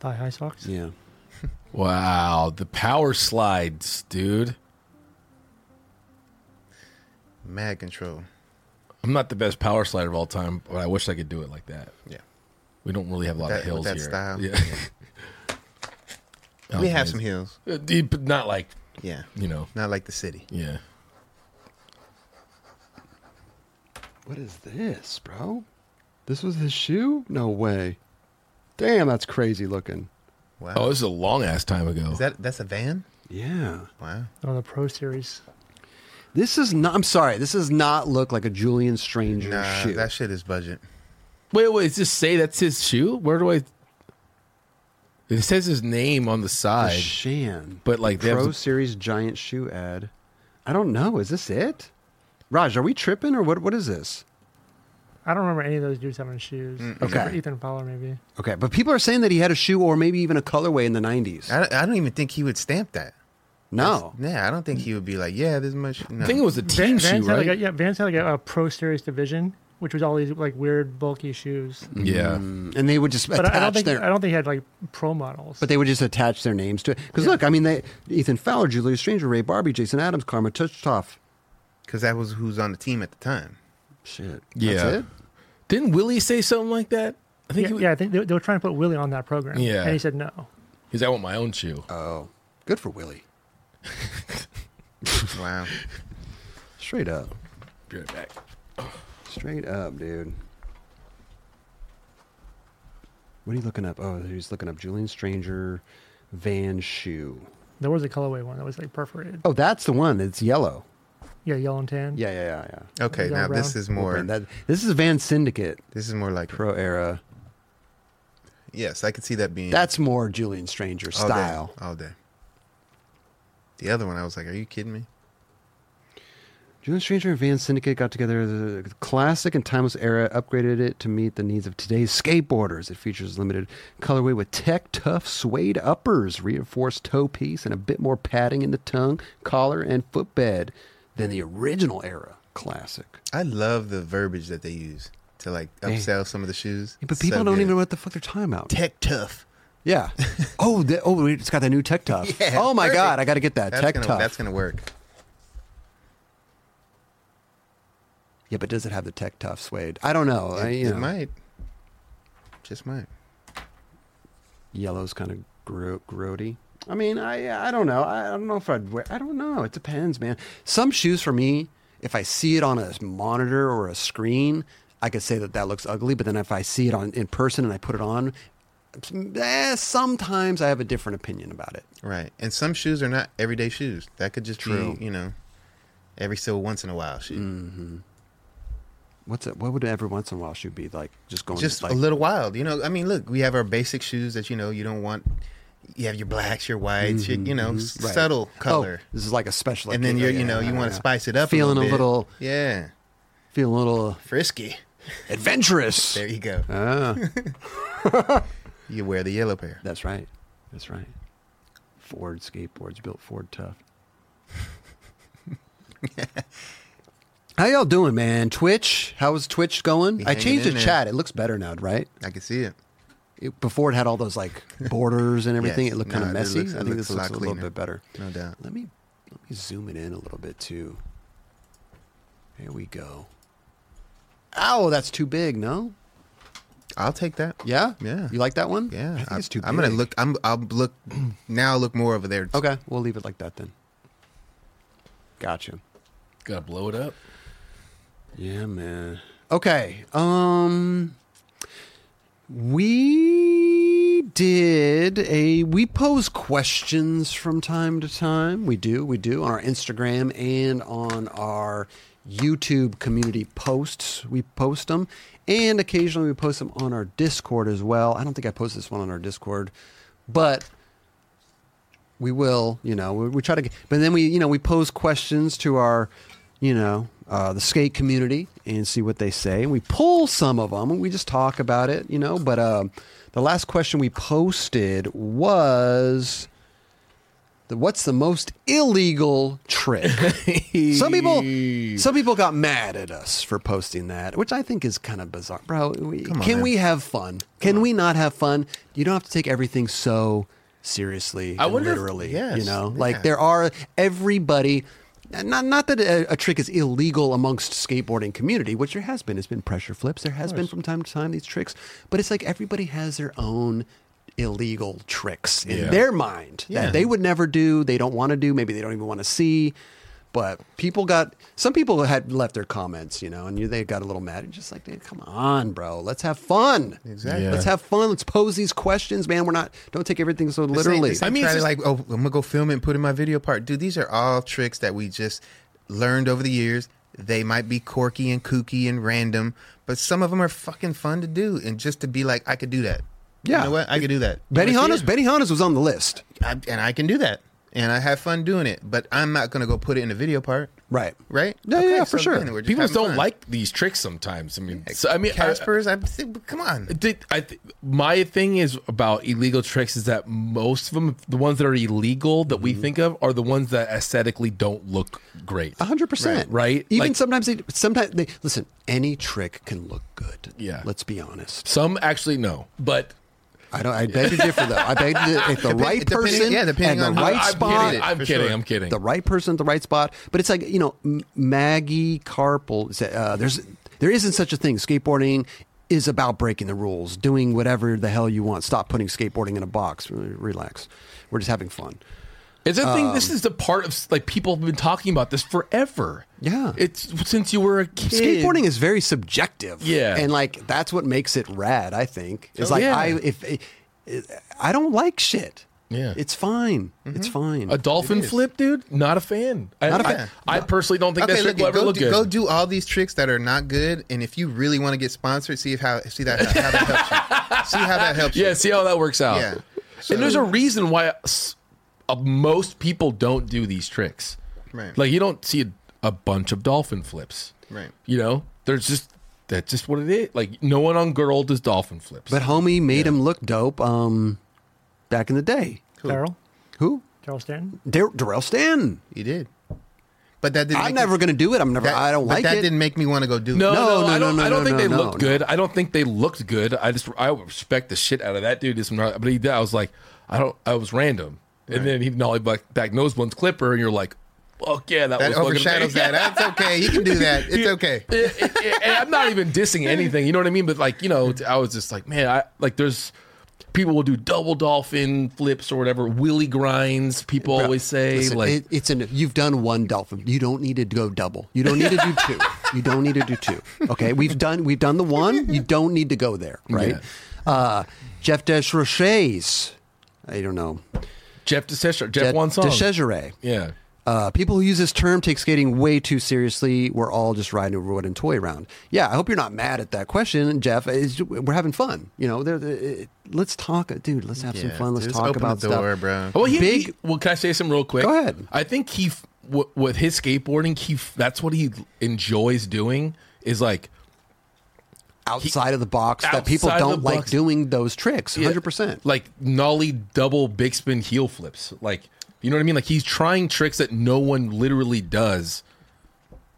S4: Thigh high socks.
S1: Yeah.
S3: Wow, the power slides, dude.
S2: Mad control.
S3: I'm not the best power slider of all time, but I wish I could do it like that.
S2: Yeah.
S3: We don't really have a lot
S2: That-
S3: of hills
S2: with that
S3: here.
S2: style.
S3: Yeah.
S2: we have some hills.
S3: Uh, d- but not like
S2: Yeah.
S3: you know.
S2: Not like the city.
S3: Yeah.
S1: What is this, bro? This was his shoe? No way. Damn, that's crazy looking.
S2: Wow.
S3: Oh, this is a long ass time ago.
S2: is that that's a van?
S1: Yeah.
S2: Wow.
S4: On Oh, the Pro Series.
S1: This is not, I'm sorry, this does not look like a Julian Stranger
S2: Nah,
S1: shoe.
S2: that shit is budget.
S3: wait, wait. Just say that's his shoe. Where do I? It says his name on the
S1: The
S3: side,
S1: Shan.
S3: but like they have
S1: Pro
S3: the-
S1: Series giant shoe ad. I don't know. Is this it? Raj, are we tripping or what? What is this?
S4: I don't remember any of those dudes having shoes. Except
S1: Okay.
S4: for Ethan Fowler, maybe.
S1: Okay, but people are saying that he had a shoe or maybe even a colorway in the '90s.
S2: I don't, I don't even think he would stamp that.
S1: No,
S2: Nah, I don't think he would be like, yeah, this much. No.
S3: I think it was a team shoe,
S4: Vans had
S3: right?
S4: like a, yeah, Vans had like a, a Pro Series division, which was all these like weird bulky shoes.
S3: yeah.
S1: Mm. and they would just
S4: But
S1: attach
S4: I, I don't think
S1: their.
S4: I don't think he had like pro models.
S1: but they would just attach their names to it. Because look, I mean, they Ethan Fowler, Julius Stranger, Ray Barbie, Jason Adams, Karma Tuchtoff.
S2: because that was who's on the team at the time.
S1: Shit.
S3: Yeah.
S1: That's it?
S3: Didn't Willie say something like that? I
S4: yeah,
S3: think. he,
S4: yeah, I think they, they were trying to put Willie on that program.
S3: Yeah.
S4: and he said no.
S3: Because I want my own shoe.
S1: Oh, good for Willie.
S2: Wow.
S1: Straight up.
S3: Be right back.
S1: Straight up, dude. What are you looking up? Oh, he's looking up Julian Stranger van shoe.
S4: There was a colorway one that was like perforated.
S1: Oh, that's the one. It's yellow.
S4: Yeah, yellow and tan.
S1: Yeah, yeah, yeah, yeah.
S2: Okay,
S4: Is that
S2: now this
S4: round?
S2: is
S1: More.
S2: more.
S1: that, this is Van Syndicate
S2: This is more like.
S1: Pro Era.
S2: Yes, I could see that being
S1: That's more Julian Stranger
S2: all day,
S1: style.
S2: all day. The other one, I was like, are you kidding me?
S1: Julian Stranger and Van Syndicate got together as a classic and timeless era, upgraded it to meet the needs of today's skateboarders. It features limited colorway with tech tough suede uppers, reinforced toe piece, and a bit more padding in the tongue, collar, and footbed than the original era classic.
S2: I love the verbiage that they use to like upsell some of the shoes.
S1: But
S2: So
S1: people don't
S2: good.
S1: even know what the fuck they're talking about.
S2: Tech tough.
S1: Yeah. oh, the, oh, it's got that new tech tough.
S2: Yeah,
S1: oh my
S2: perfect.
S1: god, I got to get that
S2: That's
S1: tech
S2: gonna,
S1: tough.
S2: That's gonna work.
S1: Yeah, but does it have the tech tough suede? I don't know. I,
S2: It,
S1: you
S2: it
S1: know,
S2: might. Just might.
S1: Yellow's kind of gro- grody. I mean, I I don't know. I, I don't know if I'd wear. I don't know. It depends, man. Some shoes for me, if I see it on a monitor or a screen, I could say that that looks ugly. But then if I see it on in person and I put it on, eh, sometimes I have a different opinion about it.
S2: Right. And some shoes are not everyday shoes. That could just
S1: True. Mm,
S2: be, you know, every so once in a while shoe.
S1: What's it? What would every once in a while shoe be like? Just going
S2: Just
S1: like,
S2: a little wild. You know, I mean, look, we have our basic shoes that, you know, you don't want. You have your blacks, your whites, your, you know, s-
S1: right.
S2: subtle
S1: Oh,
S2: color.
S1: this is like a special.
S2: and then
S1: occasion.
S2: you're, you know, you
S1: Yeah,
S2: want
S1: yeah.
S2: to spice it up.
S1: Feeling
S2: a
S1: a
S2: little.
S1: little,
S2: bit. Yeah.
S1: feeling a little
S2: Frisky.
S1: adventurous.
S2: There you go.
S1: Ah.
S2: You wear the yellow pair.
S1: That's right. That's right. Ford skateboards built Ford tough. How y'all doing, man? Twitch? How's Twitch going?
S2: We
S1: I
S2: hanging
S1: changed the
S2: in there.
S1: chat. It looks better now, right?
S2: I can see it.
S1: It, before it had all those like borders and everything.
S2: Yes.
S1: It looked kind
S2: No,
S1: of
S2: it
S1: messy.
S2: looks- it
S1: I think
S2: looks
S1: this
S2: a lot
S1: looks a little
S2: cleaner.
S1: bit better.
S2: No doubt.
S1: Let me let me zoom it in a little bit too. There we go. Ow, that's too big. No.
S2: I'll take that.
S1: Yeah.
S2: Yeah.
S1: You like that one?
S2: Yeah.
S1: I think it's too. big.
S2: I'm gonna look. I'm. I'll look. Now I'll look more over there.
S1: Okay, we'll leave it like that then. Gotcha.
S3: Gotta blow it up.
S1: Yeah, man. Okay. Um we did a we pose questions from time to time. We do, we do on our Instagram and on our YouTube community posts. We post them, and occasionally we post them on our Discord as well. I don't think I posted this one on our Discord, but we will you know we, we try to get, but then we you know we pose questions to our you know uh, the skate community and see what they say and we pull some of them and we just talk about it you know but um, the last question we posted was the, what's the most illegal trick some people some people got mad at us for posting that which i think is kind of bizarre bro we,
S2: on,
S1: can
S2: man.
S1: we have fun can we not have fun you don't have to take everything so seriously
S3: I
S1: and
S3: wonder if-
S1: literally you
S2: yes,
S1: know
S2: yeah.
S1: like there are everybody not not that a, a trick is illegal amongst skateboarding community which there has been has been pressure flips there has been from time to time these tricks but it's like everybody has their own illegal tricks in
S3: Yeah.
S1: their mind
S2: Yeah.
S1: that they would never do they don't want to do maybe they don't even want to see but people got some people had left their comments you know and you, they got a little mad and just like dude, come on bro let's have fun
S2: Exactly.
S3: Yeah.
S1: let's have fun let's pose these questions man we're not don't take everything so
S2: This ain't-
S1: literally
S2: this ain't
S3: I mean,
S2: trying
S3: it's
S2: to like, oh, I'm gonna go film it and put it in my video part, dude. These are all tricks that we just learned over the years. They might be quirky and kooky and random, but some of them are fucking fun to do. And just to be like, I could do that.
S1: Yeah.
S2: you know what? I could do that.
S1: Benny
S2: Wanna see
S1: Hannes,
S2: it?
S1: Benny Hannes was on the list.
S2: I, and I can do that, and I have fun doing it. But I'm not gonna go put it in the video part,
S1: Right.
S2: right?
S1: Yeah, yeah, yeah, for sure.
S2: then we're just
S3: People
S2: having
S3: don't
S2: fun.
S3: like these tricks sometimes. I mean, so, I mean, I-
S2: Caspers. I, think come on.
S3: Did, I th- my thing is about illegal tricks is that most of them, the ones that are illegal that we think of, are the ones that aesthetically don't look great.
S1: A hundred percent.
S3: Right.
S1: Even
S3: Like-
S1: sometimes they sometimes they listen, any trick can look good.
S3: Yeah.
S1: Let's be honest.
S3: Some actually no, but
S1: I don't I beg to differ though. I beg to if the
S2: Depend-
S1: right
S2: depending-
S1: person
S2: yeah, depending
S1: and the
S2: on who-
S1: right
S3: I'm
S1: spot.
S3: kidding. I'm
S2: For
S3: kidding.
S2: sure.
S3: I'm kidding.
S1: The right person at the right spot. But it's like, you know, M- Maggie Carpel said, uh, there's there isn't such a thing. Skateboarding is about breaking the rules, doing whatever the hell you want. Stop putting skateboarding in a box. Re- Relax. We're just having fun.
S3: It's a
S2: um,
S3: thing. this is the part of like people have been talking about this forever.
S1: Yeah.
S3: it's since you were a kid.
S1: skateboarding is very subjective
S3: Yeah. Oh,
S1: and like that's what makes it rad i think it's like
S3: yeah.
S1: i if it, i don't like shit
S3: Yeah. Mm-hmm.
S1: it's fine it's fine
S3: a dolphin flip, dude. Not a fan.
S1: Not
S3: I,
S1: a fan.
S3: I, I personally don't think that
S2: Okay, look,
S3: trick will ever
S2: go,
S3: look
S2: do,
S3: good.
S2: go do all these tricks that are not good, and if you really want to get sponsored, see if how see that how, that helps you. See how that helps you.
S3: yeah, see how that works out.
S2: Yeah.
S3: and there's a reason why s- uh, most people don't do these tricks.
S2: Right.
S3: Like you don't see a, a bunch of dolphin flips.
S2: Right.
S3: You know, there's just that's just what it is. Like no one on girl does dolphin flips.
S1: but homie made him look dope um back in the day
S4: Daryl,
S1: who
S4: Daryl Stanton.
S1: Dar- Darrell Stanton.
S2: You did, but that didn't.
S1: I'm
S2: make
S1: never
S2: me,
S1: going to do it. I'm never.
S2: That,
S1: I don't
S2: but
S1: like
S2: that
S1: it.
S2: didn't make me want to go do
S3: No,
S2: it.
S1: No,
S3: no,
S1: no,
S3: I
S1: no,
S3: don't,
S1: no,
S3: I don't
S1: no,
S3: think
S1: no,
S3: they
S1: no,
S3: looked
S1: no.
S3: good. I don't think they looked good. I just I respect the shit out of that dude. Is not, but he I was like, I don't. I was random, and then he nollie back, back nose one's clipper, and you're like, fuck yeah, that,
S2: That
S3: was fucking
S2: overshadows
S3: amazing.
S2: that. That's okay. You can do that. It's okay.
S3: It- it- it- and I'm not even dissing anything. You know what I mean? But like, you know, I was just like, man, I like there's. People will do double dolphin flips or whatever, willy grinds. People always say
S1: Listen,
S3: like,
S1: it- it's an. You've done one dolphin. You don't need to go double. You don't need to do two. You don't need to do two. Okay, we've done we've done the one. You don't need to go there, right? Uh, Jeff Desroches. I don't know.
S3: Jeff DeCesare,
S1: De-
S3: Jeff one song,
S1: Deschesere.
S3: yeah,
S1: Uh, people who use this term take skating way too seriously. We're all just riding a wooden toy around. Yeah, I hope you're not mad at that question, Jeff. It's- we're having fun. You know, they're, they let's talk, dude. Let's have some
S2: Yeah,
S1: fun. Let's
S2: just
S1: talk
S2: open
S1: about
S2: the door,
S1: stuff.
S2: bro.
S3: Well, he,
S1: Big-
S3: he- well, can I say something real quick?
S1: Go ahead.
S3: I think he, f- w- with his skateboarding, he f- that's what he enjoys doing is like
S1: Outside of the box, that people
S3: Outside of the
S1: don't like
S3: box.
S1: doing those tricks. Hundred percent.
S3: like nollie double big spin heel flips. Like you know what I mean? Like he's trying tricks that no one literally does,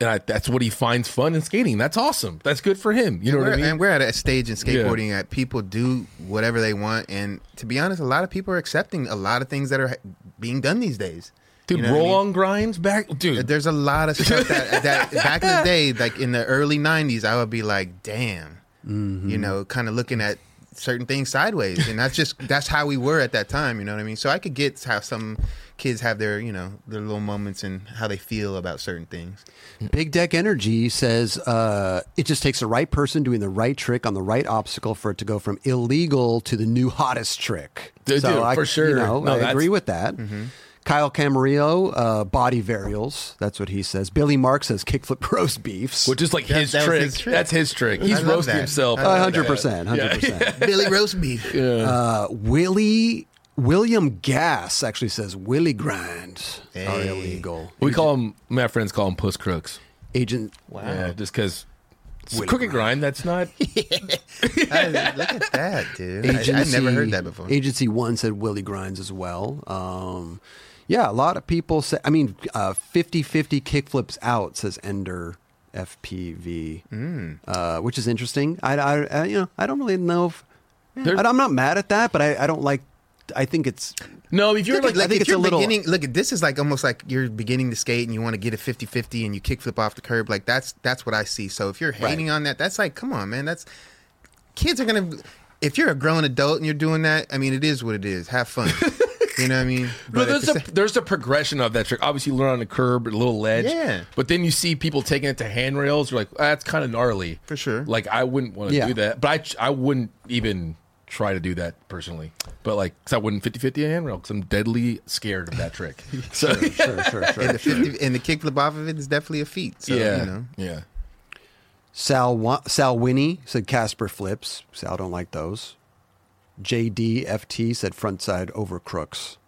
S3: and I, that's what he finds fun in skating. That's awesome. That's good for him. You know
S2: We're-
S3: what I mean?
S2: And we're at a stage in skateboarding that people do whatever they want, and to be honest, a lot of people are accepting a lot of things that are ha- being done these days.
S3: Dude,
S2: You know what I
S3: roll
S2: mean?
S3: on grinds back, dude.
S2: There's a lot of stuff that, that back in the day, like in the early '90s, I would be like, "Damn," you know, kind of looking at certain things sideways, and that's just that's how we were at that time. You know what I mean? So I could get how some kids have their you know their little moments and how they feel about certain things.
S1: Big Deck Energy says uh, it just takes the right person doing the right trick on the right obstacle for it to go from illegal to the new hottest trick.
S3: They do,
S1: I,
S3: for
S1: you
S3: sure.
S1: know,
S3: No,
S1: I
S3: that's- Mm-hmm.
S1: agree with that. Kyle Camarillo, uh, body varials. That's what he says. Billy Mark says kickflip roast beefs.
S3: Which is like
S2: That-
S3: his,
S2: that was
S3: trick.
S2: his trick.
S3: That's his trick.
S2: I
S3: He's
S2: love
S3: roasting
S2: that.
S3: himself.
S2: I
S1: A
S2: love
S1: Uh, hundred percent, hundred percent.
S2: Billy roast beef.
S1: Uh, Willie William Gass actually says Willie grind are
S2: Hey.
S1: illegal.
S3: We call him. My friends call him puss crooks.
S1: Agent
S2: Wow,
S3: Yeah, just because.
S1: Willy
S3: Crooked grind. That's not.
S2: I- look at that, dude.
S1: Agency,
S2: I, I never heard that before.
S1: Agency one said Willie Grinds as well. Um, yeah, a lot of people say. I mean, uh, 50-50 kickflips out says Ender FPV,
S2: Hmm.
S1: uh, which is interesting. I, I, I, you know, I don't really know if
S3: There-
S1: and I'm not mad at that, but I, I don't like. I think it's
S3: No, if you're
S2: Look at-
S3: like,
S1: I
S2: look,
S1: think
S2: if
S1: it's a
S2: you're
S1: little-
S2: beginning, look at this is like almost like you're beginning to skate and you want to get a 50-50 and you kick flip off the curb. Like that's that's what I see. So if you're hating on that, that's like, come on, man. That's kids are gonna. If you're a grown adult and you're doing that, I mean, it is what it is. Have fun. you know what I mean?
S3: But
S2: at
S3: there's
S2: the
S3: a
S2: sa-
S3: there's a progression of that trick. Obviously, you learn on the curb, a little ledge.
S2: Yeah.
S3: But then you see people taking it to handrails. You're like, "Ah, that's kind of gnarly.
S2: For sure.
S3: Like I wouldn't want to
S1: Yeah.
S3: do that. But I I wouldn't even try to do that personally. But like, 'cause I wouldn't 50-50 a handrail because I'm deadly scared of that trick. So
S1: sure, sure, sure.
S2: and the 50, and the kick flip off of it is definitely a feat. So,
S3: yeah,
S2: You know.
S3: yeah.
S1: Sal Wa- Sal Winnie said Casper flips. Sal don't like those. JDFT said frontside over crooks.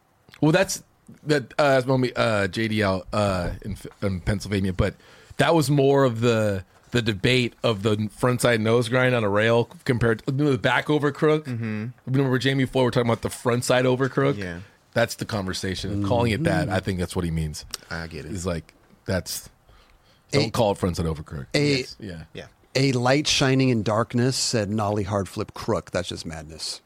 S3: Well, that's that. Uh, that's my homie, uh, JDL uh, in, in Pennsylvania, but that was more of the the debate of the frontside nose grind on a rail compared to you know, the back over crook. Mm-hmm. Remember Jamie Floyd? We're talking about the frontside over crook.
S2: Yeah.
S3: that's the conversation. And Calling it that, I think that's what he means.
S2: I get it.
S3: He's like, that's don't
S1: A-
S3: call it frontside over crook.
S1: A-
S3: Yes. Yeah.
S2: Yeah.
S1: A light shining in darkness said nollie hard flip crook. That's just madness.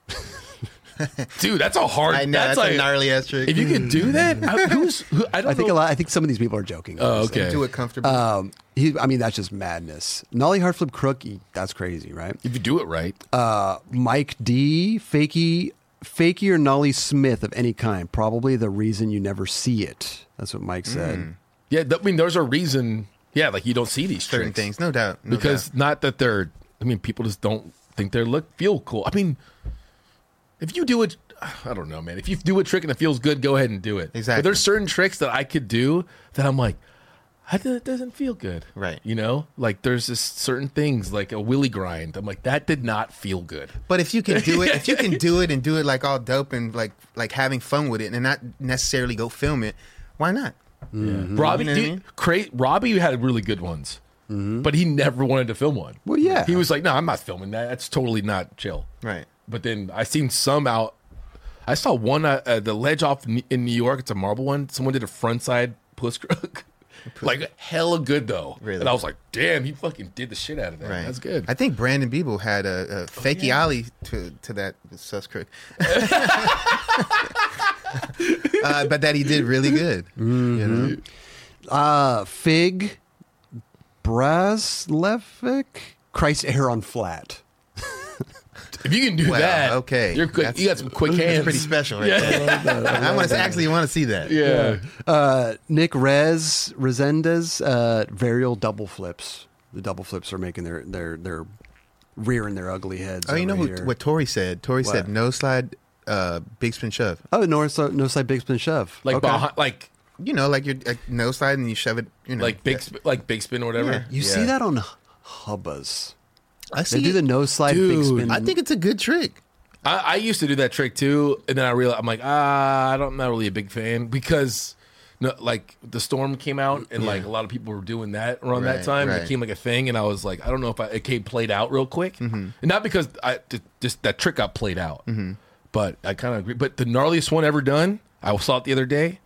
S3: dude, that's a hard.
S2: I know that's,
S3: like,
S2: a gnarly ass trick.
S3: If you could do that, I, who's who, I don't.
S1: I think
S3: know.
S1: a lot. I think some of these people are joking.
S3: Oh,
S1: obviously.
S3: okay.
S2: do it comfortably,
S1: Um, he, I mean, that's just madness. Nolly hard flip crook. he- That's crazy, right?
S3: If you do it right,
S1: Uh, Mike D. Fakey, fakey or Nolly Smith of any kind. Probably the reason you never see it. That's what Mike said.
S3: Hmm. Yeah, th- I mean, there's a reason. Yeah, like you don't see these
S2: certain
S3: tricks.
S2: things, no doubt, no
S3: because
S2: doubt.
S3: not that they're. I mean, people just don't think they look feel cool. I mean, if you do it, I don't know, man. If you do a trick and it feels good, go ahead and do it.
S2: Exactly.
S3: But there's certain tricks that I could do that I'm like, I, that doesn't feel good.
S2: Right.
S3: You know, like there's just certain things like a willy grind. I'm like, that did not feel good.
S2: But if you can do it, if you can do it and do it like all dope and like like having fun with it and not necessarily go film it, why not?
S3: Robbie,
S2: You know what I mean?
S3: dude, cra- Robbie had really good ones, but he never wanted to film one.
S1: Well, yeah.
S3: he was like, "No, I'm not filming that. That's totally not chill."
S2: Right.
S3: But then I seen some out. I saw one uh, uh, the ledge off in in New York. It's a marble one. Someone did a front side puss crook, like hella good though.
S2: Really?
S3: And I was like, "Damn, he fucking did the shit out of that.
S2: Right.
S3: That's good."
S2: I think Brandon Beeble had
S3: Oh,
S2: a, a fakey alley to to that sus crook. uh, but that he did really good.
S1: Mm.
S2: You know?
S1: Uh, Fig Braslevic. Christ air on flat.
S3: if you can do
S2: Well,
S3: that,
S2: okay.
S3: you're quick.
S2: That's-
S3: you got some quick hands.
S2: That's pretty special. Right there. I want to actually want to see that.
S3: yeah.
S1: Uh, Nick Rez Resendez. Uh, varial double flips. The double flips are making their their their rearing their ugly heads.
S2: Oh, you know
S1: over
S2: who,
S1: here.
S2: what Tori said? Tori
S1: What?
S2: said no slide, uh, big spin shove.
S1: Oh, north side, north side big spin shove.
S3: Like
S1: Okay.
S3: behind, like
S2: You know, like you're like, no slide and you shove it. You know,
S3: like big,
S2: that-
S3: sp- like big spin or whatever.
S2: Yeah.
S1: You see that on Hubbas.
S2: I
S1: They
S2: see.
S1: do the
S2: it.
S1: nose slide big
S3: Dude.
S1: spin.
S2: I think it's a good trick.
S3: I, I used to do that trick too, and then I realized I'm like, ah, I don't, I'm not really a big fan because, no, like the storm came out and like a lot of people were doing that around that
S2: Right,
S3: time.
S2: right.
S3: It became like a thing, and I was like, I don't know if I, it came played out real quick,
S2: Mm-hmm.
S3: and not because I th- just that trick got played out, but I kind of agree. But the gnarliest one ever done, I saw it the other day.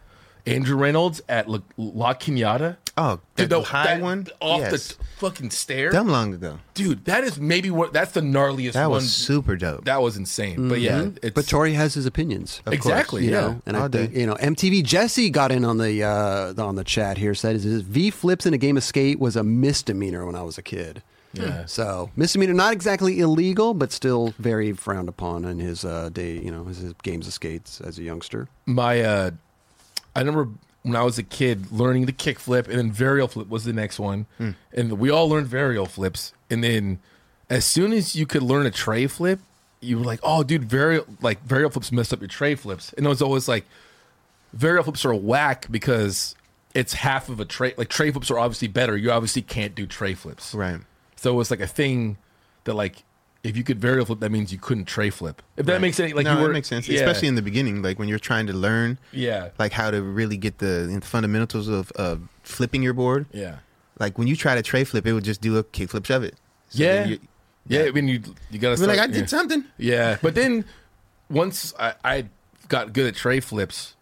S3: Andrew Reynolds at La, La Cunada.
S2: Oh,
S3: Dude,
S2: the
S3: no,
S2: high
S3: that-
S2: one?
S3: off
S2: Yes.
S3: the fucking stair,
S2: Dumb long ago.
S3: dude. That is maybe what. That's the gnarliest
S2: That
S3: one.
S2: was super dope.
S3: that was insane. But yeah, it's,
S1: Mm-hmm. But Tori has his opinions.
S2: Hmm? Of course.
S3: Exactly,
S1: You
S3: yeah.
S1: know, and I
S2: All
S1: think
S2: day.
S1: you know MTV Jesse got in on the uh, on the chat here. Said is V flips in a game of skate was a misdemeanor when I was a kid.
S3: Yeah.
S1: So misdemeanor, not exactly illegal, but still very frowned upon in his uh, day, you know, his, his games of skates as a youngster.
S3: my uh I remember when I was a kid learning the kickflip and then varial flip was the next one.
S2: Hmm.
S3: And we all learned varial flips. And then as soon as you could learn a tray flip, you were like, oh dude, varial like varial flips messed up your tray flips. And it was always like varial flips are whack because it's half of a tray like tray flips are obviously better. You obviously can't do tray flips.
S2: Right.
S3: So it was like a thing that like if you could varial flip, that means you couldn't tray flip. If that makes any like
S2: no,
S3: you were
S2: it makes sense,
S3: Yeah.
S2: especially in the beginning, like when you're trying to learn,
S3: Yeah.
S2: like how to really get the fundamentals of uh, flipping your board.
S3: Yeah.
S2: Like when you try to tray flip, it would just do a kickflip, shove it. So
S3: yeah.
S2: then you-
S3: yeah, I mean, you you gotta
S2: You're
S3: start,
S2: like I did
S3: yeah.
S2: something.
S3: Yeah, but then once I, I got good at tray flips,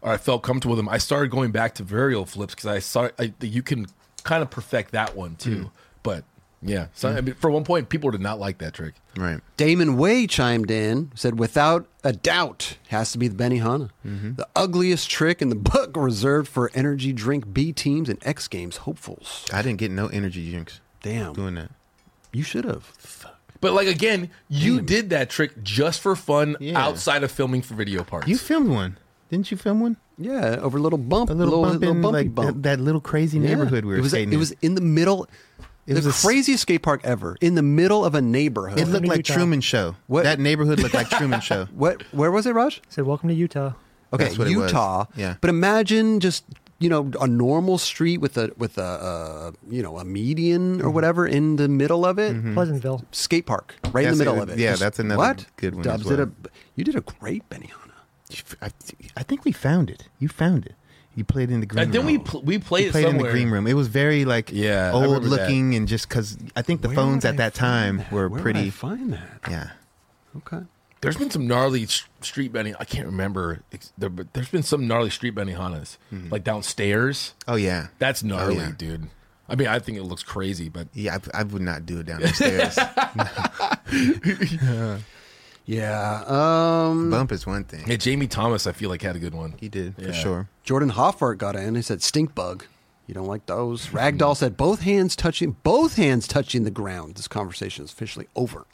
S3: or I felt comfortable with them, I started going back to varial flips because I saw I, you can kind of perfect that one too.
S2: Mm.
S3: But yeah, so I mean, for one point, people did not like that trick.
S2: Right.
S1: Damon Way chimed in, said, without a doubt, has to be the Benihana.
S2: Mm-hmm.
S1: The ugliest trick in the book reserved for energy drink B teams and X Games hopefuls.
S2: I didn't get no energy drinks
S1: Damn,
S2: doing that.
S1: you should have.
S3: But like again, you did that trick just for fun
S2: Yeah.
S3: outside of filming for video parts.
S2: You filmed one, didn't you? Film one?
S1: Yeah, over a little bump,
S2: A little, bump in
S1: bumpy
S2: like
S1: bump.
S2: That, that little crazy
S1: Yeah.
S2: neighborhood we were
S1: it was,
S2: skating
S1: It was in the middle,
S2: It
S1: the
S2: was a s-
S1: craziest skate park ever, in the middle of a neighborhood.
S2: in. It looked
S4: to
S2: like
S4: Utah.
S2: Truman Show.
S1: What-
S2: That neighborhood looked like Truman Show.
S1: what? Where was it, Raj?
S4: Said, welcome to Utah.
S1: Okay,
S2: That's what it was.
S1: Utah.
S2: Yeah.
S1: But imagine just you know a normal street with a with a uh, you know a median
S2: Mm-hmm.
S1: or whatever in the middle of it.
S4: Pleasantville.
S1: Skate park, right in
S2: That's
S1: the middle
S2: it.
S1: of it.
S2: Yeah, that's another
S1: what?
S2: good one
S1: Dubs
S2: as well.
S1: did a, you did a great Benihana.
S2: I, I think we found it. You found it. You played in the
S1: Uh,
S2: green
S3: and then
S2: room.
S3: we pl- we played
S2: We
S3: it
S2: played in
S3: somewhere.
S2: the green room. It was very like
S3: Yeah, I
S2: old
S3: remember that.
S2: looking and just because I think the
S1: Where
S2: phones
S1: would
S2: at
S1: I
S2: that time
S1: find that?
S2: were
S1: Where would I
S2: pretty.
S1: find that.
S2: Yeah,
S1: Okay.
S3: There's been some gnarly s- street betting. I can't remember. ex- There, but there's been some gnarly street betting hanas like downstairs.
S2: Hmm. Oh yeah,
S3: That's gnarly,
S2: yeah.
S3: dude. I mean, I think it looks crazy, but
S2: yeah. I, I would not do it down the stairs.
S1: Yeah. Um,
S2: Bump is one thing.
S3: yeah, Jamie Thomas, I feel like had a good one.
S2: He did
S3: Yeah.
S2: for sure.
S1: Jordan Hoffart got in. He said, "Stink bug." You don't like those. Ragdoll said, "Both hands touching, both hands touching the ground." This conversation is officially over.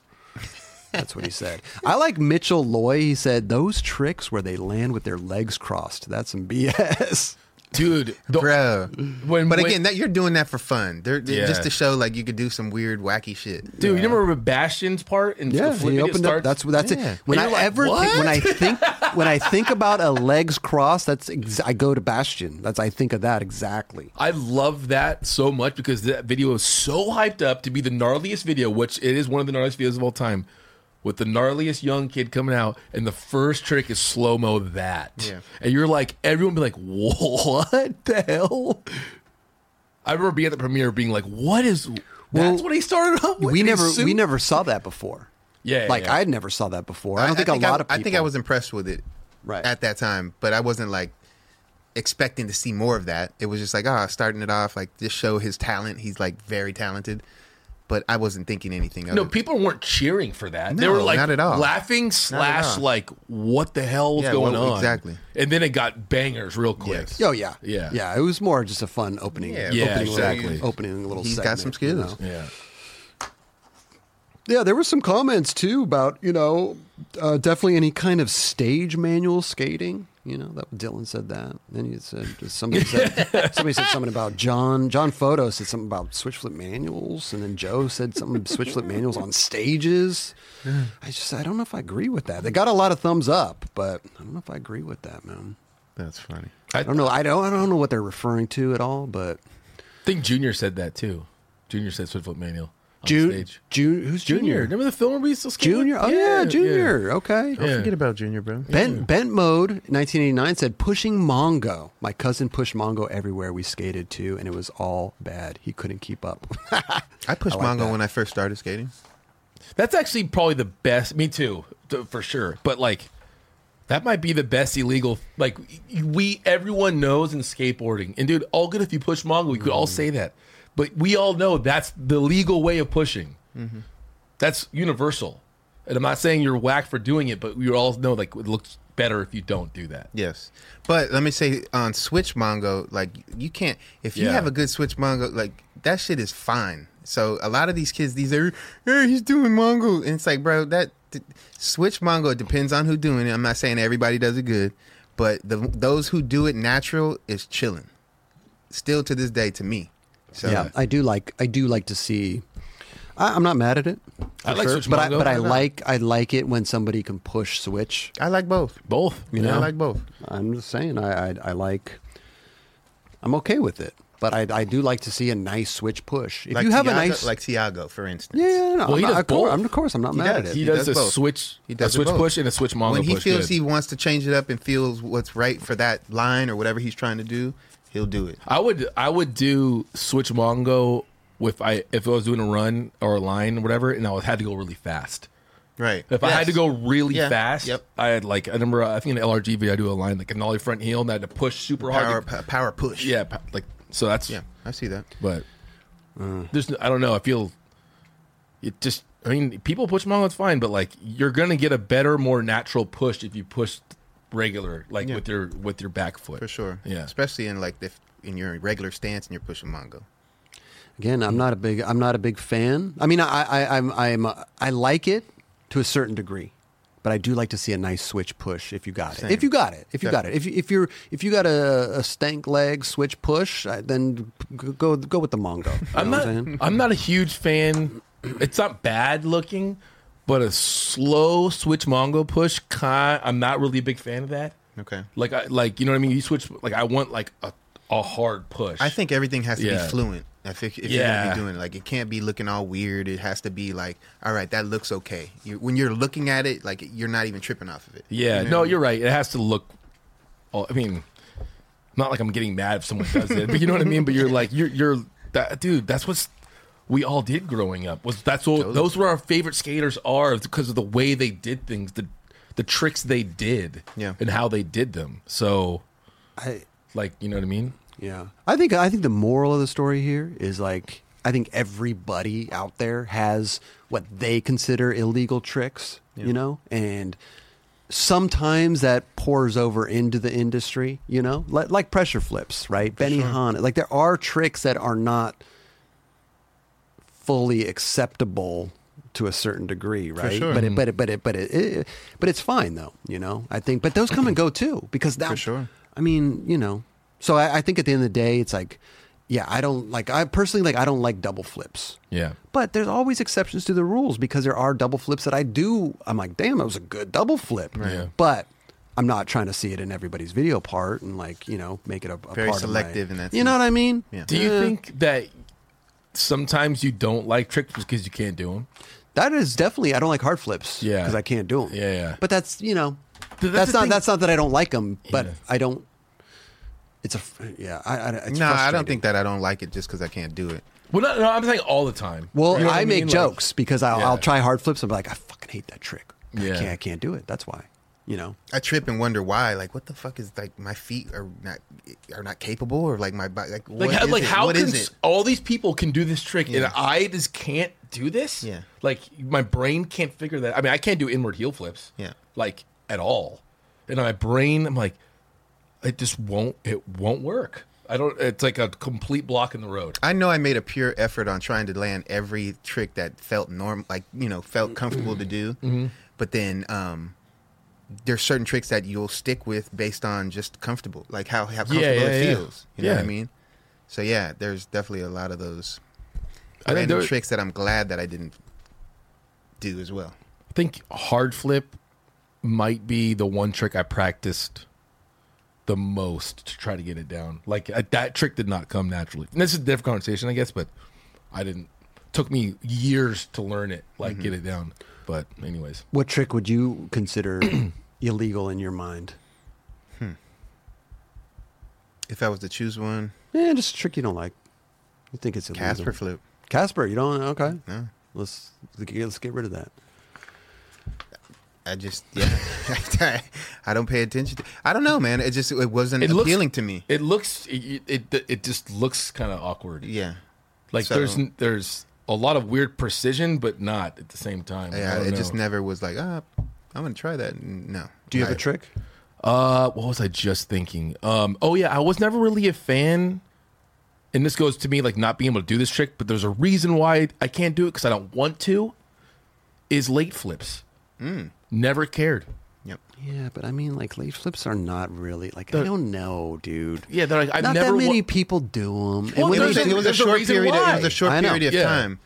S1: That's what he said. I like Mitchell Loy. He said, "Those tricks where they land with their legs crossed. That's some BS."
S3: dude. the-
S2: Bro,
S3: when-
S2: but
S3: when-
S2: again, that you're doing that for fun. They're, they're
S3: Yeah.
S2: just to show like you could do some weird, wacky shit.
S3: dude, you remember Bastion's part and
S1: Yeah,
S3: the flipping
S1: he
S3: it
S1: opened up. That's
S3: starts?
S1: that's
S2: Yeah.
S1: it. When I
S3: And you're like,
S1: ever thi-
S3: "What?"
S1: when I think when I think about a legs crossed, that's ex- I go to Bastion. That's I think of that exactly.
S3: I love that so much because that video is so hyped up to be the gnarliest video, which it is one of the gnarliest videos of all time. With the gnarliest young kid coming out, and the first trick is slow mo that,
S2: Yeah.
S3: and you're like, everyone be like, "What the hell?" I remember being at the premiere, being like, "What is?" that's what he started off with.
S1: we
S3: in his
S1: never we
S3: suit?
S1: never saw that before.
S3: Yeah, yeah,
S1: like
S3: yeah.
S1: I never saw that before. I don't think, a lot of people.
S2: I think I was impressed with it
S1: Right.
S2: at that time, but I wasn't like expecting to see more of that. It was just like, ah, starting it off like just show his talent. He's like very talented, but I wasn't thinking anything. Of
S3: No,
S2: it.
S3: people weren't cheering for that. they
S2: No,
S3: were like
S2: not at all.
S3: laughing slash
S2: all.
S3: like what the hell is
S2: Yeah,
S3: going
S2: well,
S3: on?
S2: exactly.
S3: And then it got bangers real quick.
S2: Yes.
S1: Oh yeah,
S3: Yeah.
S1: yeah. It was more just a fun opening.
S2: Yeah,
S3: Yeah,
S1: opening
S3: exactly.
S1: Little, opening little.
S2: He's
S1: segment,
S2: got some
S1: you
S2: skills.
S1: know?
S3: Yeah.
S1: Yeah, there were some comments too about you know uh, definitely any kind of stage manual skating. You know that Dylan said that. Then you said somebody said somebody said something about John John Photo said something about switch flip manuals, and then Joe said something about switch flip manuals on stages. I just I don't know if I agree with that. They got a lot of thumbs up, but I don't know if I agree with that, man.
S2: That's funny.
S1: I don't know. I don't I don't know what they're referring to at all, but
S3: I think Junior said that too. Junior said Swift Flip Manual. On
S1: Junior,
S3: stage.
S1: Junior, who's
S3: Junior.
S1: Junior?
S3: Remember the film where we used to skate
S1: Junior.
S3: with?
S1: Oh yeah, Junior. Okay.
S3: Yeah.
S2: Forget about Junior, bro.
S1: Bent Bent Mode 1989 said pushing Mongo. My cousin pushed Mongo everywhere we skated to, and it was all bad. He couldn't keep up.
S2: I pushed
S1: I like
S2: Mongo
S1: that.
S2: when I first started skating.
S3: That's actually probably the best. Me too, th- for sure. But like, that might be the best illegal. Like y- we, everyone knows in skateboarding, and dude, all good if you push Mongo. We could all
S1: Mm-hmm.
S3: say that, but we all know that's the legal way of pushing.
S1: Mm-hmm.
S3: That's universal. And I'm not saying you're whack for doing it, but we all know like it looks better if you don't do that.
S2: Yes, but let me say on Switch Mongo, like you can't if you
S3: Yeah.
S2: have a good Switch Mongo, like that shit is fine. So a lot of these kids, these are, hey, he's doing Mongo, and it's like, bro, that th- switch Mongo it depends on who doing it. I'm not saying everybody does it good, but the those who do it natural is chilling. Still to this day, to me. So
S1: yeah, I do like I do like to see. I, I'm not mad at it.
S3: I
S1: for
S3: like
S1: sure,
S3: Switch
S1: but I,
S3: Mongo.
S1: but I
S3: Why not?
S1: like I like it when somebody can push switch.
S2: I like both.
S3: Both, you
S2: I
S3: know.
S2: like both.
S1: I'm just saying I I, I like. I'm okay with it, but I, I do like to see a nice switch push. If
S2: Like
S1: you have
S2: Tiago,
S1: a nice
S2: like Tiago, for instance.
S1: yeah, yeah, no,
S3: Well,
S1: I'm
S3: he
S1: not-
S3: does
S1: of course,
S3: both.
S1: I'm, of course I'm not
S2: He
S1: mad
S2: does.
S1: at it.
S3: he,
S2: He
S3: does,
S2: does
S3: a
S2: both.
S3: switch,
S2: He does
S3: a switch
S2: both.
S3: push and a switch Mongo
S2: when he
S3: push.
S2: feels
S3: good.
S2: he wants to change it up and feels what's right for that line or whatever he's trying to do, he'll do it.
S3: I would I would do switch Mongo with I if I was doing a run or a line or whatever, and I was, had to go really fast.
S2: Right.
S3: If I had to go really
S2: Yeah.
S3: fast,
S2: Yep.
S3: I had like I remember I think in the LRG video I do a line like a nollie front heel and I had to push super
S2: power,
S3: hard.
S2: p- power push.
S3: yeah, pa- like so that's
S2: Yeah. I see that.
S3: but
S2: Uh.
S3: there's I don't know I feel it just I mean people push Mongo it's fine, but like you're gonna get a better more natural push if you push regular like with your with your back foot
S2: For sure.
S3: Yeah.
S2: Especially in like if in your regular stance and you're pushing Mongo.
S1: Again, I'm not a big I'm not a big fan. I mean, I, I I'm I'm uh, I like it to a certain degree, but I do like to see a nice switch push if you got it. If you got it, if you got it, if you, if you're if you got a, a stank leg switch push, I- then g- go go with the Mongo. You
S3: I'm
S1: know
S3: not.
S1: what I'm
S3: I'm,
S1: saying?
S3: not a huge fan. It's not bad looking, but a slow switch Mongo push. Kind, I'm not really a big fan of that.
S2: Okay.
S3: Like I like you know what I mean. You switch like I want like a, a hard push.
S2: I think everything has to
S3: Yeah.
S2: be fluent. I think if you're
S3: Yeah.
S2: gonna be doing it, like it can't be looking all weird. It has to be like, all right, that looks okay. You, when you're looking at it, like you're not even tripping off of it.
S3: Yeah. No, you're right. It has to look. all- I mean, not like I'm getting mad if someone does it, but you know what I mean. But you're like you're you're that dude. That's what's we all did growing up. Was that's what those were our favorite skaters are because of the way they did things, the the tricks they did,
S2: Yeah.
S3: and how they did them. So
S1: I,
S3: like you know what I mean.
S1: Yeah, I think I think the moral of the story here is like I think everybody out there has what they consider illegal tricks, you know, and sometimes that pours over into the industry, you know, like, like pressure flips, right? Benny Hahn, like there are tricks that are not fully acceptable to a certain degree, right?
S2: sure. Mm.
S1: But it, but it, but it, but it, it, but it's fine though, you know. I think, but those come and go too because that.
S2: For sure.
S1: I mean, you know, so I, I think at the end of the day, it's like, yeah, I don't like. I personally like. I don't like double flips.
S3: Yeah.
S1: But there's always exceptions to the rules because there are double flips that I do. I'm like, damn, that was a good double flip.
S3: Yeah.
S1: But I'm not trying to see it in everybody's video part and like you know make it a, a
S2: Very
S1: part
S2: selective
S1: Of
S2: in
S1: my,
S2: that
S1: you know
S2: sense.
S1: what I mean?
S2: Yeah.
S3: Do you
S1: Eh,
S3: think that sometimes you don't like tricks because you can't do them?
S1: that is definitely I don't like hard flips?
S3: Yeah.
S1: because I can't do them.
S3: Yeah, yeah.
S1: But that's you know
S3: Th-
S1: that's
S3: that's the
S1: not
S3: thing.
S1: that's not that I don't like them, but
S3: Yeah.
S1: I don't. It's a f- yeah. I, I it's
S2: no, I don't
S1: frustrating.
S2: think that I don't like it just because I can't do it.
S3: Well, no, no, I'm saying all the time.
S1: Well,
S3: You know what
S1: I, make
S3: mean? Like,
S1: jokes because I'll, I'll
S3: Yeah.
S1: try hard flips. I'm like, I fucking hate that trick. I
S3: Yeah.
S1: can't, I can't do it. That's why, you know.
S2: I trip and wonder why. Like, what the fuck is like my feet are not are not capable or like my body like what
S3: Like, how,
S2: is
S3: like
S2: it?
S3: how
S2: What
S3: can
S2: is
S3: s-
S2: it?
S3: all these people can do this trick
S2: Yeah.
S3: and I just can't do this?
S2: Yeah.
S3: Like my brain can't figure that. I mean, I can't do inward heel flips.
S2: Yeah.
S3: Like at all. And my brain, I'm like, it just won't. It won't work. I don't. It's like a complete block in the road.
S2: I know I made a pure effort on trying to land every trick that felt norm, like you know, felt comfortable to do.
S3: Mm-hmm.
S2: But then um, there's certain tricks that you'll stick with based on just comfortable, like how how comfortable
S3: yeah,
S2: it
S3: yeah.
S2: feels. You know what I
S3: Yeah.
S2: mean? So yeah, there's definitely a lot of those
S3: I think
S2: random
S3: there-
S2: tricks that I'm glad that I didn't do as well.
S3: I think hard flip might be the one trick I practiced the most to try to get it down. Like I, that trick did not come naturally. And this is a different conversation, I guess, but I didn't. Took me years to learn it, like
S2: Mm-hmm.
S3: get it down. But anyways,
S1: What trick would you consider illegal in your mind?
S2: If I was to choose one,
S1: Yeah, Eh, just a trick you don't like. You think it's illegal?
S2: Casper flip.
S1: Casper, you don't? Okay.
S2: No.
S1: Let's let's get rid of that.
S2: I just yeah, I don't pay attention. to I don't know, man. It just it wasn't
S3: it looks-
S2: appealing to me.
S3: It looks it it, it just looks kind of awkward.
S2: Yeah.
S3: Like
S2: So-
S3: there's n- there's a lot of weird precision, but not at the same time. I
S2: Yeah,
S3: don't
S2: it just
S3: know.
S2: never was like, ah, I'm gonna try that. N- No.
S1: Do you have
S2: I-
S1: a trick?
S3: Uh, what was I just thinking? Um, oh yeah, I was never really a fan and this goes to me like not being able to do this trick, but there's a reason why I can't do it because I don't want to, is late flips.
S2: Hmm.
S3: Never cared.
S2: Yep.
S1: Yeah, but I mean, like late flips are not really like I don't know, dude.
S3: Yeah, they're like, I've
S1: not
S3: never
S1: that
S3: wa-
S1: many people do them.
S3: Well,
S2: It was,
S3: there's
S2: a,
S3: a-
S2: it was a
S3: there's a
S2: short
S3: reason
S2: period. Of, it was
S3: why.
S2: a short
S1: I know.
S2: period of
S3: Yeah.
S2: time.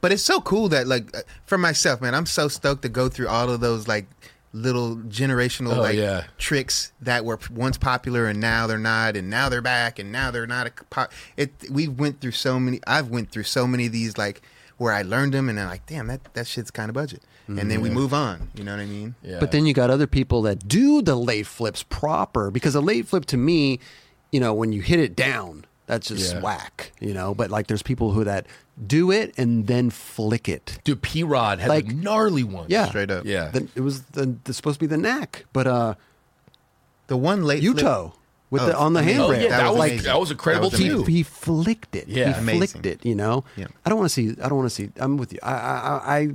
S2: But it's so cool that like uh, for myself, man, I'm so stoked to go through all of those like little generational
S3: Oh,
S2: like
S3: yeah.
S2: tricks that were p- once popular and now they're not, and now they're back, and now they're not a c- pop. It we went through so many. I've went through so many of these like where I learned them, and I'm like, damn, that that shit's kind of budget. And then we move on. You know what I mean?
S3: Mm-hmm. Yeah.
S1: But then you got other people that do the late flips proper because a late flip to me, you know, when you hit it down, that's just
S3: Yeah.
S1: whack, you know. But like, there's people who that do it and then flick it.
S3: Dude, P Rod had
S1: Like-
S3: the gnarly one.
S1: Yeah,
S2: Straight up.
S3: Yeah.
S1: The- it was the, the supposed to be the knack, but uh,
S2: The one late flip-
S1: Utah with
S2: Oh,
S1: the on the
S2: amazing.
S1: handrail.
S3: Oh, yeah, that was-
S1: like
S2: amazing.
S3: that was incredible
S2: was
S3: too.
S2: amazing.
S3: Dude.
S1: he flicked it.
S3: Yeah.
S1: he
S2: Amazing.
S1: flicked it. You know,
S2: Yeah.
S1: I don't want to see. I don't want to see. I'm with you. I, I, I, I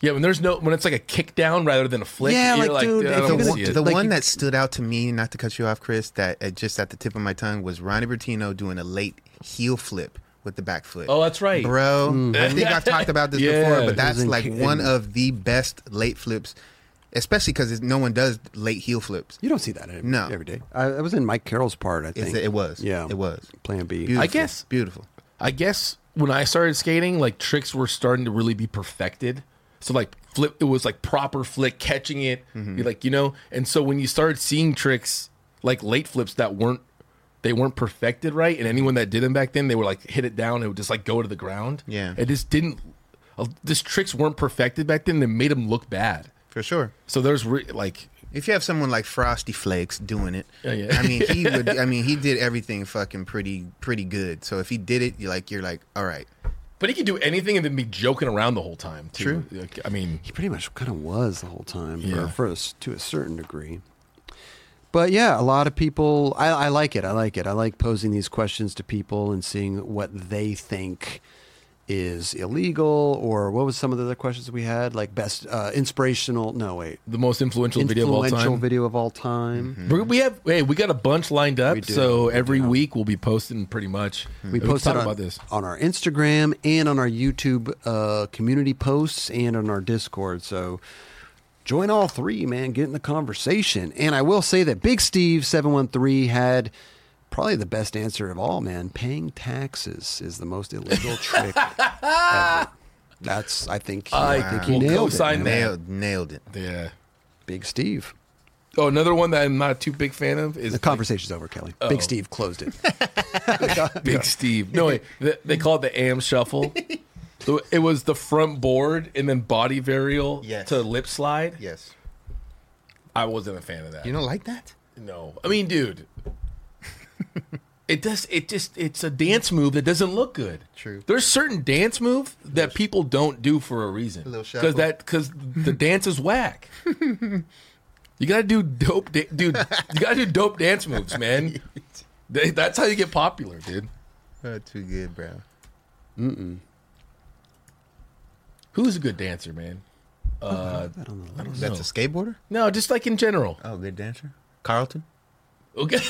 S3: Yeah, when there's no when it's like a kick down rather than a flick.
S1: Yeah,
S3: you're
S1: like, dude,
S3: I
S1: if
S3: don't
S1: you're gonna
S3: see
S1: do
S3: it.
S2: The
S1: Like
S2: one
S1: you-
S2: that stood out to me, not to cut you off, Chris, that uh, just at the tip of my tongue was Ronnie Bertino doing a late heel flip with the back foot.
S3: Oh, that's right.
S2: Bro, I think I've talked about this
S3: Yeah.
S2: before, but that's
S1: Doesn't
S2: like
S1: care.
S2: one of the best late flips, especially because no one does late heel flips.
S1: You don't see that every,
S2: No.
S1: every day. I, I was in Mike Carroll's part. I
S2: It's-
S1: think
S2: it was.
S1: Yeah,
S2: It was.
S1: Plan B.
S2: Beautiful.
S3: guess-
S2: Beautiful.
S3: I guess when I started skating, like tricks were starting to really be perfected. So like flip, it was like proper flick, catching it,
S2: Mm-hmm.
S3: you like you know. And so when you started seeing tricks like late flips that weren't they weren't perfected right, and anyone that did them back then, they were like hit it down, it would just like go to the ground.
S2: Yeah.
S3: it just didn't. Uh, these tricks weren't perfected back then. They made them look bad.
S2: For sure.
S3: So there's re- like
S2: If you have someone like Frosty Flakes doing it,
S3: Yeah, Oh, yeah.
S2: I mean, he would. I mean, he did everything fucking pretty, pretty good. So if he did it, you're like, you're like, all right,
S3: But he could do anything and then be joking around the whole time. Too.
S2: True.
S3: Like, I mean,
S1: he pretty much kind of was the whole time,
S3: Yeah.
S1: or first to a certain degree. But yeah, a lot of people. I, I like it. I like it. I like posing these questions to people and seeing what they think is illegal, or what was some of the other questions we had, like best uh, inspirational. No, wait,
S3: the most influential, video of all
S1: influential
S3: time. Mm-hmm.
S1: video of all time.
S3: We- We have hey, we got a bunch lined up.
S1: We do. Hmm.
S3: So every week we'll be posting pretty much.
S1: We
S3: can
S1: posted
S3: talk
S1: on,
S3: about this.
S1: on our Instagram and on our YouTube uh, community posts and on our Discord. So join all three, man. Get in the conversation. And I will say that Big Steve seven one three had probably the best answer of all, man. Paying taxes is the most illegal trick. ever. That's I think he, I,
S3: I
S1: think he
S3: will
S1: nailed it.
S3: co-sign
S1: man.
S2: nailed,
S3: that.
S2: nailed it.
S3: Yeah.
S1: Big Steve.
S3: Oh, another one that I'm not too big fan of is
S1: The conversation's over, Kelly. Big Steve closed it.
S3: Big Steve. No, wait, they, they call it the AM shuffle. So it was the front board and then body varial
S2: Yes.
S3: to lip slide.
S2: Yes.
S3: I wasn't a fan of that.
S2: You don't like that?
S3: No, I mean, dude, it does. It just it's a dance move that doesn't look good.
S2: True.
S3: There's certain dance move that people don't do for a reason.
S2: little shuffle.
S3: Because that because the dance is whack. you gotta do dope, da- dude. You gotta do dope dance moves, man. They- That's how you get popular, dude.
S2: Not too good, bro.
S3: Who's a good dancer, man? Uh, I don't know.
S2: That's a skateboarder?
S3: No, just like in general.
S2: Oh, good dancer. Carlton?
S3: Okay.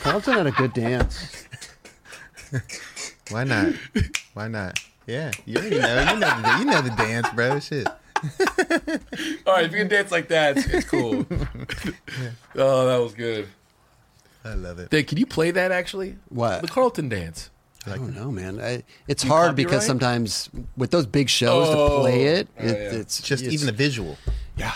S1: Carlton had a good dance.
S2: Why not? Why not? Yeah, you already know. You know the, you know the dance, bro. Shit.
S3: All right, if you can dance like that, it's, it's cool. oh, that was good.
S2: I love it.
S3: Dave, can you play that actually?
S1: What?
S3: The Carlton dance.
S1: I don't know, man. I, it's hard because
S3: copyright?
S1: sometimes with those big shows to
S3: Oh.
S1: play it,
S3: Oh,
S1: it
S3: yeah.
S1: it's
S2: Just
S1: it's-
S2: even the visual.
S1: yeah,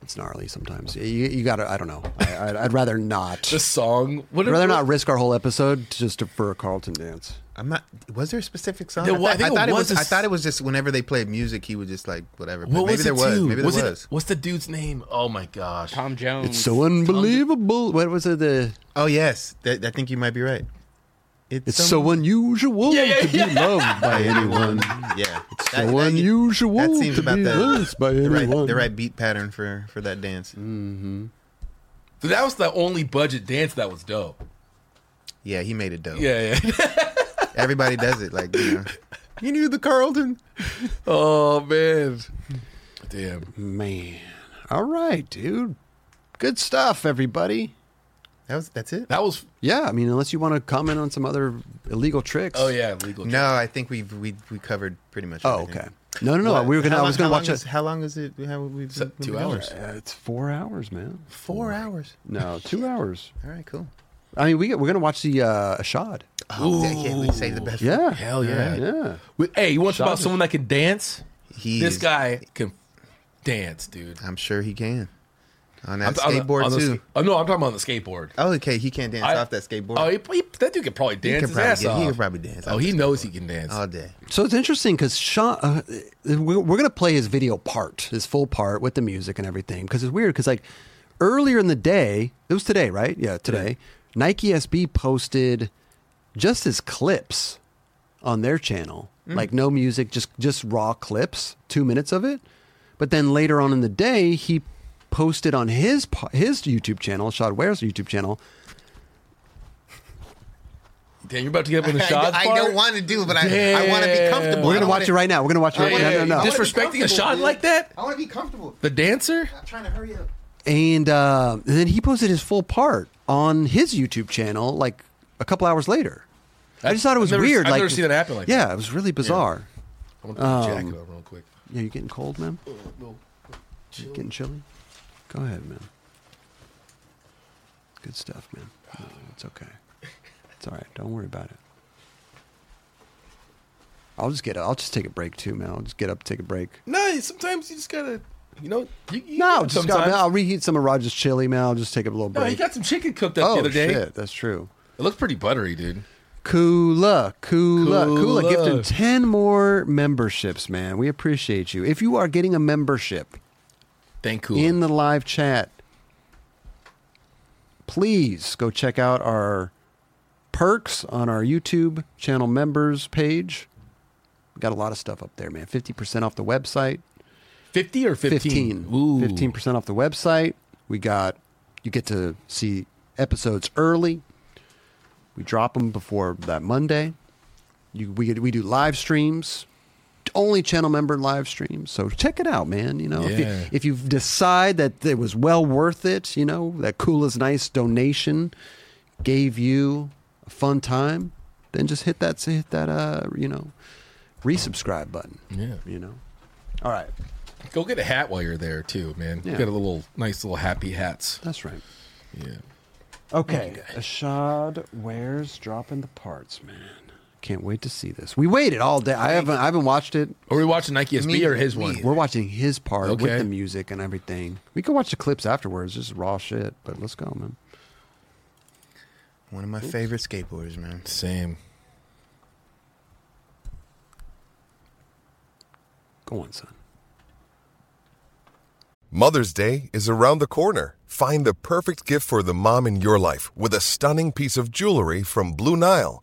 S1: it's gnarly sometimes. You, you gotta, I don't know. I, I'd, I'd rather not.
S3: The song. What
S1: I'd rather not risk our whole episode just to, for a Carlton dance.
S2: I'm not. Was there a specific song?
S3: There wa- I think it
S2: thought
S3: was
S2: it
S3: a
S2: was. I
S3: s-
S2: thought it was just whenever they played music, he would just like whatever. But
S3: What
S2: maybe
S3: was
S2: there
S3: it
S2: was.
S3: too?
S2: Maybe there was.
S3: it- what's the dude's name? Oh my gosh.
S7: Tom Jones.
S1: It's so unbelievable. What was it? The
S2: Oh yes, that, I think you might be right.
S1: it's so unusual
S3: Yeah, yeah,
S1: to be loved by anyone.
S2: Yeah, it's
S1: So unusual
S2: That seems
S1: to
S2: about
S1: be
S2: the,
S1: loved by
S2: the right,
S1: anyone.
S2: the right beat pattern for for that dance.
S3: Mm. So that was the only budget dance that was dope.
S2: Yeah, he made it dope.
S3: Yeah, yeah.
S2: everybody does it. Like you know, he knew the Carlton.
S3: oh man. Damn.
S1: man. All right, dude. Good stuff, everybody.
S2: That was that's it.
S3: That was
S1: Yeah, I mean, unless you want to comment on some other illegal tricks.
S3: Oh yeah, legal. Drink.
S2: No, I think we we we covered pretty much.
S1: Oh,
S2: everything.
S1: okay. No, no, no.
S2: What-
S1: We were gonna.
S2: how
S1: I was gonna
S2: long- how long
S1: watch
S2: is-
S1: it.
S2: How long is it? How we
S3: So, two hours.
S1: Uh, it's four hours, man.
S2: Four hours.
S1: No, two hours.
S2: All right, cool.
S1: I mean, we we're gonna watch the uh, Ashad.
S2: Oh, yeah, yeah, we saved the best. for-
S1: Yeah.
S3: Hell yeah.
S1: Yeah.
S3: With- hey, you want to talk about
S1: Shocking.
S3: someone that can dance?
S2: He
S3: this
S2: is-
S3: guy can dance, dude.
S2: I'm sure he can. On
S3: I'm
S2: that
S3: t- on the-
S2: skateboard
S3: on the
S2: too.
S3: sk- oh, no, I'm talking about on the skateboard.
S2: oh, okay. He can't dance
S3: I-
S2: off that skateboard.
S3: Oh, he, he, that dude can probably
S2: he
S3: dance
S2: can
S3: his
S2: probably
S3: ass
S2: get-
S3: off.
S2: He can probably dance.
S3: oh,
S2: off
S3: he
S2: that
S3: knows he can dance.
S2: skateboard all day.
S1: So it's interesting because Sean, uh, we're, we're going to play his video part, his full part with the music and everything. Because it's weird. Because like earlier in the day, it was today, right? Yeah, today. Nike SB posted just his clips on their channel, like no music, just just raw clips, two minutes of it. But then later on in the day, he posted on his po- his YouTube channel, Shad Ware's YouTube channel,
S3: Damn, you're about to get up on the
S2: I-
S3: shot.
S2: I, don't want to do, but I, I want to be
S3: Damn.
S2: comfortable.
S1: We're
S2: Oh, I
S1: gonna
S2: wanna- Oh,
S1: watch it right now. We're gonna watch it.
S3: Hey,
S1: Right now.
S3: hey,
S1: no, no, no.
S2: I wanna be
S3: Disrespecting a
S2: comfortable,
S3: shot
S2: dude.
S3: like that?
S2: I want to be comfortable.
S3: The dancer?
S2: I'm trying to hurry up.
S1: and, uh, and then he posted his full part on his YouTube channel like a couple hours later. I just thought it was
S3: I've never-
S1: weird.
S3: I've
S1: like,
S3: never seen that happen like
S1: yeah, it was really bizarre.
S3: I'm going to
S2: Oh.
S3: put the jacket on real quick.
S1: Yeah, you getting cold, man? You getting chilly? Go ahead, man. Good stuff, man. No, it's okay. It's all right. Don't worry about it. I'll just get. I'll just take a break too, man. I'll just get up, take a break.
S3: No, sometimes you just got to, you know, you, you
S1: No,
S3: got
S1: just
S3: sometimes.
S1: got, I'll reheat some of Roger's chili, man. I'll just take a little
S3: no,
S1: break.
S3: he got some chicken cooked up
S1: oh
S3: the other day.
S1: shit, that's true.
S3: It looked pretty buttery, dude.
S1: Kula, Kula, Kula,
S3: Kula.
S1: gifted 10 more memberships, man. We appreciate you. If you are getting a membership
S3: Thank you.
S1: in the live chat, please go check out our perks on our YouTube channel members page. We got a lot of stuff up there, man. 50% off the website.
S3: 50 or 15?
S1: 15.
S3: Ooh.
S1: 15% off the website. We got, you get to see episodes early. We drop them before that Monday. You, we, we do live streams, only channel member live streams. So check it out, man. You know, if,
S3: Yeah.
S1: you, if you decide that it was well worth it, you know, that cool is nice donation gave you a fun time, then just hit that, hit that, uh, you know, resubscribe button.
S3: Yeah.
S1: You know? All right.
S3: Go get a hat while you're there, too, man.
S1: Yeah.
S3: Get a little, nice little happy hats.
S1: That's right.
S3: Yeah.
S1: Okay, Ashad Ware's dropping the parts, man. Can't wait to see this. We waited all day. I haven't. I haven't watched it.
S3: Are we watching Nike SB or his
S2: me
S3: one?
S1: We're watching his part
S3: Okay.
S1: with the music and everything. We can watch the clips afterwards. Just raw shit. But let's go, man.
S2: One of my favorite skateboarders, man.
S3: Same.
S1: Go on, son.
S7: Mother's Day is around the corner. Find the perfect gift for the mom in your life with a stunning piece of jewelry from Blue Nile.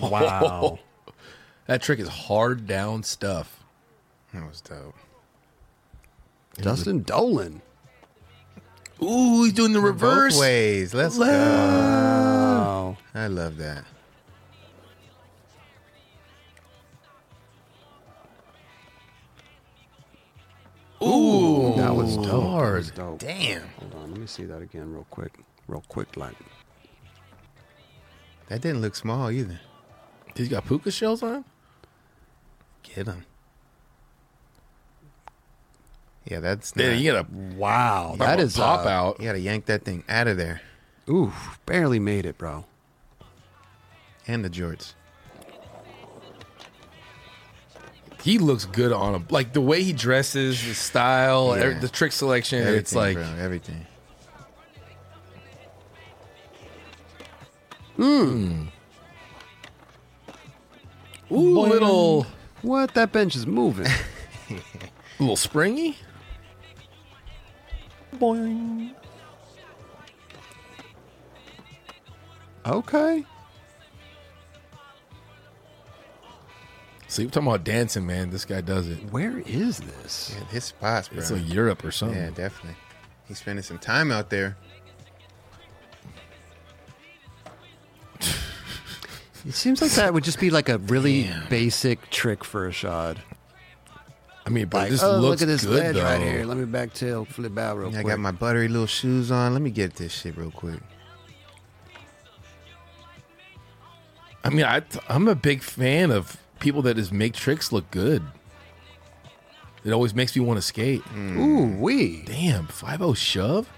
S1: Wow.
S3: That trick is hard down stuff.
S2: That was dope.
S1: Dustin Dolan.
S3: Ooh, he's doing the reverse.
S2: Both ways. Let's go.
S3: Oh.
S1: Wow.
S2: I love that.
S3: Ooh,
S1: That was dope. That
S3: hard.
S1: was dope.
S2: Damn.
S1: Hold on. Let me see that again real quick. Real quick, like.
S2: That didn't look small either.
S3: He's got puka shells on.
S2: Get him. Yeah, that's.
S3: Yeah,
S2: not-
S3: you gotta
S1: Wow.
S3: that
S1: That is
S3: pop
S1: uh,
S3: out.
S2: you gotta yank that thing out of there.
S1: Ooh, barely made it, bro.
S2: And the jorts.
S3: He looks good on him. Like the way he dresses, the style,
S2: Yeah.
S3: er- the trick selection.
S2: Everything,
S3: it's like
S2: bro, everything.
S3: ooh, little,
S1: What? That bench is moving.
S3: little springy.
S4: Boing.
S1: okay.
S3: So you're talking about dancing, man. This guy does it.
S1: Where is this?
S2: Yeah, his spots, bro.
S3: It's like Europe or something.
S2: yeah, definitely. He's spending some time out there.
S1: It seems like that would just be like a really basic trick for a shot.
S3: I mean, but
S1: Like,
S3: this
S1: oh, look
S3: looks
S1: at this
S3: good
S1: ledge
S3: though.
S1: right here. Let me back tail flip out real
S2: I
S1: quick.
S2: got my buttery little shoes on. Let me get this shit real quick.
S3: I mean, I, I'm a big fan of people that just make tricks look good. It always makes me want to skate.
S2: Mm.
S1: Ooh wee!
S3: Damn, 5 shove?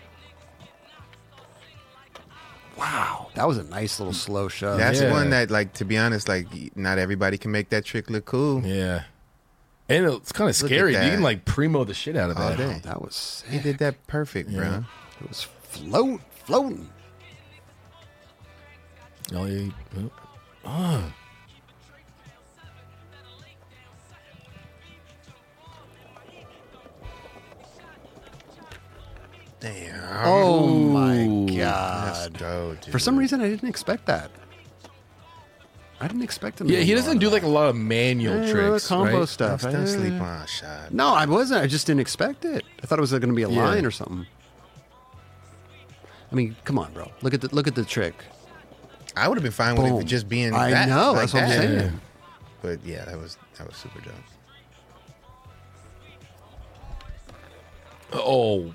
S1: Wow, that was a nice little slow shove.
S2: That's
S3: Oh, yeah.
S2: one that, like, to be honest, like, not everybody can make that trick look cool.
S3: Yeah. And it's kind of
S2: Look at
S3: scary. You
S2: that.
S3: can like primo the shit out of
S2: All
S3: that.
S2: day.
S1: that was
S2: He
S1: sick.
S2: did that perfect, bro.
S1: It was float floating.
S3: Oh, yeah. Oh.
S2: Damn.
S1: Oh my
S3: Ooh.
S2: Let's
S1: god!
S2: go, dude.
S1: For some reason, I didn't expect that. I didn't expect him.
S3: Yeah,
S1: to
S3: he
S1: go
S3: doesn't
S1: on
S3: do
S1: that.
S3: like a lot of manual
S1: Yeah,
S3: tricks.
S1: combo
S3: right?
S1: stuff.
S2: Don't
S1: Eh.
S2: sleep on shot.
S1: No, I wasn't. I just didn't expect it. I thought it was going to be a
S3: Yeah.
S1: line or something. I mean, come on, bro. Look at the look at the trick.
S2: I would have been fine with it
S1: Boom.
S2: just being.
S1: I
S2: that,
S1: know.
S2: like
S1: that's what I'm
S2: that.
S1: saying.
S3: Yeah.
S2: But yeah, that was that was super dope.
S3: Oh,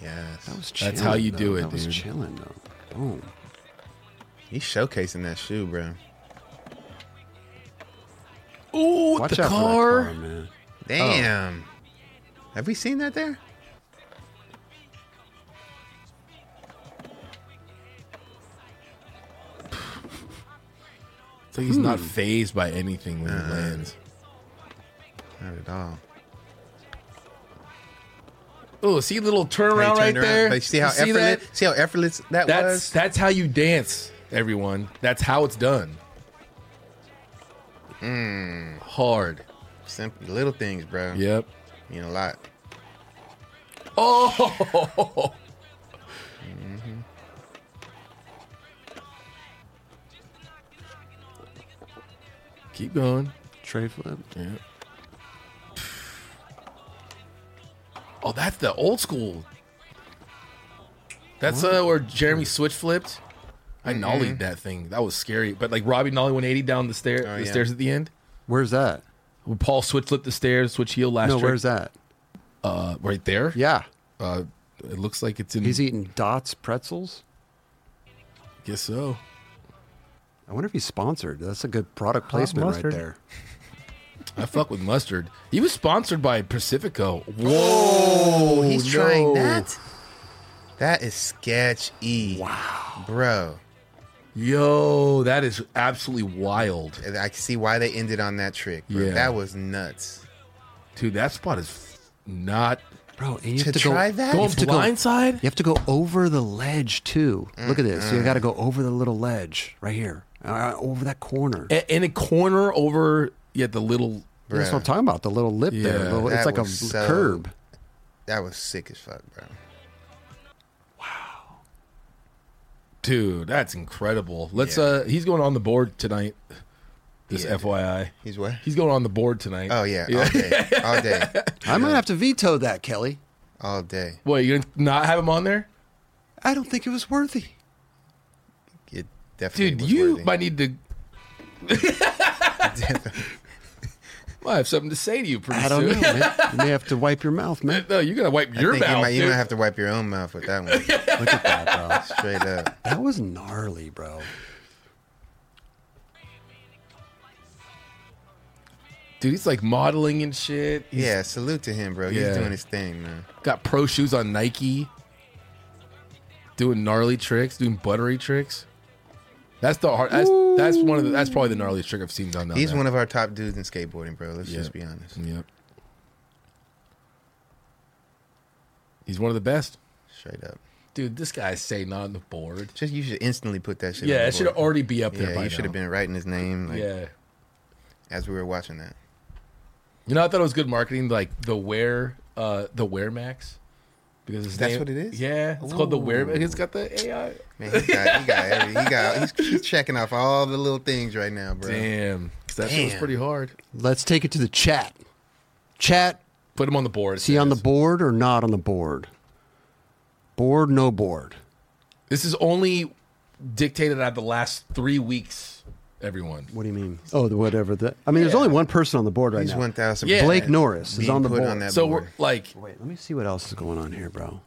S2: Yes,
S1: That was
S3: That's
S1: chilling,
S3: how you
S1: though.
S3: do it,
S1: That was
S3: dude.
S1: chilling though. Boom.
S2: he's showcasing that shoe, bro.
S3: ooh, with
S1: Watch
S3: the
S1: out for
S3: car.
S1: that car, man.
S2: Damn. Have we seen that there?
S3: It's like he's
S2: Hmm.
S3: not phased by anything when
S2: Uh,
S3: he lands.
S2: Not at all.
S3: Oh, see the little turnaround
S2: Hey,
S3: right
S2: turned around.
S3: there.
S2: Like, see how
S3: You see
S2: effortless?
S3: that?
S2: See how effortless that
S3: That's
S2: was?
S3: that's how you dance, everyone. That's how it's done.
S2: Hmm.
S3: Hard.
S2: Simple little things, bro.
S3: Yep.
S2: mean a lot.
S3: Oh,
S2: Mm-hmm.
S3: keep going.
S1: Tray flip.
S3: Yeah. Oh, that's the old school. That's uh, where Jeremy switch flipped. I
S1: Mm-hmm.
S3: nollied that thing. That was scary. But like Robbie nollie 180 down the stair,
S2: Oh,
S3: the
S2: yeah.
S3: stairs at the end.
S1: Where's that?
S3: When Paul switch flipped the stairs, switch heel last.
S1: no,
S3: trick.
S1: where's that?
S3: Uh, right there.
S1: Yeah,
S3: Uh, it looks like it's in.
S1: he's eating Dots pretzels.
S3: Guess so.
S1: I wonder if he's sponsored. That's a good product placement right
S4: mustard.
S1: there.
S3: I fuck with mustard. He was sponsored by Pacifico. Whoa,
S2: He's
S3: no.
S2: trying that. Oh, That is sketchy. Wow, bro.
S3: Yo, that is absolutely wild,
S2: And I can see why they ended on that trick. Bro.
S3: Yeah.
S2: That was nuts.
S3: dude. That spot is not
S1: Bro, and you
S2: To
S1: have to
S2: try
S1: go,
S2: that?
S1: You
S3: going
S1: have to go
S3: blindside.
S1: You have to go over the ledge too. Look at this.
S2: Mm-hmm.
S1: You got to go over the little ledge right here, uh, over that corner.
S3: A- in a corner over yeah the little
S1: That's what I'm talking about. The little lip there.
S3: Yeah.
S1: Little- it's
S2: That
S1: like a
S2: was so-
S1: curb.
S2: That was sick as fuck, bro.
S3: dude that's incredible let's uh he's going on the board tonight this fyi
S2: He's what?
S3: he's going on the board tonight
S2: Oh yeah, all day, all day,
S1: I might have to veto that, Kelly.
S2: all day.
S3: wait you're gonna not have him on there
S1: I don't think it was worthy.
S2: It definitely.
S3: dude
S2: was
S3: you
S2: worthy.
S3: might need to might have something to say to you pretty
S1: I don't
S3: soon
S1: know, man. You may have to wipe your mouth, man.
S3: no you're gonna wipe
S2: I
S3: your
S2: think
S3: mouth
S2: you might, you
S3: dude.
S2: might have to wipe your own mouth with that one.
S1: Look at that, bro.
S2: Straight up.
S1: That was gnarly, bro.
S3: dude he's like modeling and shit he's
S2: Yeah, salute to him, bro.
S3: Yeah.
S2: He's doing his thing, man.
S3: got pro shoes on nike doing gnarly tricks doing buttery tricks that's the hard that's, That's one of the, that's probably the gnarliest trick I've seen done.
S2: He's one of our top dudes in skateboarding, bro. Let's just be honest.
S3: Yep. He's one of the best.
S2: Straight up.
S3: Dude, this guy's saying on the board.
S2: Just you should instantly put that shit. on
S3: Yeah,
S2: the
S3: it should
S2: board.
S3: already be up there.
S2: Yeah,
S3: by
S2: you should have
S3: now.
S2: been writing his name. Like,
S3: Yeah.
S2: As we were watching that.
S3: You know, I thought it was good marketing, like the Wear, uh, the Wear Max, because his
S2: That's
S3: name-
S2: what it is?
S3: Yeah, it's called the Wear. It's got the AI.
S2: Man, he got, he got, every, he got he's, he's checking off all the little things right now, bro.
S3: Damn, 'Cause that shit was
S2: Damn.
S3: pretty hard.
S1: Let's take it to the chat. Chat,
S3: Put him on the board. it
S1: is he on the
S3: says.
S1: board or not on the board? Board, no board.
S3: This is only dictated out of the last three weeks. Everyone.
S1: What do you mean? Oh, the whatever. The, I mean, there's
S3: Yeah.
S1: only one person on the board right
S2: He's
S1: now.
S2: one thousand.
S3: Yeah.
S1: Blake Norris is on the board.
S2: On that
S3: so
S2: board.
S3: we're like,
S1: Wait, let me see what else is going on here, bro.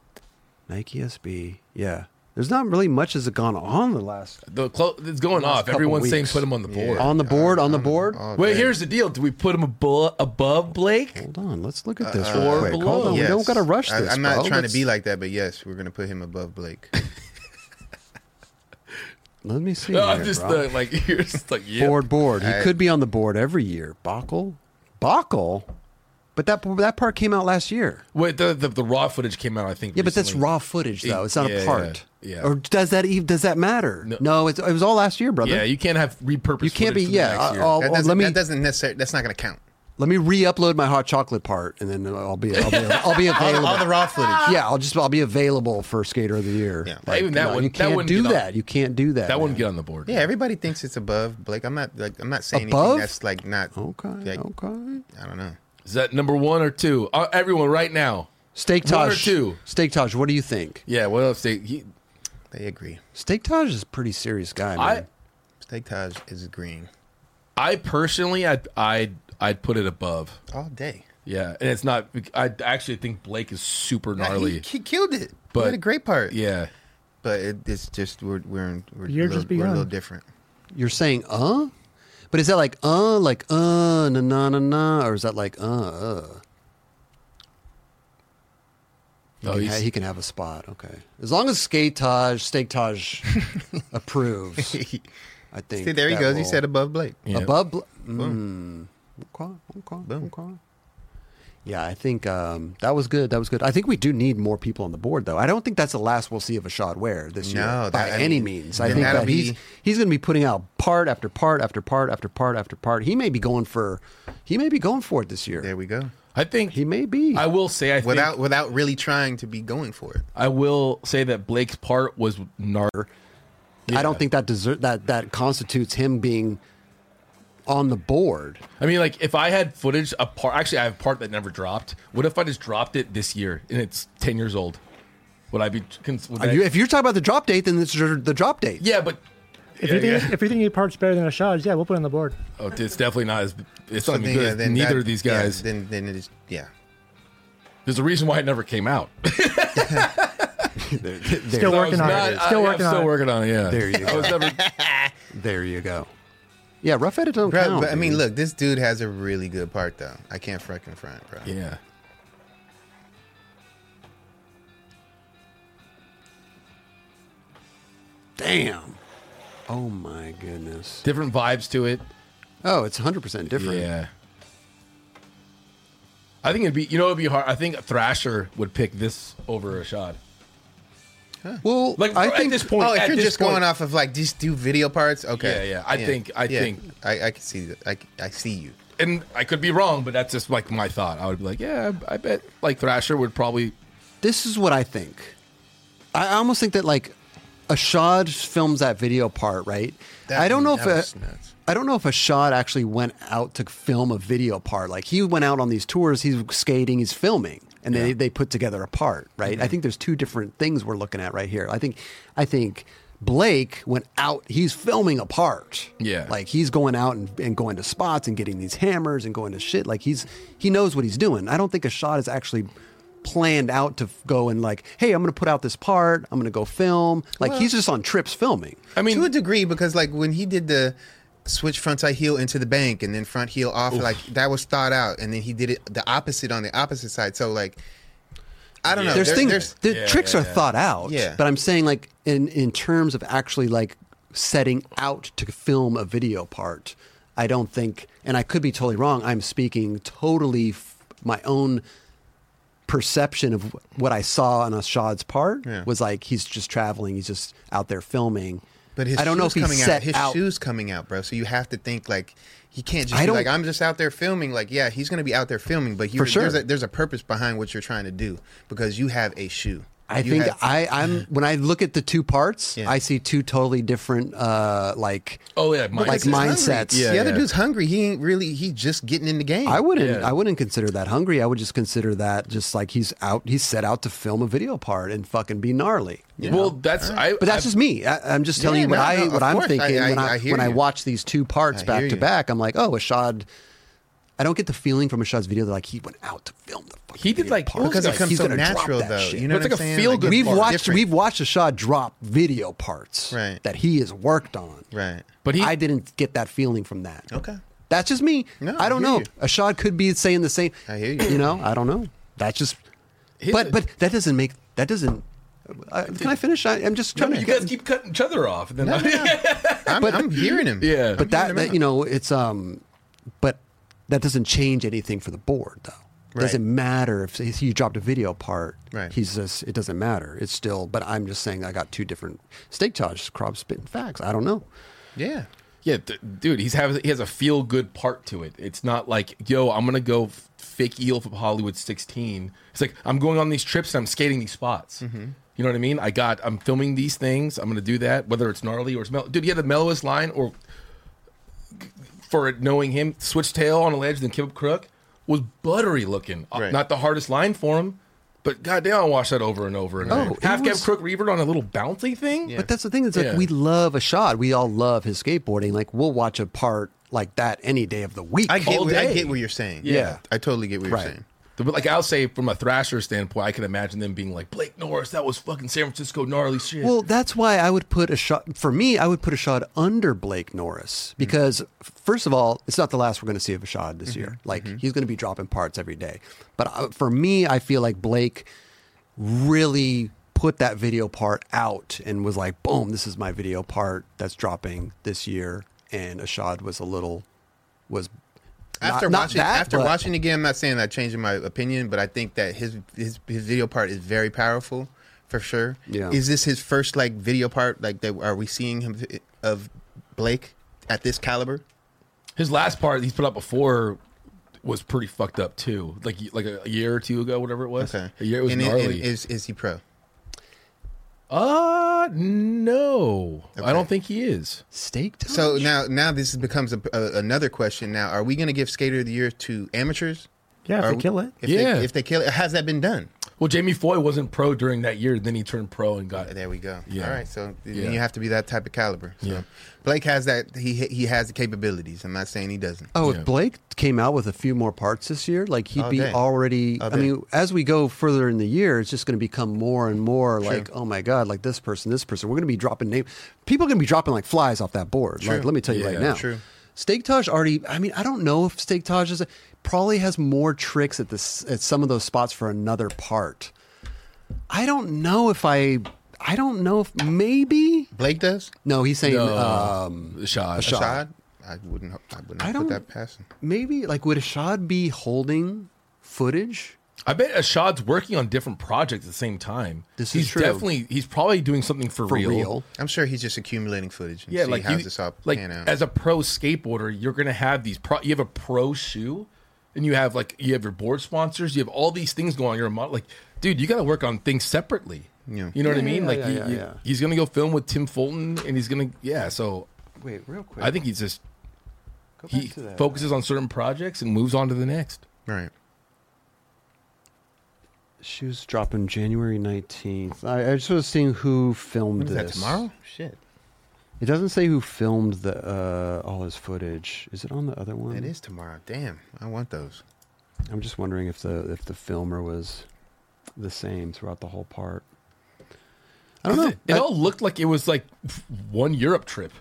S1: Nike SB. Yeah. There's not really much that's gone on the last.
S3: the clo- it's going
S1: Last
S3: off.
S1: couple
S3: Everyone's saying
S1: weeks.
S3: put him on the board.
S1: On the board, on the
S2: Um,
S1: board.
S2: all
S3: Wait,
S2: day.
S3: here's the deal. Do we put him abo- above Blake?
S1: Hold on. Let's look at this
S2: Uh,
S1: real
S3: or
S1: quick.
S3: below.
S1: Hold on.
S2: Yes.
S1: Oh, We don't got to rush
S2: I,
S1: this.
S2: I'm not
S1: bro.
S2: trying
S1: Let's-
S2: to be like that, but yes, we're gonna put him above Blake.
S1: Let me see.
S3: No, I'm
S1: here,
S3: just
S1: bro.
S3: the, like, you're just like, yeah.
S1: board board. He
S2: I-
S1: could be on the board every year. Bockel, Bockel, but that that part came out last year.
S3: Wait, the, the the raw footage came out. I think.
S1: Yeah, but that's
S3: recently.
S1: raw footage though. It's not
S3: Yeah,
S1: a part.
S3: yeah, yeah.
S1: Or does that even does that matter?
S3: No.
S1: No, it's, it was all last year, brother.
S3: Yeah, you can't have repurposed.
S1: You can't be.
S3: footage from the
S1: Yeah.
S3: next year.
S1: I'll-
S2: That
S1: I'll-
S2: doesn't,
S1: let me
S2: that doesn't necessarily. That's not gonna count.
S1: let me re-upload my hot chocolate part, and then I'll be I'll be, I'll be
S2: All,
S1: available.
S2: all the raw footage.
S1: yeah, I'll just I'll be available for Skater of the Year.
S2: Yeah.
S3: Even that
S1: no,
S3: one-
S1: you
S3: that
S1: can't
S3: wouldn't
S1: do
S3: get on.
S1: that. You can't do that.
S3: that
S1: man.
S3: wouldn't get on the board.
S2: Yeah, everybody thinks it's above Blake. I'm not like I'm not saying
S1: Above?
S2: anything that's like not
S1: Okay.
S2: Like,
S1: Okay.
S2: I don't know.
S3: Is that number one or two? Uh, everyone, right now.
S1: Steak Taj.
S3: One or two.
S1: Steak Taj. What do you think?
S3: Yeah. What else? They, he,
S2: They agree.
S1: Steak Taj is a pretty serious guy. Man.
S3: I,
S2: Steak Taj is green
S3: I personally, I, I, I'd put it above.
S2: all day.
S3: Yeah, and it's not. I actually think Blake is super
S2: He,
S3: gnarly.
S2: he killed it.
S3: But-
S2: he had a great part.
S3: Yeah.
S2: but it, it's just we're we're, we're,
S4: You're
S2: a little,
S4: just
S2: we're a little
S4: begun.
S2: different.
S1: You're saying uh, but is that like uh, like uh, na na na na, or is that like uh, uh?
S3: Oh,
S1: He can ha-
S3: he's-
S1: he can have a spot. Okay, as long as Skate Taj, Steak Taj approves, I think.
S2: See, there he
S1: that
S2: goes. He
S1: will-
S2: said above Blake.
S3: Yeah.
S1: above. Bl-
S2: Boom.
S1: Mm. Okay, okay,
S2: Boom.
S1: okay. Yeah, I think um, that was good. That was good. I think we do need more people on the board, though. I don't think that's the last we'll see of a shot wear this year
S2: No,
S1: by
S2: that- I
S1: any
S2: mean,
S1: means. I
S2: then
S1: think
S2: that'll
S1: that
S2: be-
S1: he's he's going to be putting out part after part after part after part after part. He may be going for he may be going for it this year.
S2: There we go.
S3: I think
S1: He may be.
S3: I will say I think
S2: Without without really trying to be going for it.
S3: I will say that Blake's part was gnar.
S1: I don't think that deser- that that constitutes him being on the board.
S3: I mean, like if I had footage a part. Actually, I have a part that never dropped. What if I just dropped it this year and it's ten years old? Would I be? Cons- would
S1: Are
S3: I-
S1: you, if you're talking about the drop date, then it's your- the drop date.
S3: yeah, but
S4: If
S3: Yeah,
S4: you think
S3: yeah.
S4: if you think your part's better than Ashad's, yeah, we'll put it on the board.
S3: oh, it's definitely not as. It's not
S2: So
S3: even good.
S2: yeah,
S3: as neither
S2: that-
S3: of these
S2: yeah,
S3: guys.
S2: then then it is yeah.
S3: There's a reason why it never came out.
S4: Still working on it.
S3: I-
S4: Still
S3: uh, yeah, I'm
S4: working on
S3: still
S4: it.
S3: working on it. Yeah.
S1: There you
S3: I was never-
S1: There you go. Yeah, rough edit don't
S2: Bro,
S1: count.
S2: but I mean,
S1: dude.
S2: look, this dude has a really good part though. I can't fucking front, bro.
S3: yeah.
S1: damn. Oh my goodness.
S3: Different vibes to it.
S1: Oh, it's 100% different.
S3: Yeah. I think it'd be you know it'd be hard. I think Thrasher would pick this over a shot.
S1: Well,
S3: Like
S1: I
S3: at
S1: think
S3: this point,
S2: Oh, if
S3: at
S2: you're
S3: this
S2: just
S3: point-
S2: going off of like just do video parts, okay.
S3: Yeah, yeah. I think- I think-
S2: I, I can see that. I, I see you.
S3: and I could be wrong, but that's just like my thought. I would be like, yeah, I bet like Thrasher would probably.
S1: this is what I think. I almost think that like Ashad films that video part, right?
S2: That-
S1: I don't know
S2: that
S1: if a-
S2: was nuts.
S1: I don't know if Ashad actually went out to film a video part. Like he went out on these tours, he's skating, he's filming, and they they put together a part, right? I think there's two different things we're looking at right here. I think I think Blake went out, he's filming a part.
S3: Yeah.
S1: Like he's going out and, and going to spots and getting these hammers and going to shit. Like he's he knows what he's doing. I don't think a shot is actually planned out to f- go and like, hey, I'm gonna put out this part. I'm gonna go film. Like he's just on trips filming.
S3: I mean,
S2: to a degree because like when he did the switch front side heel into the bank and then front heel off like that was thought out and then he did it the opposite on the opposite side so like i don't know
S1: there's
S2: Oh, There-
S1: things
S2: there's-
S1: the
S3: Yeah,
S1: tricks
S3: yeah,
S1: are
S3: yeah.
S1: thought out
S2: Yeah.
S1: but i'm saying like in in terms of actually like setting out to film a video part. I don't think, and I could be totally wrong. I'm speaking totally f- my own perception of what I saw on Ashad's part
S2: Yeah.
S1: was like he's just traveling, he's just out there filming.
S2: But his
S1: I don't know if he
S2: shoes coming
S1: set
S2: out. His
S1: out.
S2: shoes coming out, bro. So you have to think like he can't just
S1: I
S2: be
S1: don't-
S2: like I'm just out there filming. Like yeah, he's gonna be out there filming, but you,
S1: For sure.
S2: there's, a, there's a purpose behind what you're trying to do because you have a shoe.
S1: I
S2: You
S1: think
S2: have-
S1: I, I'm when I look at the two parts,
S2: Yeah.
S1: I see two totally different, uh, like
S3: Oh yeah,
S1: like
S2: Because he's hungry.
S1: mindsets.
S3: Yeah,
S2: the other
S3: yeah.
S2: dude's hungry. He ain't really. He just getting in the game.
S1: I wouldn't.
S3: Yeah.
S1: I wouldn't consider that hungry. I would just consider that just like he's out. He's set out to film a video part and fucking be gnarly.
S3: Well, that's I.
S1: But that's
S3: I-
S1: just me. I, I'm just telling
S2: Yeah,
S1: you what
S2: no,
S1: I
S2: no,
S1: what
S2: of
S1: I'm
S2: course. I-
S1: thinking
S2: I-
S1: when I,
S2: I hear
S1: when I
S2: you.
S1: watch these two parts
S2: I
S1: back
S2: hear
S1: to
S2: you.
S1: back. I'm like, oh, Ashad. I don't get the feeling from Ashad's video that like he went out to film the. Fucking
S3: He did,
S1: video
S3: like-
S1: part.
S2: because
S1: Like,
S2: it comes
S1: he's
S2: so
S1: gonna drop
S2: natural
S1: that
S2: though.
S1: shit.
S2: You know
S3: But
S2: what
S3: it's
S2: I'm
S3: like a
S2: saying?
S3: feel-good
S1: we've
S3: part.
S1: watched
S2: different.
S1: we've watched Ashad drop video parts
S2: Right.
S1: that he has worked on.
S2: Right.
S3: But he,
S1: I didn't get that feeling from that.
S2: Okay.
S1: That's just me.
S2: No,
S1: I
S2: I
S1: don't
S2: hear
S1: know.
S2: you.
S1: Ashad could be saying the same.
S2: I hear you.
S1: You know, I don't know. That's just.
S3: His-
S1: but but that doesn't make that doesn't. Uh, can I finish? I, I'm just
S3: No,
S1: trying to.
S3: you
S1: get-
S3: guys keep cutting each other off. And then I,
S2: I'm, I'm hearing him.
S3: Yeah.
S1: but that, that you know it's um, but that doesn't change anything for the board though.
S2: Right.
S1: Doesn't matter if he he dropped a video part.
S2: Right.
S1: He's just it doesn't matter. It's still. But I'm just saying I got two different steak charges, crop spitting facts. I don't know.
S2: Yeah.
S3: yeah, th- dude, he's having he has a feel good part to it. It's not like yo, I'm gonna go f- fake eel from Hollywood 16. It's like I'm going on these trips and I'm skating these spots.
S1: Mm-hmm.
S3: You know what I mean? I got I'm filming these things. I'm gonna do that whether it's gnarly or it's mellow. Dude, he had the mellowest line or for it knowing him, switch tail on a ledge, then kip up crook was buttery looking. Uh,
S2: Right.
S3: Not the hardest line for him. But goddamn, I watched that over and over and
S1: Oh,
S3: over.
S1: it
S3: Half
S1: was-
S3: was... crook revert on a little bouncy thing.
S1: But that's the thing. It's like
S3: Yeah.
S1: we love a shot. We all love his skateboarding. Like we'll watch a part like that any day of the week.
S2: I get.
S3: All
S2: What, I
S3: day.
S2: get what you're saying.
S3: Yeah.
S2: I totally get what you're
S1: Right.
S2: saying.
S3: The- But like I'll say from a Thrasher standpoint, I can imagine them being like Blake Norris, that was fucking San Francisco gnarly shit.
S1: Well, that's why I would put a shot for me. I would put a shot under Blake
S2: Mm-hmm.
S1: Norris because first of all, it's not the last we're going to see of a shot this year.
S2: Mm-hmm.
S1: Like he's going to be dropping parts every day. But uh, for me, I feel like Blake really put that video part out and was like, "Boom, this is my video part that's dropping this year." And Ashad was a little was not-
S2: After
S1: not
S2: watching,
S1: that,
S2: after
S1: but-
S2: watching again, I'm not saying that changing my opinion, but I think that his his his video part is very powerful, for sure.
S1: Yeah.
S2: Is this his first like video part? Like, that are we seeing him of Blake at this caliber?
S3: His last part he's put out before was pretty fucked up too. Like like a year or two ago, whatever it was.
S2: Okay.
S3: A year it was
S2: And- and-
S3: gnarly.
S2: is is he pro?
S3: uh no. I don't think he is.
S1: steak. Touch?
S2: So now, now this becomes a, a, another question. Now, are we going to give Skater of the Year to amateurs?
S4: Yeah, if
S2: Are
S4: they
S2: we-
S4: kill it.
S2: If
S3: Yeah.
S2: They, if they kill it, has that been done?
S3: Well, Jamie Foy wasn't pro during that year, then he turned pro and got
S2: There we go.
S3: Uh, Yeah.
S2: All right. So then
S3: Yeah.
S2: you have to be that type of caliber. So
S3: Yeah.
S2: Blake has that. He he has the capabilities. I'm not saying he doesn't.
S1: Oh, if
S3: Yeah. Oh,
S1: Blake came out with a few more parts this year, like he'd
S2: All
S1: be
S2: day.
S1: already.
S2: All
S1: I
S2: day.
S1: mean, as we go further in the year, it's just going to become more and more like, oh my god, like this person, this person. We're going to be dropping name. People are going to be dropping like flies off that board. Like, let me tell you right
S3: Yeah,
S1: now.
S2: true.
S1: Steak Taj already. I mean, I don't know if Steak Taj is probably has more tricks at this at some of those spots for another part. I don't know if I. I don't know if maybe.
S2: Blake does.
S1: No, he's saying.
S3: No.
S1: Um,
S3: the shot.
S1: shot.
S2: Shad, I wouldn't. I would not
S1: I
S2: put
S1: don't-
S2: that past him.
S1: maybe like would Ashad be holding footage?
S3: I bet Ashad's working on different projects at the same time.
S1: This is
S3: he's
S1: true.
S3: definitely he's probably doing something for,
S1: for real.
S2: I'm sure he's just accumulating footage. And
S3: yeah,
S2: see
S3: like
S2: how's
S3: you,
S2: this all
S3: like
S2: pan out.
S3: as a pro skateboarder, you're gonna have these pro. You have a pro shoe, and you have like you have your board sponsors. You have all these things going on. You're a mod- like, dude, you got to work on things separately.
S2: Yeah.
S3: You know what I
S1: Yeah,
S3: mean?
S1: yeah,
S3: like,
S1: yeah,
S3: you-
S1: yeah,
S3: you-
S1: yeah.
S3: he's gonna go film with Tim Fulton, and he's gonna yeah. So
S1: Wait, real quick.
S3: I think he's just
S1: Go back
S3: he
S1: to that.
S3: focuses on certain projects and moves on to the next.
S2: right.
S1: She was dropping January nineteenth. I, I just was seeing who filmed
S2: Is
S1: this.
S2: that tomorrow? Shit.
S1: It doesn't say who filmed the uh, all his footage. Is it on the other one?
S2: It is tomorrow. Damn. I want those.
S1: I'm just wondering if the if the filmer was the same throughout the whole part. I don't know.
S3: It, it all looked like it was like one Europe trip.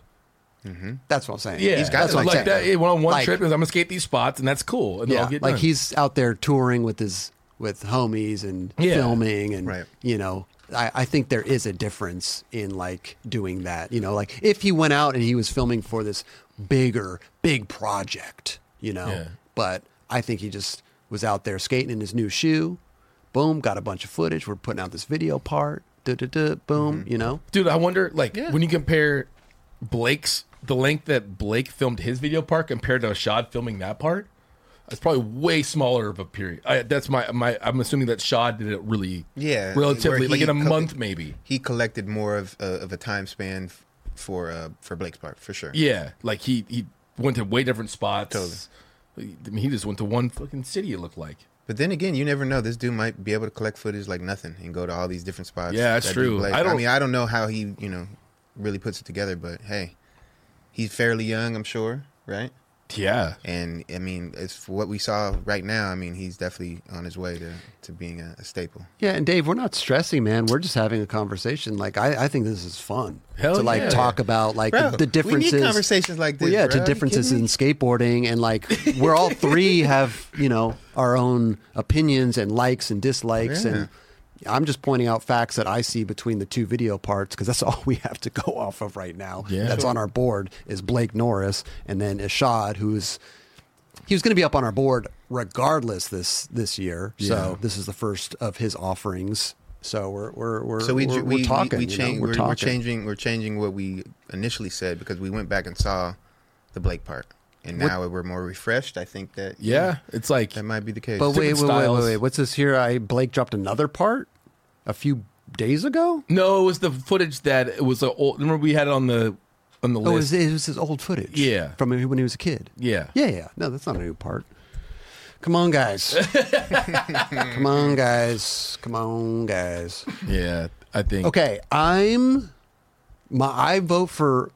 S1: that's what I'm saying.
S3: Yeah,
S2: He's got
S1: that's
S2: it
S1: what I'm
S3: like
S1: saying.
S3: that. It went on one
S1: Like-
S3: trip, and I'm gonna skate these spots, and that's cool. And then
S1: yeah,
S3: I'll get
S1: like
S3: done.
S1: he's out there touring with his with homies and
S3: Yeah.
S1: filming and
S2: Right.
S1: you know I, I think there is a difference in like doing that. You know, like if he went out and he was filming for this bigger, big project, you know,
S3: Yeah.
S1: but I think he just was out there skating in his new shoe. Boom, got a bunch of footage. We're putting out this video part. Duh, duh, duh, boom, you know?
S3: Dude, I wonder, like, when you compare Blake's, the length that Blake filmed his video part compared to Ashad filming that part, it's probably way smaller of a period. I, that's my, my, I'm assuming that Shad did it really,
S2: Yeah,
S3: relatively,
S2: where
S3: like
S2: he
S3: in a
S2: co-
S3: month maybe.
S2: He collected more of uh, of a time span f- for uh, for Blake's part for sure.
S3: Yeah, like he, he went to way different spots. I mean, he just went to one fucking city, it looked like.
S2: But then again, you never know. This dude might be able to collect footage like nothing and go to all these different spots.
S3: Yeah, that's
S2: That'd be
S3: true.
S2: Blake.
S3: I
S2: I,
S3: don't-
S2: mean, I don't know how he you know really puts it together, but hey, he's fairly young, I'm sure, right?
S3: Yeah.
S2: And I mean, it's for what we saw right now. I mean, he's definitely on his way to, to being a, a staple.
S1: Yeah, and Dave, we're not stressing, man. We're just having a conversation. Like, I, I think this is fun
S3: Hell
S1: to like
S3: yeah.
S1: talk about like the,
S2: Bro, we
S1: the
S2: need
S1: differences.
S2: conversations like
S1: Well,
S2: this,
S1: yeah,
S2: bro.
S1: to
S2: You
S1: differences
S2: kidding
S1: in
S2: me?
S1: skateboarding, and like we're all three have you know our own opinions and likes and dislikes, and I'm just pointing out facts that I see between the two video parts because that's all we have to go off of right now.
S3: Yeah.
S1: that's on our board is Blake Norris and then Ishad, who's he was going to be up on our board regardless this this year. So this is the first of his offerings. So we're we're we're
S2: So we
S1: we're,
S2: we,
S1: we're
S2: we,
S1: talking.
S2: we
S1: you know,
S2: change-
S1: we're,
S2: we're,
S1: talking.
S2: we're changing we're changing what we initially said because we went back and saw the Blake part, and now we're more refreshed. I think that
S3: Yeah. It's like,
S2: that might be the case.
S1: But wait, wait,
S3: Different
S1: wait, wait,
S3: styles.
S1: wait! What's this here? I Blake dropped another part a few days ago.
S3: no, it was the footage that it was the old, remember we had it on the, on the
S1: Oh, it was,
S3: list.
S1: it was his old footage.
S3: Yeah.
S1: from when he was a kid.
S3: Yeah.
S1: yeah, yeah. No, that's not a new part. Come on, guys. Come on, guys. Come on, guys.
S3: Yeah. I think.
S1: Okay, I'm my I vote for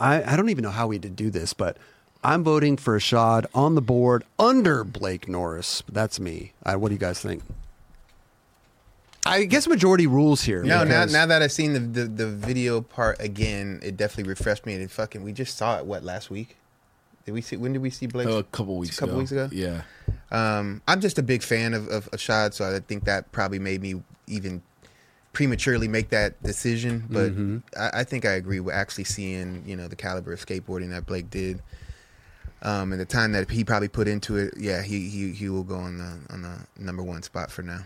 S1: I, I don't even know how we did do this, but I'm voting for Ashad on the board under Blake Norris. That's me. Uh, what do you guys think? I guess majority rules here.
S2: No, now,
S1: because-
S2: now that I've seen the, the, the video part again, it definitely refreshed me. And it fucking, we just saw it, what, last week? Did we see, when did we see Blake?
S3: Oh, a couple weeks
S2: A couple
S3: ago.
S2: weeks ago?
S3: Yeah.
S2: Um, I'm just a big fan of, of Ashad, so I think that probably made me even prematurely make that decision. But I, I think I agree with actually seeing, you know, the caliber of skateboarding that Blake did. Um, and the time that he probably put into it, yeah, he, he, he will go on the on the number one spot for now.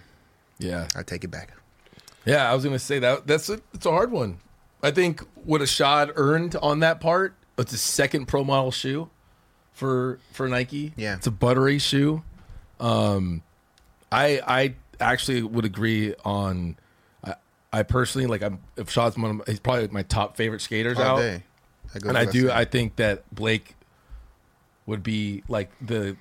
S3: Yeah.
S2: I take it back.
S3: Yeah, I was gonna say that. That's a, it's a hard one. I think what Ashad earned on that part. It's his second pro model shoe for for Nike.
S2: Yeah.
S3: it's a buttery shoe. Um, I I actually would agree on. I, I personally like. I'm if Ashad's one of my, he's probably my top favorite skaters
S2: All
S3: out.
S2: day. I go
S3: And
S2: for
S3: I
S2: that
S3: do.
S2: same.
S3: I think that Blake would be like the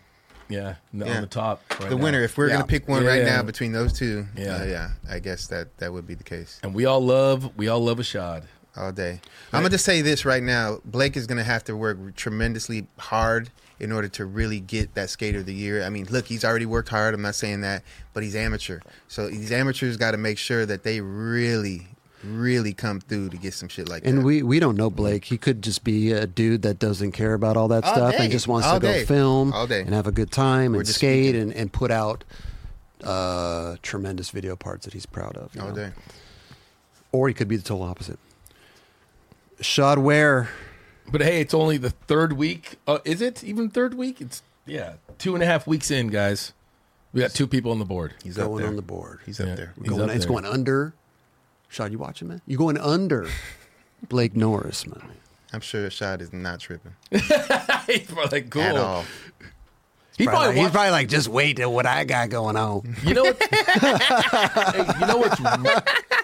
S3: yeah, n-
S2: Yeah.
S3: on the top. right
S2: the
S3: now.
S2: winner. If we're
S1: Yeah.
S2: gonna pick one right
S3: Yeah.
S2: now between those two, yeah,
S3: Yeah.
S2: yeah, I guess that that would be the case
S3: and we all love we all love Ashad.
S2: all day. I'm gonna just say this right now: Blake is gonna have to work tremendously hard in order to really get that skater of the year. I mean, look, he's already worked hard. I'm not saying that, but he's amateur, so these amateurs got to make sure that they really, really come through to get some shit like that.
S1: And we, we don't know Blake. He could just be a dude that doesn't care about all that
S2: All
S1: stuff
S2: day.
S1: and just wants
S2: All
S1: to go
S2: day.
S1: film
S2: All day.
S1: and have a good time
S2: We're
S1: and
S2: just
S1: skate
S2: speaking.
S1: and, and put out uh, tremendous video parts that he's proud of. you
S2: all
S1: know?
S2: day.
S1: Or he could be the total opposite. Shad Ware.
S3: But hey, it's only the third week. Uh, is it even third week? It's yeah, two and a half weeks in, guys. We got two people on the board.
S2: He's up
S1: going
S2: there.
S1: on the board.
S2: He's up
S3: Yeah.
S2: there.
S3: He's
S1: going,
S3: up
S1: it's
S3: there.
S1: going under. Shad, you watching, man? You're going under Blake Norris, man.
S2: I'm sure Shad is not tripping
S3: he's probably like, cool.
S2: at all.
S3: He
S1: Probably like-
S3: probably,
S1: he's
S3: watched-
S1: probably like, just wait to what I got going on.
S3: you know what? Hey, you know what's re-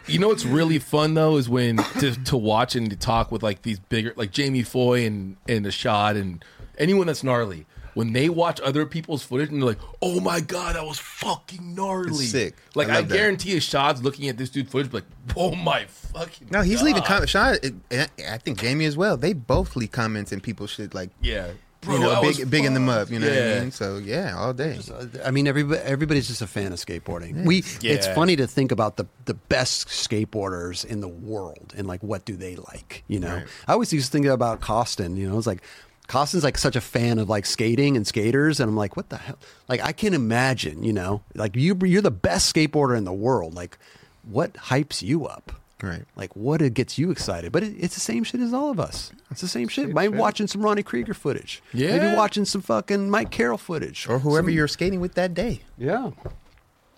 S3: you know what's really fun though is when to to watch and to talk with like these bigger like Jamie Foy and and Ashad and anyone that's gnarly. When they watch other people's footage and they're like, "Oh my god, that was fucking gnarly!"
S2: It's sick.
S3: Like
S2: I
S3: I,
S2: love that.
S3: guarantee, Ashad's looking at this dude footage, like, "Oh my fucking."
S2: No, he's
S3: God.
S2: leaving comments. Sean, I I think Jamie as well. They both leave comments and people should like,
S3: Yeah.
S2: you know,
S3: I was
S2: big, bigging them
S3: fucked.
S2: up. You know what
S3: Yeah.
S2: I mean? So yeah, all day.
S1: I mean, everybody, everybody's just a fan of skateboarding. We, it's
S3: Yeah.
S1: funny to think about the the best skateboarders in the world and like what do they like. You know, I always used to think about Costin. You know, it's like Costin's like such a fan of like skating and skaters, and I'm like, what the hell? Like, I can imagine. You know, like you you're the best skateboarder in the world. Like, what hypes you up?
S2: Right.
S1: Like what it gets you excited? But it, it's the same shit as all of us. It's the same shit. Maybe watching some Ronnie Krieger footage.
S3: Yeah.
S1: Maybe watching some fucking Mike Carroll footage.
S2: Or whoever
S1: Some-
S2: you're skating with that day.
S1: Yeah.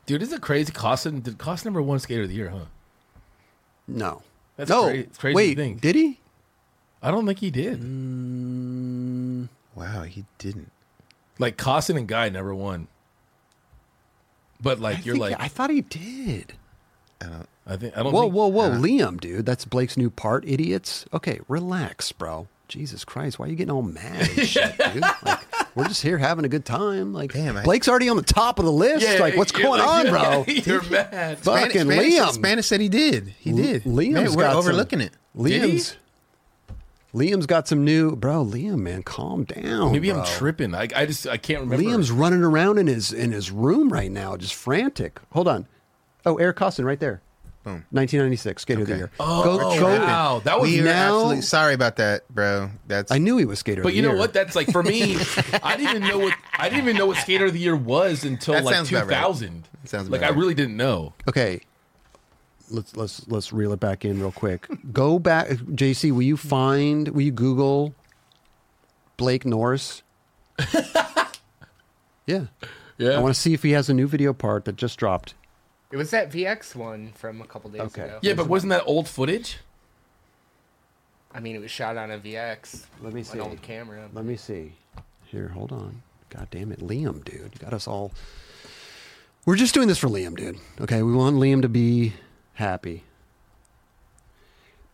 S3: Dude, is it crazy? Costin did Costin number one skater of the year, huh?
S1: No.
S3: That's
S1: no.
S3: cra- it's crazy to
S1: Wait,
S3: think.
S1: did he?
S3: I don't think he did.
S2: Wow, he didn't.
S3: Like Costin and Guy never won. But like
S1: I
S3: you're
S1: think-
S3: like
S1: I thought he did.
S3: I think I don't
S1: Whoa,
S3: think
S1: whoa, whoa, Liam, dude. That's Blake's new part, idiots. Okay, relax, bro. Jesus Christ, why are you getting all mad and shit, dude? Like, we're just here having a good time. Like,
S2: Damn, I-
S1: Blake's already on the top of the list. like, what's
S3: you're
S1: going
S3: like-
S1: on, bro?
S3: You're mad.
S1: Fucking
S2: Spanish,
S1: Liam.
S2: Spanish said he did. He did.
S1: Liam's
S2: Man, we're
S1: got some-
S2: overlooking it.
S3: he?
S1: Liam's. Liam's got some new, bro. Liam, man, calm down.
S3: Maybe
S1: bro.
S3: I'm tripping. I, I just I can't remember.
S1: Liam's running around in his in his room right now, just frantic. Hold on. Oh, Eric Costin, right there.
S2: Boom.
S1: 1996, skater of the year.
S3: Oh, wow, that was
S2: We are
S1: now-
S2: absolutely sorry about that, bro. That's
S1: I knew he was skater. of
S3: But
S1: the
S3: you know
S1: year.
S3: what? That's like for me. I didn't even know what I didn't even know what Skater of the Year was until
S2: That
S3: like
S2: sounds about right.
S3: 2000.
S2: That sounds
S3: like
S2: about
S3: I
S2: right.
S3: really didn't know.
S1: okay let's let's let's reel it back in real quick go back jc will you find will you google blake norris yeah
S3: Yeah.
S1: i want to see if he has a new video part that just dropped
S8: It was that VX one from a couple days
S1: Okay.
S8: ago.
S3: yeah, but wasn't that old footage?
S8: I mean, it was shot on a VX.
S1: Let me see.
S8: An old camera.
S1: let me see here hold on god damn it liam dude you got us all we're just doing this for liam dude okay we want liam to be happy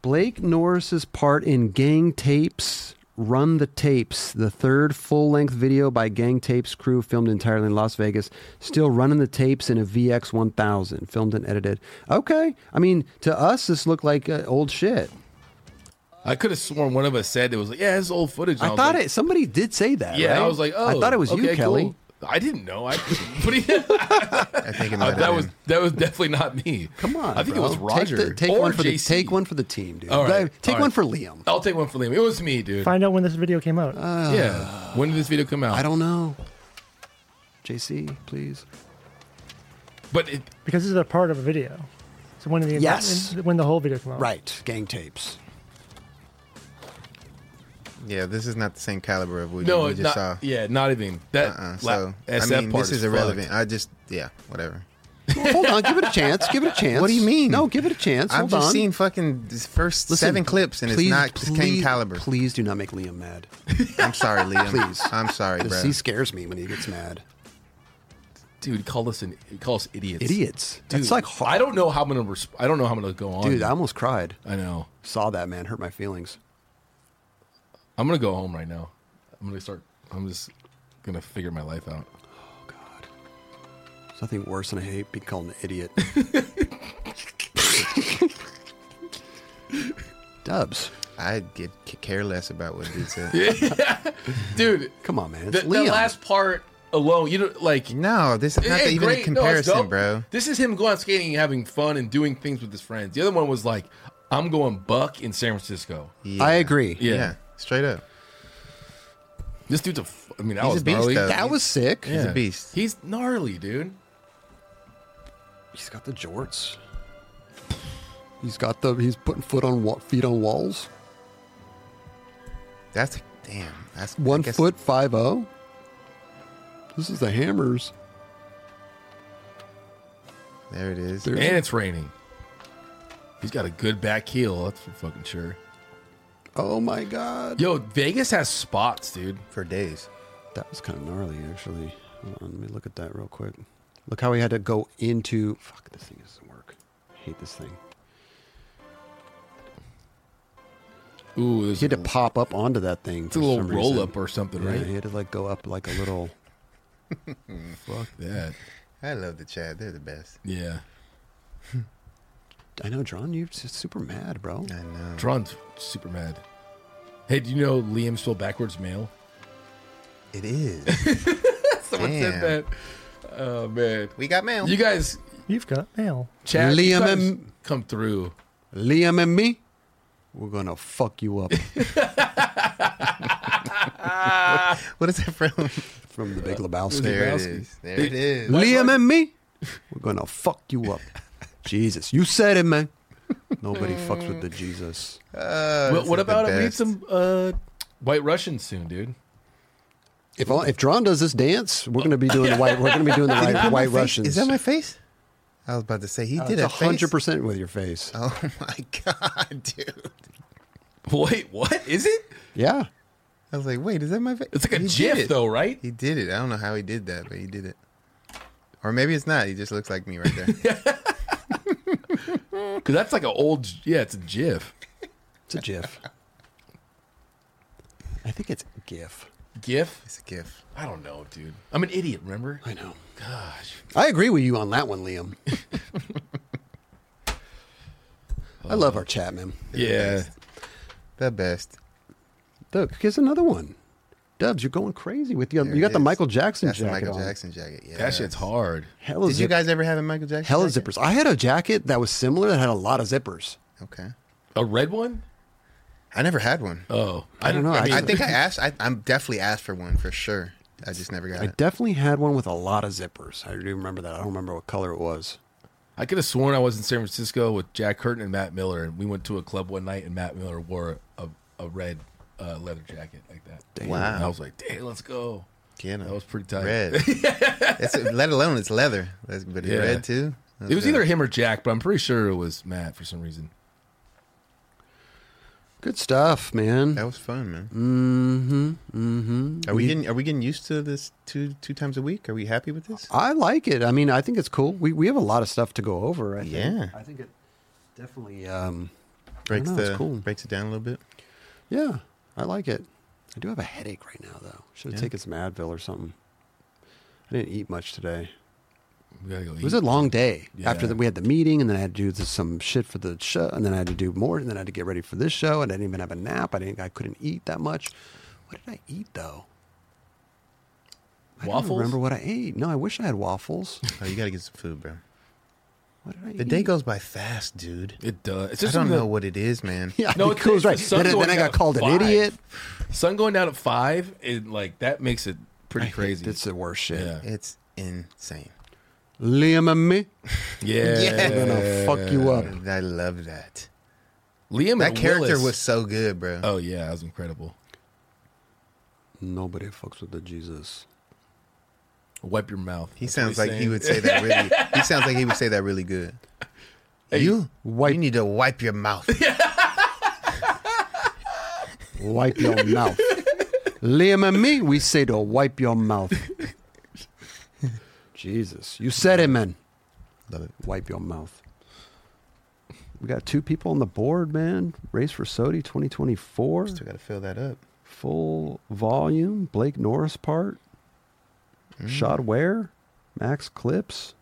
S1: Blake Norris's part in Gang Tapes Run the Tapes, the third full length video by Gang Tapes crew filmed entirely in Las Vegas, still running the tapes in a VX 1000, filmed and edited. Okay. I mean, to us, this looked like uh, old shit.
S3: I could have sworn one of us said it was like, yeah, it's old footage. And
S1: I, thought
S3: was like,
S1: it, somebody did say that.
S3: Yeah,
S1: right?
S3: I was like, oh,
S1: I thought it was you,
S3: okay,
S1: Kelly.
S3: cool. I didn't know. I, but he-
S2: I think it might
S3: Uh,
S2: have
S3: that
S2: been.
S3: was that was definitely not me.
S1: Come on.
S3: I think
S1: bro.
S3: it was Roger.
S1: Take, the- take
S3: or
S1: one for the,
S3: JC.
S1: take one for the team, dude.
S3: All right,
S1: Take
S3: all
S1: one
S3: right.
S1: for Liam.
S3: I'll take one for Liam. It was me, dude.
S4: Find out when this video came out.
S1: Uh,
S3: yeah. When did this video come out?
S1: I don't know. JC, please.
S3: But it,
S4: because this is a part of a video. So when the
S1: Yes.
S4: when the whole video came out.
S1: Right. Gang Tapes.
S2: yeah, this is not the same caliber of what
S3: no,
S2: we
S3: it's
S2: just
S3: not.
S2: saw.
S3: Yeah, not even that.
S2: Uh-uh.
S3: la-
S2: So
S3: SF
S2: I mean,
S3: part
S2: this is irrelevant. I just yeah, whatever.
S1: Well, hold on, give it a chance. Give it a chance.
S2: What do you mean?
S1: No, give it a chance.
S2: I've
S1: hold
S2: just
S1: on.
S2: seen fucking this first
S1: Listen,
S2: seven clips, and
S1: please-
S2: it's not the same
S1: please-
S2: caliber.
S1: Please do not make Liam mad.
S2: I'm sorry, Liam.
S1: Please.
S2: I'm sorry, bro.
S1: Because he scares me when he gets mad.
S3: dude, call us an call us idiots.
S1: Idiots.
S3: Dude,
S1: It's like
S3: I
S1: hard.
S3: don't know how I'm gonna. Resp- I don't know how I'm gonna go on.
S1: Dude, I almost cried.
S3: I know.
S1: Saw that man, hurt my feelings.
S3: I'm gonna go home right now. I'm gonna start. I'm just gonna figure my life out.
S1: Oh God. There's nothing worse than I hate being called an idiot. Dubs.
S2: I get c- careless about what dude said.
S3: Dude,
S1: Come on, man. It's
S3: the, the
S1: Liam.
S3: last part alone, you know, like
S2: No, this is not
S3: Hey,
S2: even
S3: great. No,
S2: a
S3: it's
S2: comparison,
S3: dope.
S2: bro.
S3: This is him going out skating and having fun and doing things with his friends. The other one was like, I'm going buck in San Francisco.
S1: I agree.
S3: Yeah.
S2: yeah, straight up.
S3: This dude's a. F- I mean, that
S2: He's
S3: was
S2: a beast,
S3: gnarly.
S2: though.
S1: That was sick.
S2: He's
S3: Yeah.
S2: a beast.
S3: He's gnarly, dude.
S1: He's got the jorts. He's got the. He's putting foot on wa- feet on walls.
S2: That's damn. That's I
S1: One
S2: guess-
S1: foot five zero. This is the hammers.
S2: There it is.
S1: There-
S3: And it's raining. He's got a good back heel. That's for fucking sure.
S1: Oh my god.
S3: Yo, Vegas has spots, dude.
S2: For days.
S1: That was kind of gnarly, actually. Hold on, let me look at that real quick. Look how he had to go into. Fuck, this thing doesn't work. I hate this thing.
S3: Ooh, there's
S1: He had
S3: a,
S1: to pop up onto that thing.
S3: it's a little roll up or something,
S1: Yeah,
S3: right?
S1: he had to like go up like a little.
S3: Fuck that.
S2: I love the chat. They're the best.
S3: Yeah.
S1: I know, John. You're s- super mad, bro.
S2: I know.
S3: Tron's super mad. Hey, do you know Liam spelled backwards male?
S2: It is.
S3: Someone
S2: Damn.
S3: said that. Oh man.
S2: We got mail.
S3: You guys
S4: You've got mail.
S3: Chad,
S1: Liam
S3: Liam
S1: and-
S3: come through.
S1: Liam and me, we're gonna fuck you up
S2: what is that from?
S1: from the Big Lebowski.
S2: there it
S3: Lebowski.
S2: is. There it is.
S1: Liam and me, we're gonna fuck you up. Jesus, you said it, man. Nobody fucks with the Jesus.
S3: what
S2: not Uh,
S3: what
S2: the
S3: about it? We need
S2: best.
S3: some uh, White Russians soon, dude.
S1: If all, if Dron does this dance, we're gonna be doing the white. We're gonna be doing the
S2: Did he
S1: white,
S2: put my
S1: white
S2: face-
S1: Russians.
S2: Is that my face? I was about to say he did
S1: It's
S2: a
S1: a hundred
S2: hundred percent.
S1: percent with your face.
S2: Oh my god, dude!
S3: Wait, what is it?
S1: Yeah,
S2: I was like, wait, is that my face?
S3: It's like a
S2: He did
S3: GIF
S2: it.
S3: though, right?
S2: He did it. I don't know how he did that, but he did it. Or maybe it's not. He just looks like me right there.
S3: Because that's like an old. Yeah, it's a GIF.
S1: it's a GIF. I think it's GIF.
S3: GIF?
S2: it's a GIF.
S3: I don't know, dude. I'm an idiot. Remember?
S1: I know.
S3: Gosh.
S1: I agree with you on that one, Liam. I love our chat, man.
S3: Yeah.
S2: The best.
S1: Look, here's another one. Dubs, you're going crazy with the
S2: There
S1: you got
S2: it
S1: the
S2: is.
S1: Michael Jackson
S2: That's the
S1: jacket
S2: Michael
S1: on.
S2: Jackson jacket. Yeah,
S3: That shit's hard.
S1: Hella,
S2: Did you
S1: zip-
S2: guys ever have a Michael Jackson?
S1: hella
S2: jacket?
S1: zippers. I had a jacket that was similar that had a lot of zippers.
S2: Okay.
S3: A red one?
S2: I never had one.
S3: Oh,
S1: I don't know. I-
S2: I think I asked. I, I'm definitely asked for one for sure. I just never got
S1: I
S2: it.
S1: definitely had one with a lot of zippers. I do remember that. I don't remember what color it was.
S3: I could have sworn I was in San Francisco with Jack Curtin and Matt Miller, and we went to a club one night, and Matt Miller wore a, a red uh, leather jacket like that.
S2: Wow.
S3: And I was like, "Dang, let's go!"
S2: Get 'em.
S3: That was pretty tight.
S2: Red. It's- let alone it's leather, That's- but it's
S3: Yeah.
S2: red too.
S3: It was either him or Jack, but I'm pretty sure it was Matt for some reason.
S1: Good stuff, man.
S2: That was fun, man. Mm-hmm. Mm-hmm. Are we getting Are we getting used to this two two times a week? Are we happy with this?
S1: I like it. I mean, I think it's cool. We we have a lot of stuff to go over. I think.
S2: Yeah.
S1: I think it definitely. Um,
S2: Breaks
S1: know, it's
S2: the
S1: cool.
S2: breaks it down a little bit.
S1: yeah, I like it. I do have a headache right now, though. Should have taken some Advil or something. I didn't eat much today.
S3: We gotta go.
S1: It was a long day. After
S3: Yeah.
S1: that, we had the meeting, and then I had to do this, some shit for the show, and then I had to do more, and then I had to get ready for this show. And I didn't even have a nap. I didn't. I couldn't eat that much. What did I eat though? I
S3: Waffles?
S1: don't remember what I ate. No, I wish I had waffles.
S2: Oh, you gotta get some food, bro.
S1: What did I
S2: The
S1: eat?
S2: day goes by fast, dude.
S3: It does. It's
S2: I
S3: just
S2: don't
S3: in the-
S2: know what it is, man.
S1: Yeah,
S3: No,
S1: no, it
S3: it's-
S1: goes
S3: it's the
S1: right.
S3: sun
S1: Then, then
S3: going
S1: I
S3: down
S1: got
S3: at
S1: called an
S3: five.
S1: idiot.
S3: Sun going down at five, it like that makes it pretty crazy.
S1: It's the worst shit.
S3: yeah.
S2: It's insane.
S1: Liam and me,
S3: Yeah.
S1: we're gonna fuck you up.
S2: I love that.
S3: Liam
S2: That
S3: and
S2: character
S3: Willis-
S2: was so good, bro.
S3: Oh yeah, that was incredible.
S1: Nobody fucks with the Jesus.
S3: Wipe your mouth.
S2: He
S3: That's what
S2: sounds
S3: he's
S2: like he
S3: saying.
S2: would say that really. he sounds like he would say that really good. you
S1: wipe-
S2: You need to wipe your mouth.
S1: Wipe your mouth. Liam and me, we say to wipe your mouth. Jesus, you said it, man.
S2: Love it.
S1: Wipe your mouth. We got two people on the board, man. Race for Sodi 2024,
S2: Still gotta fill that up.
S1: full volume. Blake Norris part.
S2: Mm.
S1: Shot Ware, Max Clips.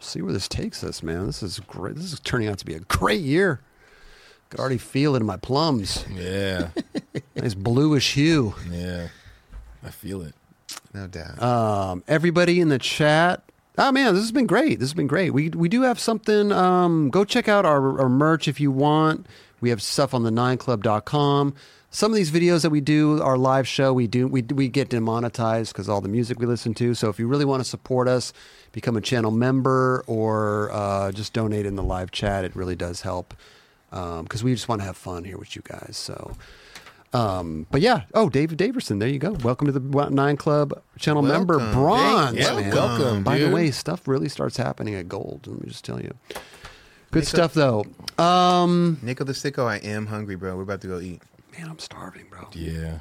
S1: See where this takes us, man. This is great. This is turning out to be a great year. Could already feel it in my plums.
S3: Yeah.
S1: Nice bluish hue.
S3: Yeah. I feel it.
S2: No doubt.
S1: Um, everybody in the chat. Oh man, this has been great. This has been great. We we do have something. Um, go check out our, our merch if you want. We have stuff on the nineclub.com. Some of these videos that we do, our live show, we do we we get demonetized because all the music we listen to. So if you really want to support us, become a channel member or uh, just donate in the live chat. It really does help because we just want to have fun here with you guys. So um, but yeah, oh David Daverson, there you go. Welcome to the Wa- Nine Club channel member
S2: Welcome.
S1: bronze.
S3: Thank you.
S1: man.
S3: Welcome,
S1: By the
S3: dude.
S1: way, stuff really starts happening at gold. Let me just tell you. Good stuff though. Um,
S2: Nickel the sicko, I am hungry, bro. We're about to go eat.
S1: man, I'm starving, bro.
S3: Yeah.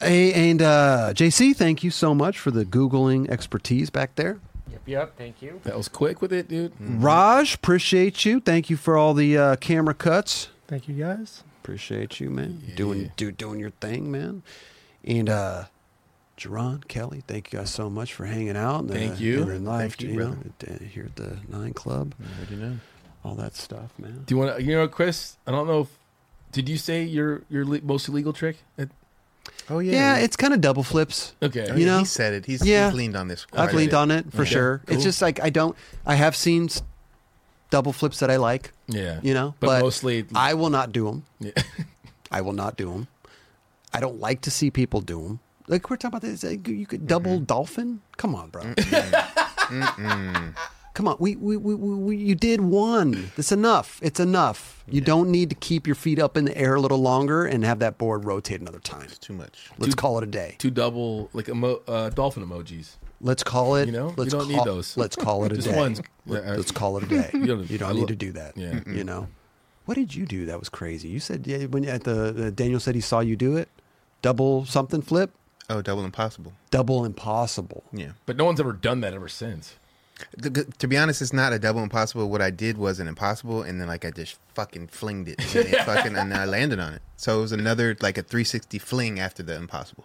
S1: Hey, and uh, JC, thank you so much for the googling expertise back there.
S8: Yep, yep. Thank you.
S3: That was quick with it, dude.
S1: Raj, appreciate you. Thank you for all the uh, camera cuts.
S4: Thank you guys.
S1: Appreciate you, man. Doing do, doing your thing, man. And uh Jerron, Kelly, thank you guys so much for hanging out. and, uh,
S3: Thank you.
S1: and live,
S2: Thank you,
S1: know, uh, here at the Nine Club,
S2: What do you know?
S1: all that stuff, man.
S3: Do you want to? You know, what, Chris. I don't know. if Did you say your your le- most illegal trick? Uh,
S2: Oh yeah.
S1: Yeah, it's kind of double flips.
S3: Okay.
S2: Oh,
S1: you
S2: yeah,
S1: know,
S2: he said it. He's,
S1: yeah.
S2: he's leaned on this.
S1: I've leaned on it for
S3: Okay,
S1: sure.
S3: cool.
S1: It's just like I don't. I have seen s- double flips that I like.
S3: Yeah.
S1: you know,
S3: But mostly-
S1: I will not do them.
S3: Yeah.
S1: I will not do them. I don't like to see people do them. Like we're talking about this, like, you could double dolphin. Come on, bro. Come on, we, we, we, we, we you did one. It's enough. It's enough. You don't need to keep your feet up in the air a little longer and have that board rotate another time.
S2: Too much.
S1: Let's call it a day.
S3: Two double like emo- uh, dolphin emojis.
S1: Let's call it.
S3: You know, you
S1: let's
S3: don't need
S1: call-
S3: those.
S1: Let's call it a
S3: Just
S1: day.
S3: one's-
S1: Let-
S3: yeah, I-
S1: Let's call it a day.
S3: You don't-
S1: you
S3: I
S1: don't need
S3: lo-
S1: to do that.
S3: Yeah. Mm-mm.
S1: You know, what did you do? That was crazy. You said yeah, when at the uh, Daniel said he saw you do it, double something flip,
S2: Oh, double impossible.
S1: double impossible.
S2: Yeah.
S3: But no one's ever done that ever since.
S2: The, g- to be honest, it's not a double impossible. What I did was an impossible, and then like I just fucking flinged it, and, it fucking, and I landed on it. So it was another like a 360 fling after the impossible.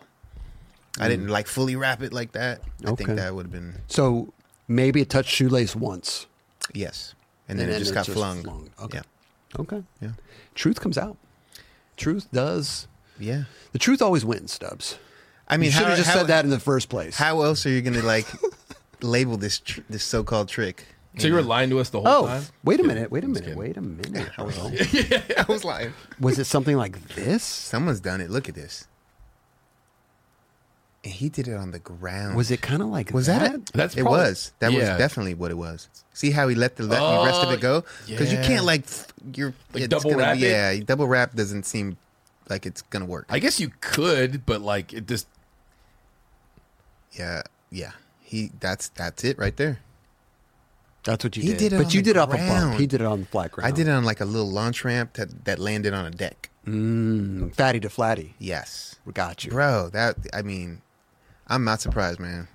S2: I didn't like fully wrap it like that. I
S1: Mm. Okay.
S2: think that would have been
S1: So maybe it touched shoelace once.
S2: yes, and then it just got flung.
S1: Okay.
S2: Yeah,
S1: Okay.
S2: yeah,
S1: Truth comes out. Truth does.
S2: yeah.
S1: The truth always wins, Stubbs.
S2: I mean,
S1: you
S2: how-
S1: should have just
S2: how-
S1: said that in the first place.
S2: How else are you gonna like label this tr- this so called trick?
S3: So you were lying to us the whole
S1: oh,
S3: time.
S1: wait a minute. Wait a minute.
S3: kidding.
S1: Wait a minute. bro.
S2: I was lying.
S1: was it something like this?
S2: Someone's done it. Look at this. And he did it on the ground.
S1: Was it kind of like
S2: Was that,
S1: that?
S2: it?
S3: That's
S2: it
S3: probably-
S2: was. That
S3: Yeah. Oh,
S2: was definitely what it was. See how he let the, let the rest of it go? Because you
S3: yeah.
S2: can't like f- you're
S3: Like
S2: it's
S3: double
S2: gonna
S3: wrap
S2: be-
S3: it?
S2: Yeah, double wrap doesn't seem like it's gonna work.
S3: I guess you could, but like it just
S2: yeah, yeah. He that's that's it right there.
S1: That's what you
S2: He
S1: did.
S2: did it
S1: but
S2: on
S1: you
S2: the
S1: did it off a bump.
S2: ground.
S1: He did it on the flat ground.
S2: I did it on like a little launch ramp that that landed on a deck.
S1: Mm, fatty to flatty.
S2: Yes,
S1: Got you.
S2: bro. That I mean, I'm not surprised, man.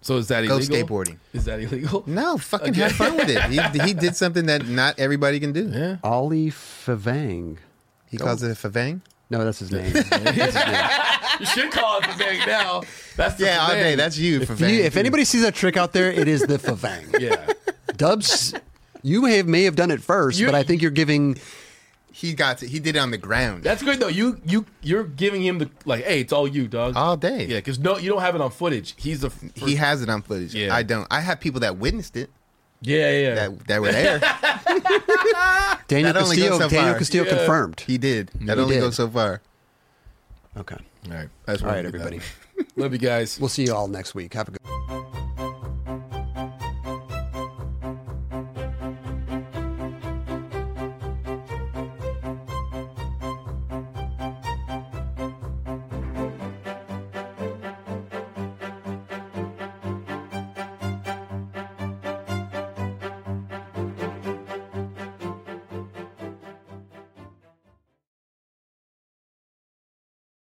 S3: so is that
S2: Go
S3: illegal?
S2: skateboarding.
S3: Is that illegal?
S2: No, fucking have fun with it. He, he did something that not everybody can do.
S3: Yeah.
S1: Ollie Favang.
S2: He calls it a favang.
S1: No, that's his name. That's his name.
S3: You should call it the thing now. That's the
S2: Yeah, all
S3: thing.
S2: day. That's you,
S1: If,
S2: favang.
S1: you, if anybody sees that trick out there, it is the Favang.
S3: yeah.
S1: Dubs, you may have, may have done it first,
S3: You-
S1: but I think you're giving.
S2: he got to, he did it on the ground.
S3: That's good though. You you you're giving him the like, hey, it's all you, dog.
S2: all day.
S3: yeah, because no, you don't have it on footage. He's the f-
S2: He has it on footage.
S3: Yeah.
S2: I don't. I have people that witnessed it
S3: yeah yeah.
S2: that that were there.
S1: Daniel
S2: That only goes
S1: Castillo.
S2: so
S1: Daniel
S2: far.
S1: Castillo
S3: Yeah.
S1: confirmed.
S2: he did. That
S1: He
S2: only
S1: did.
S2: goes so far.
S1: okay.
S3: all right, that's
S1: All right, everybody.
S3: Love you guys.
S1: We'll see you all next week. Have a good.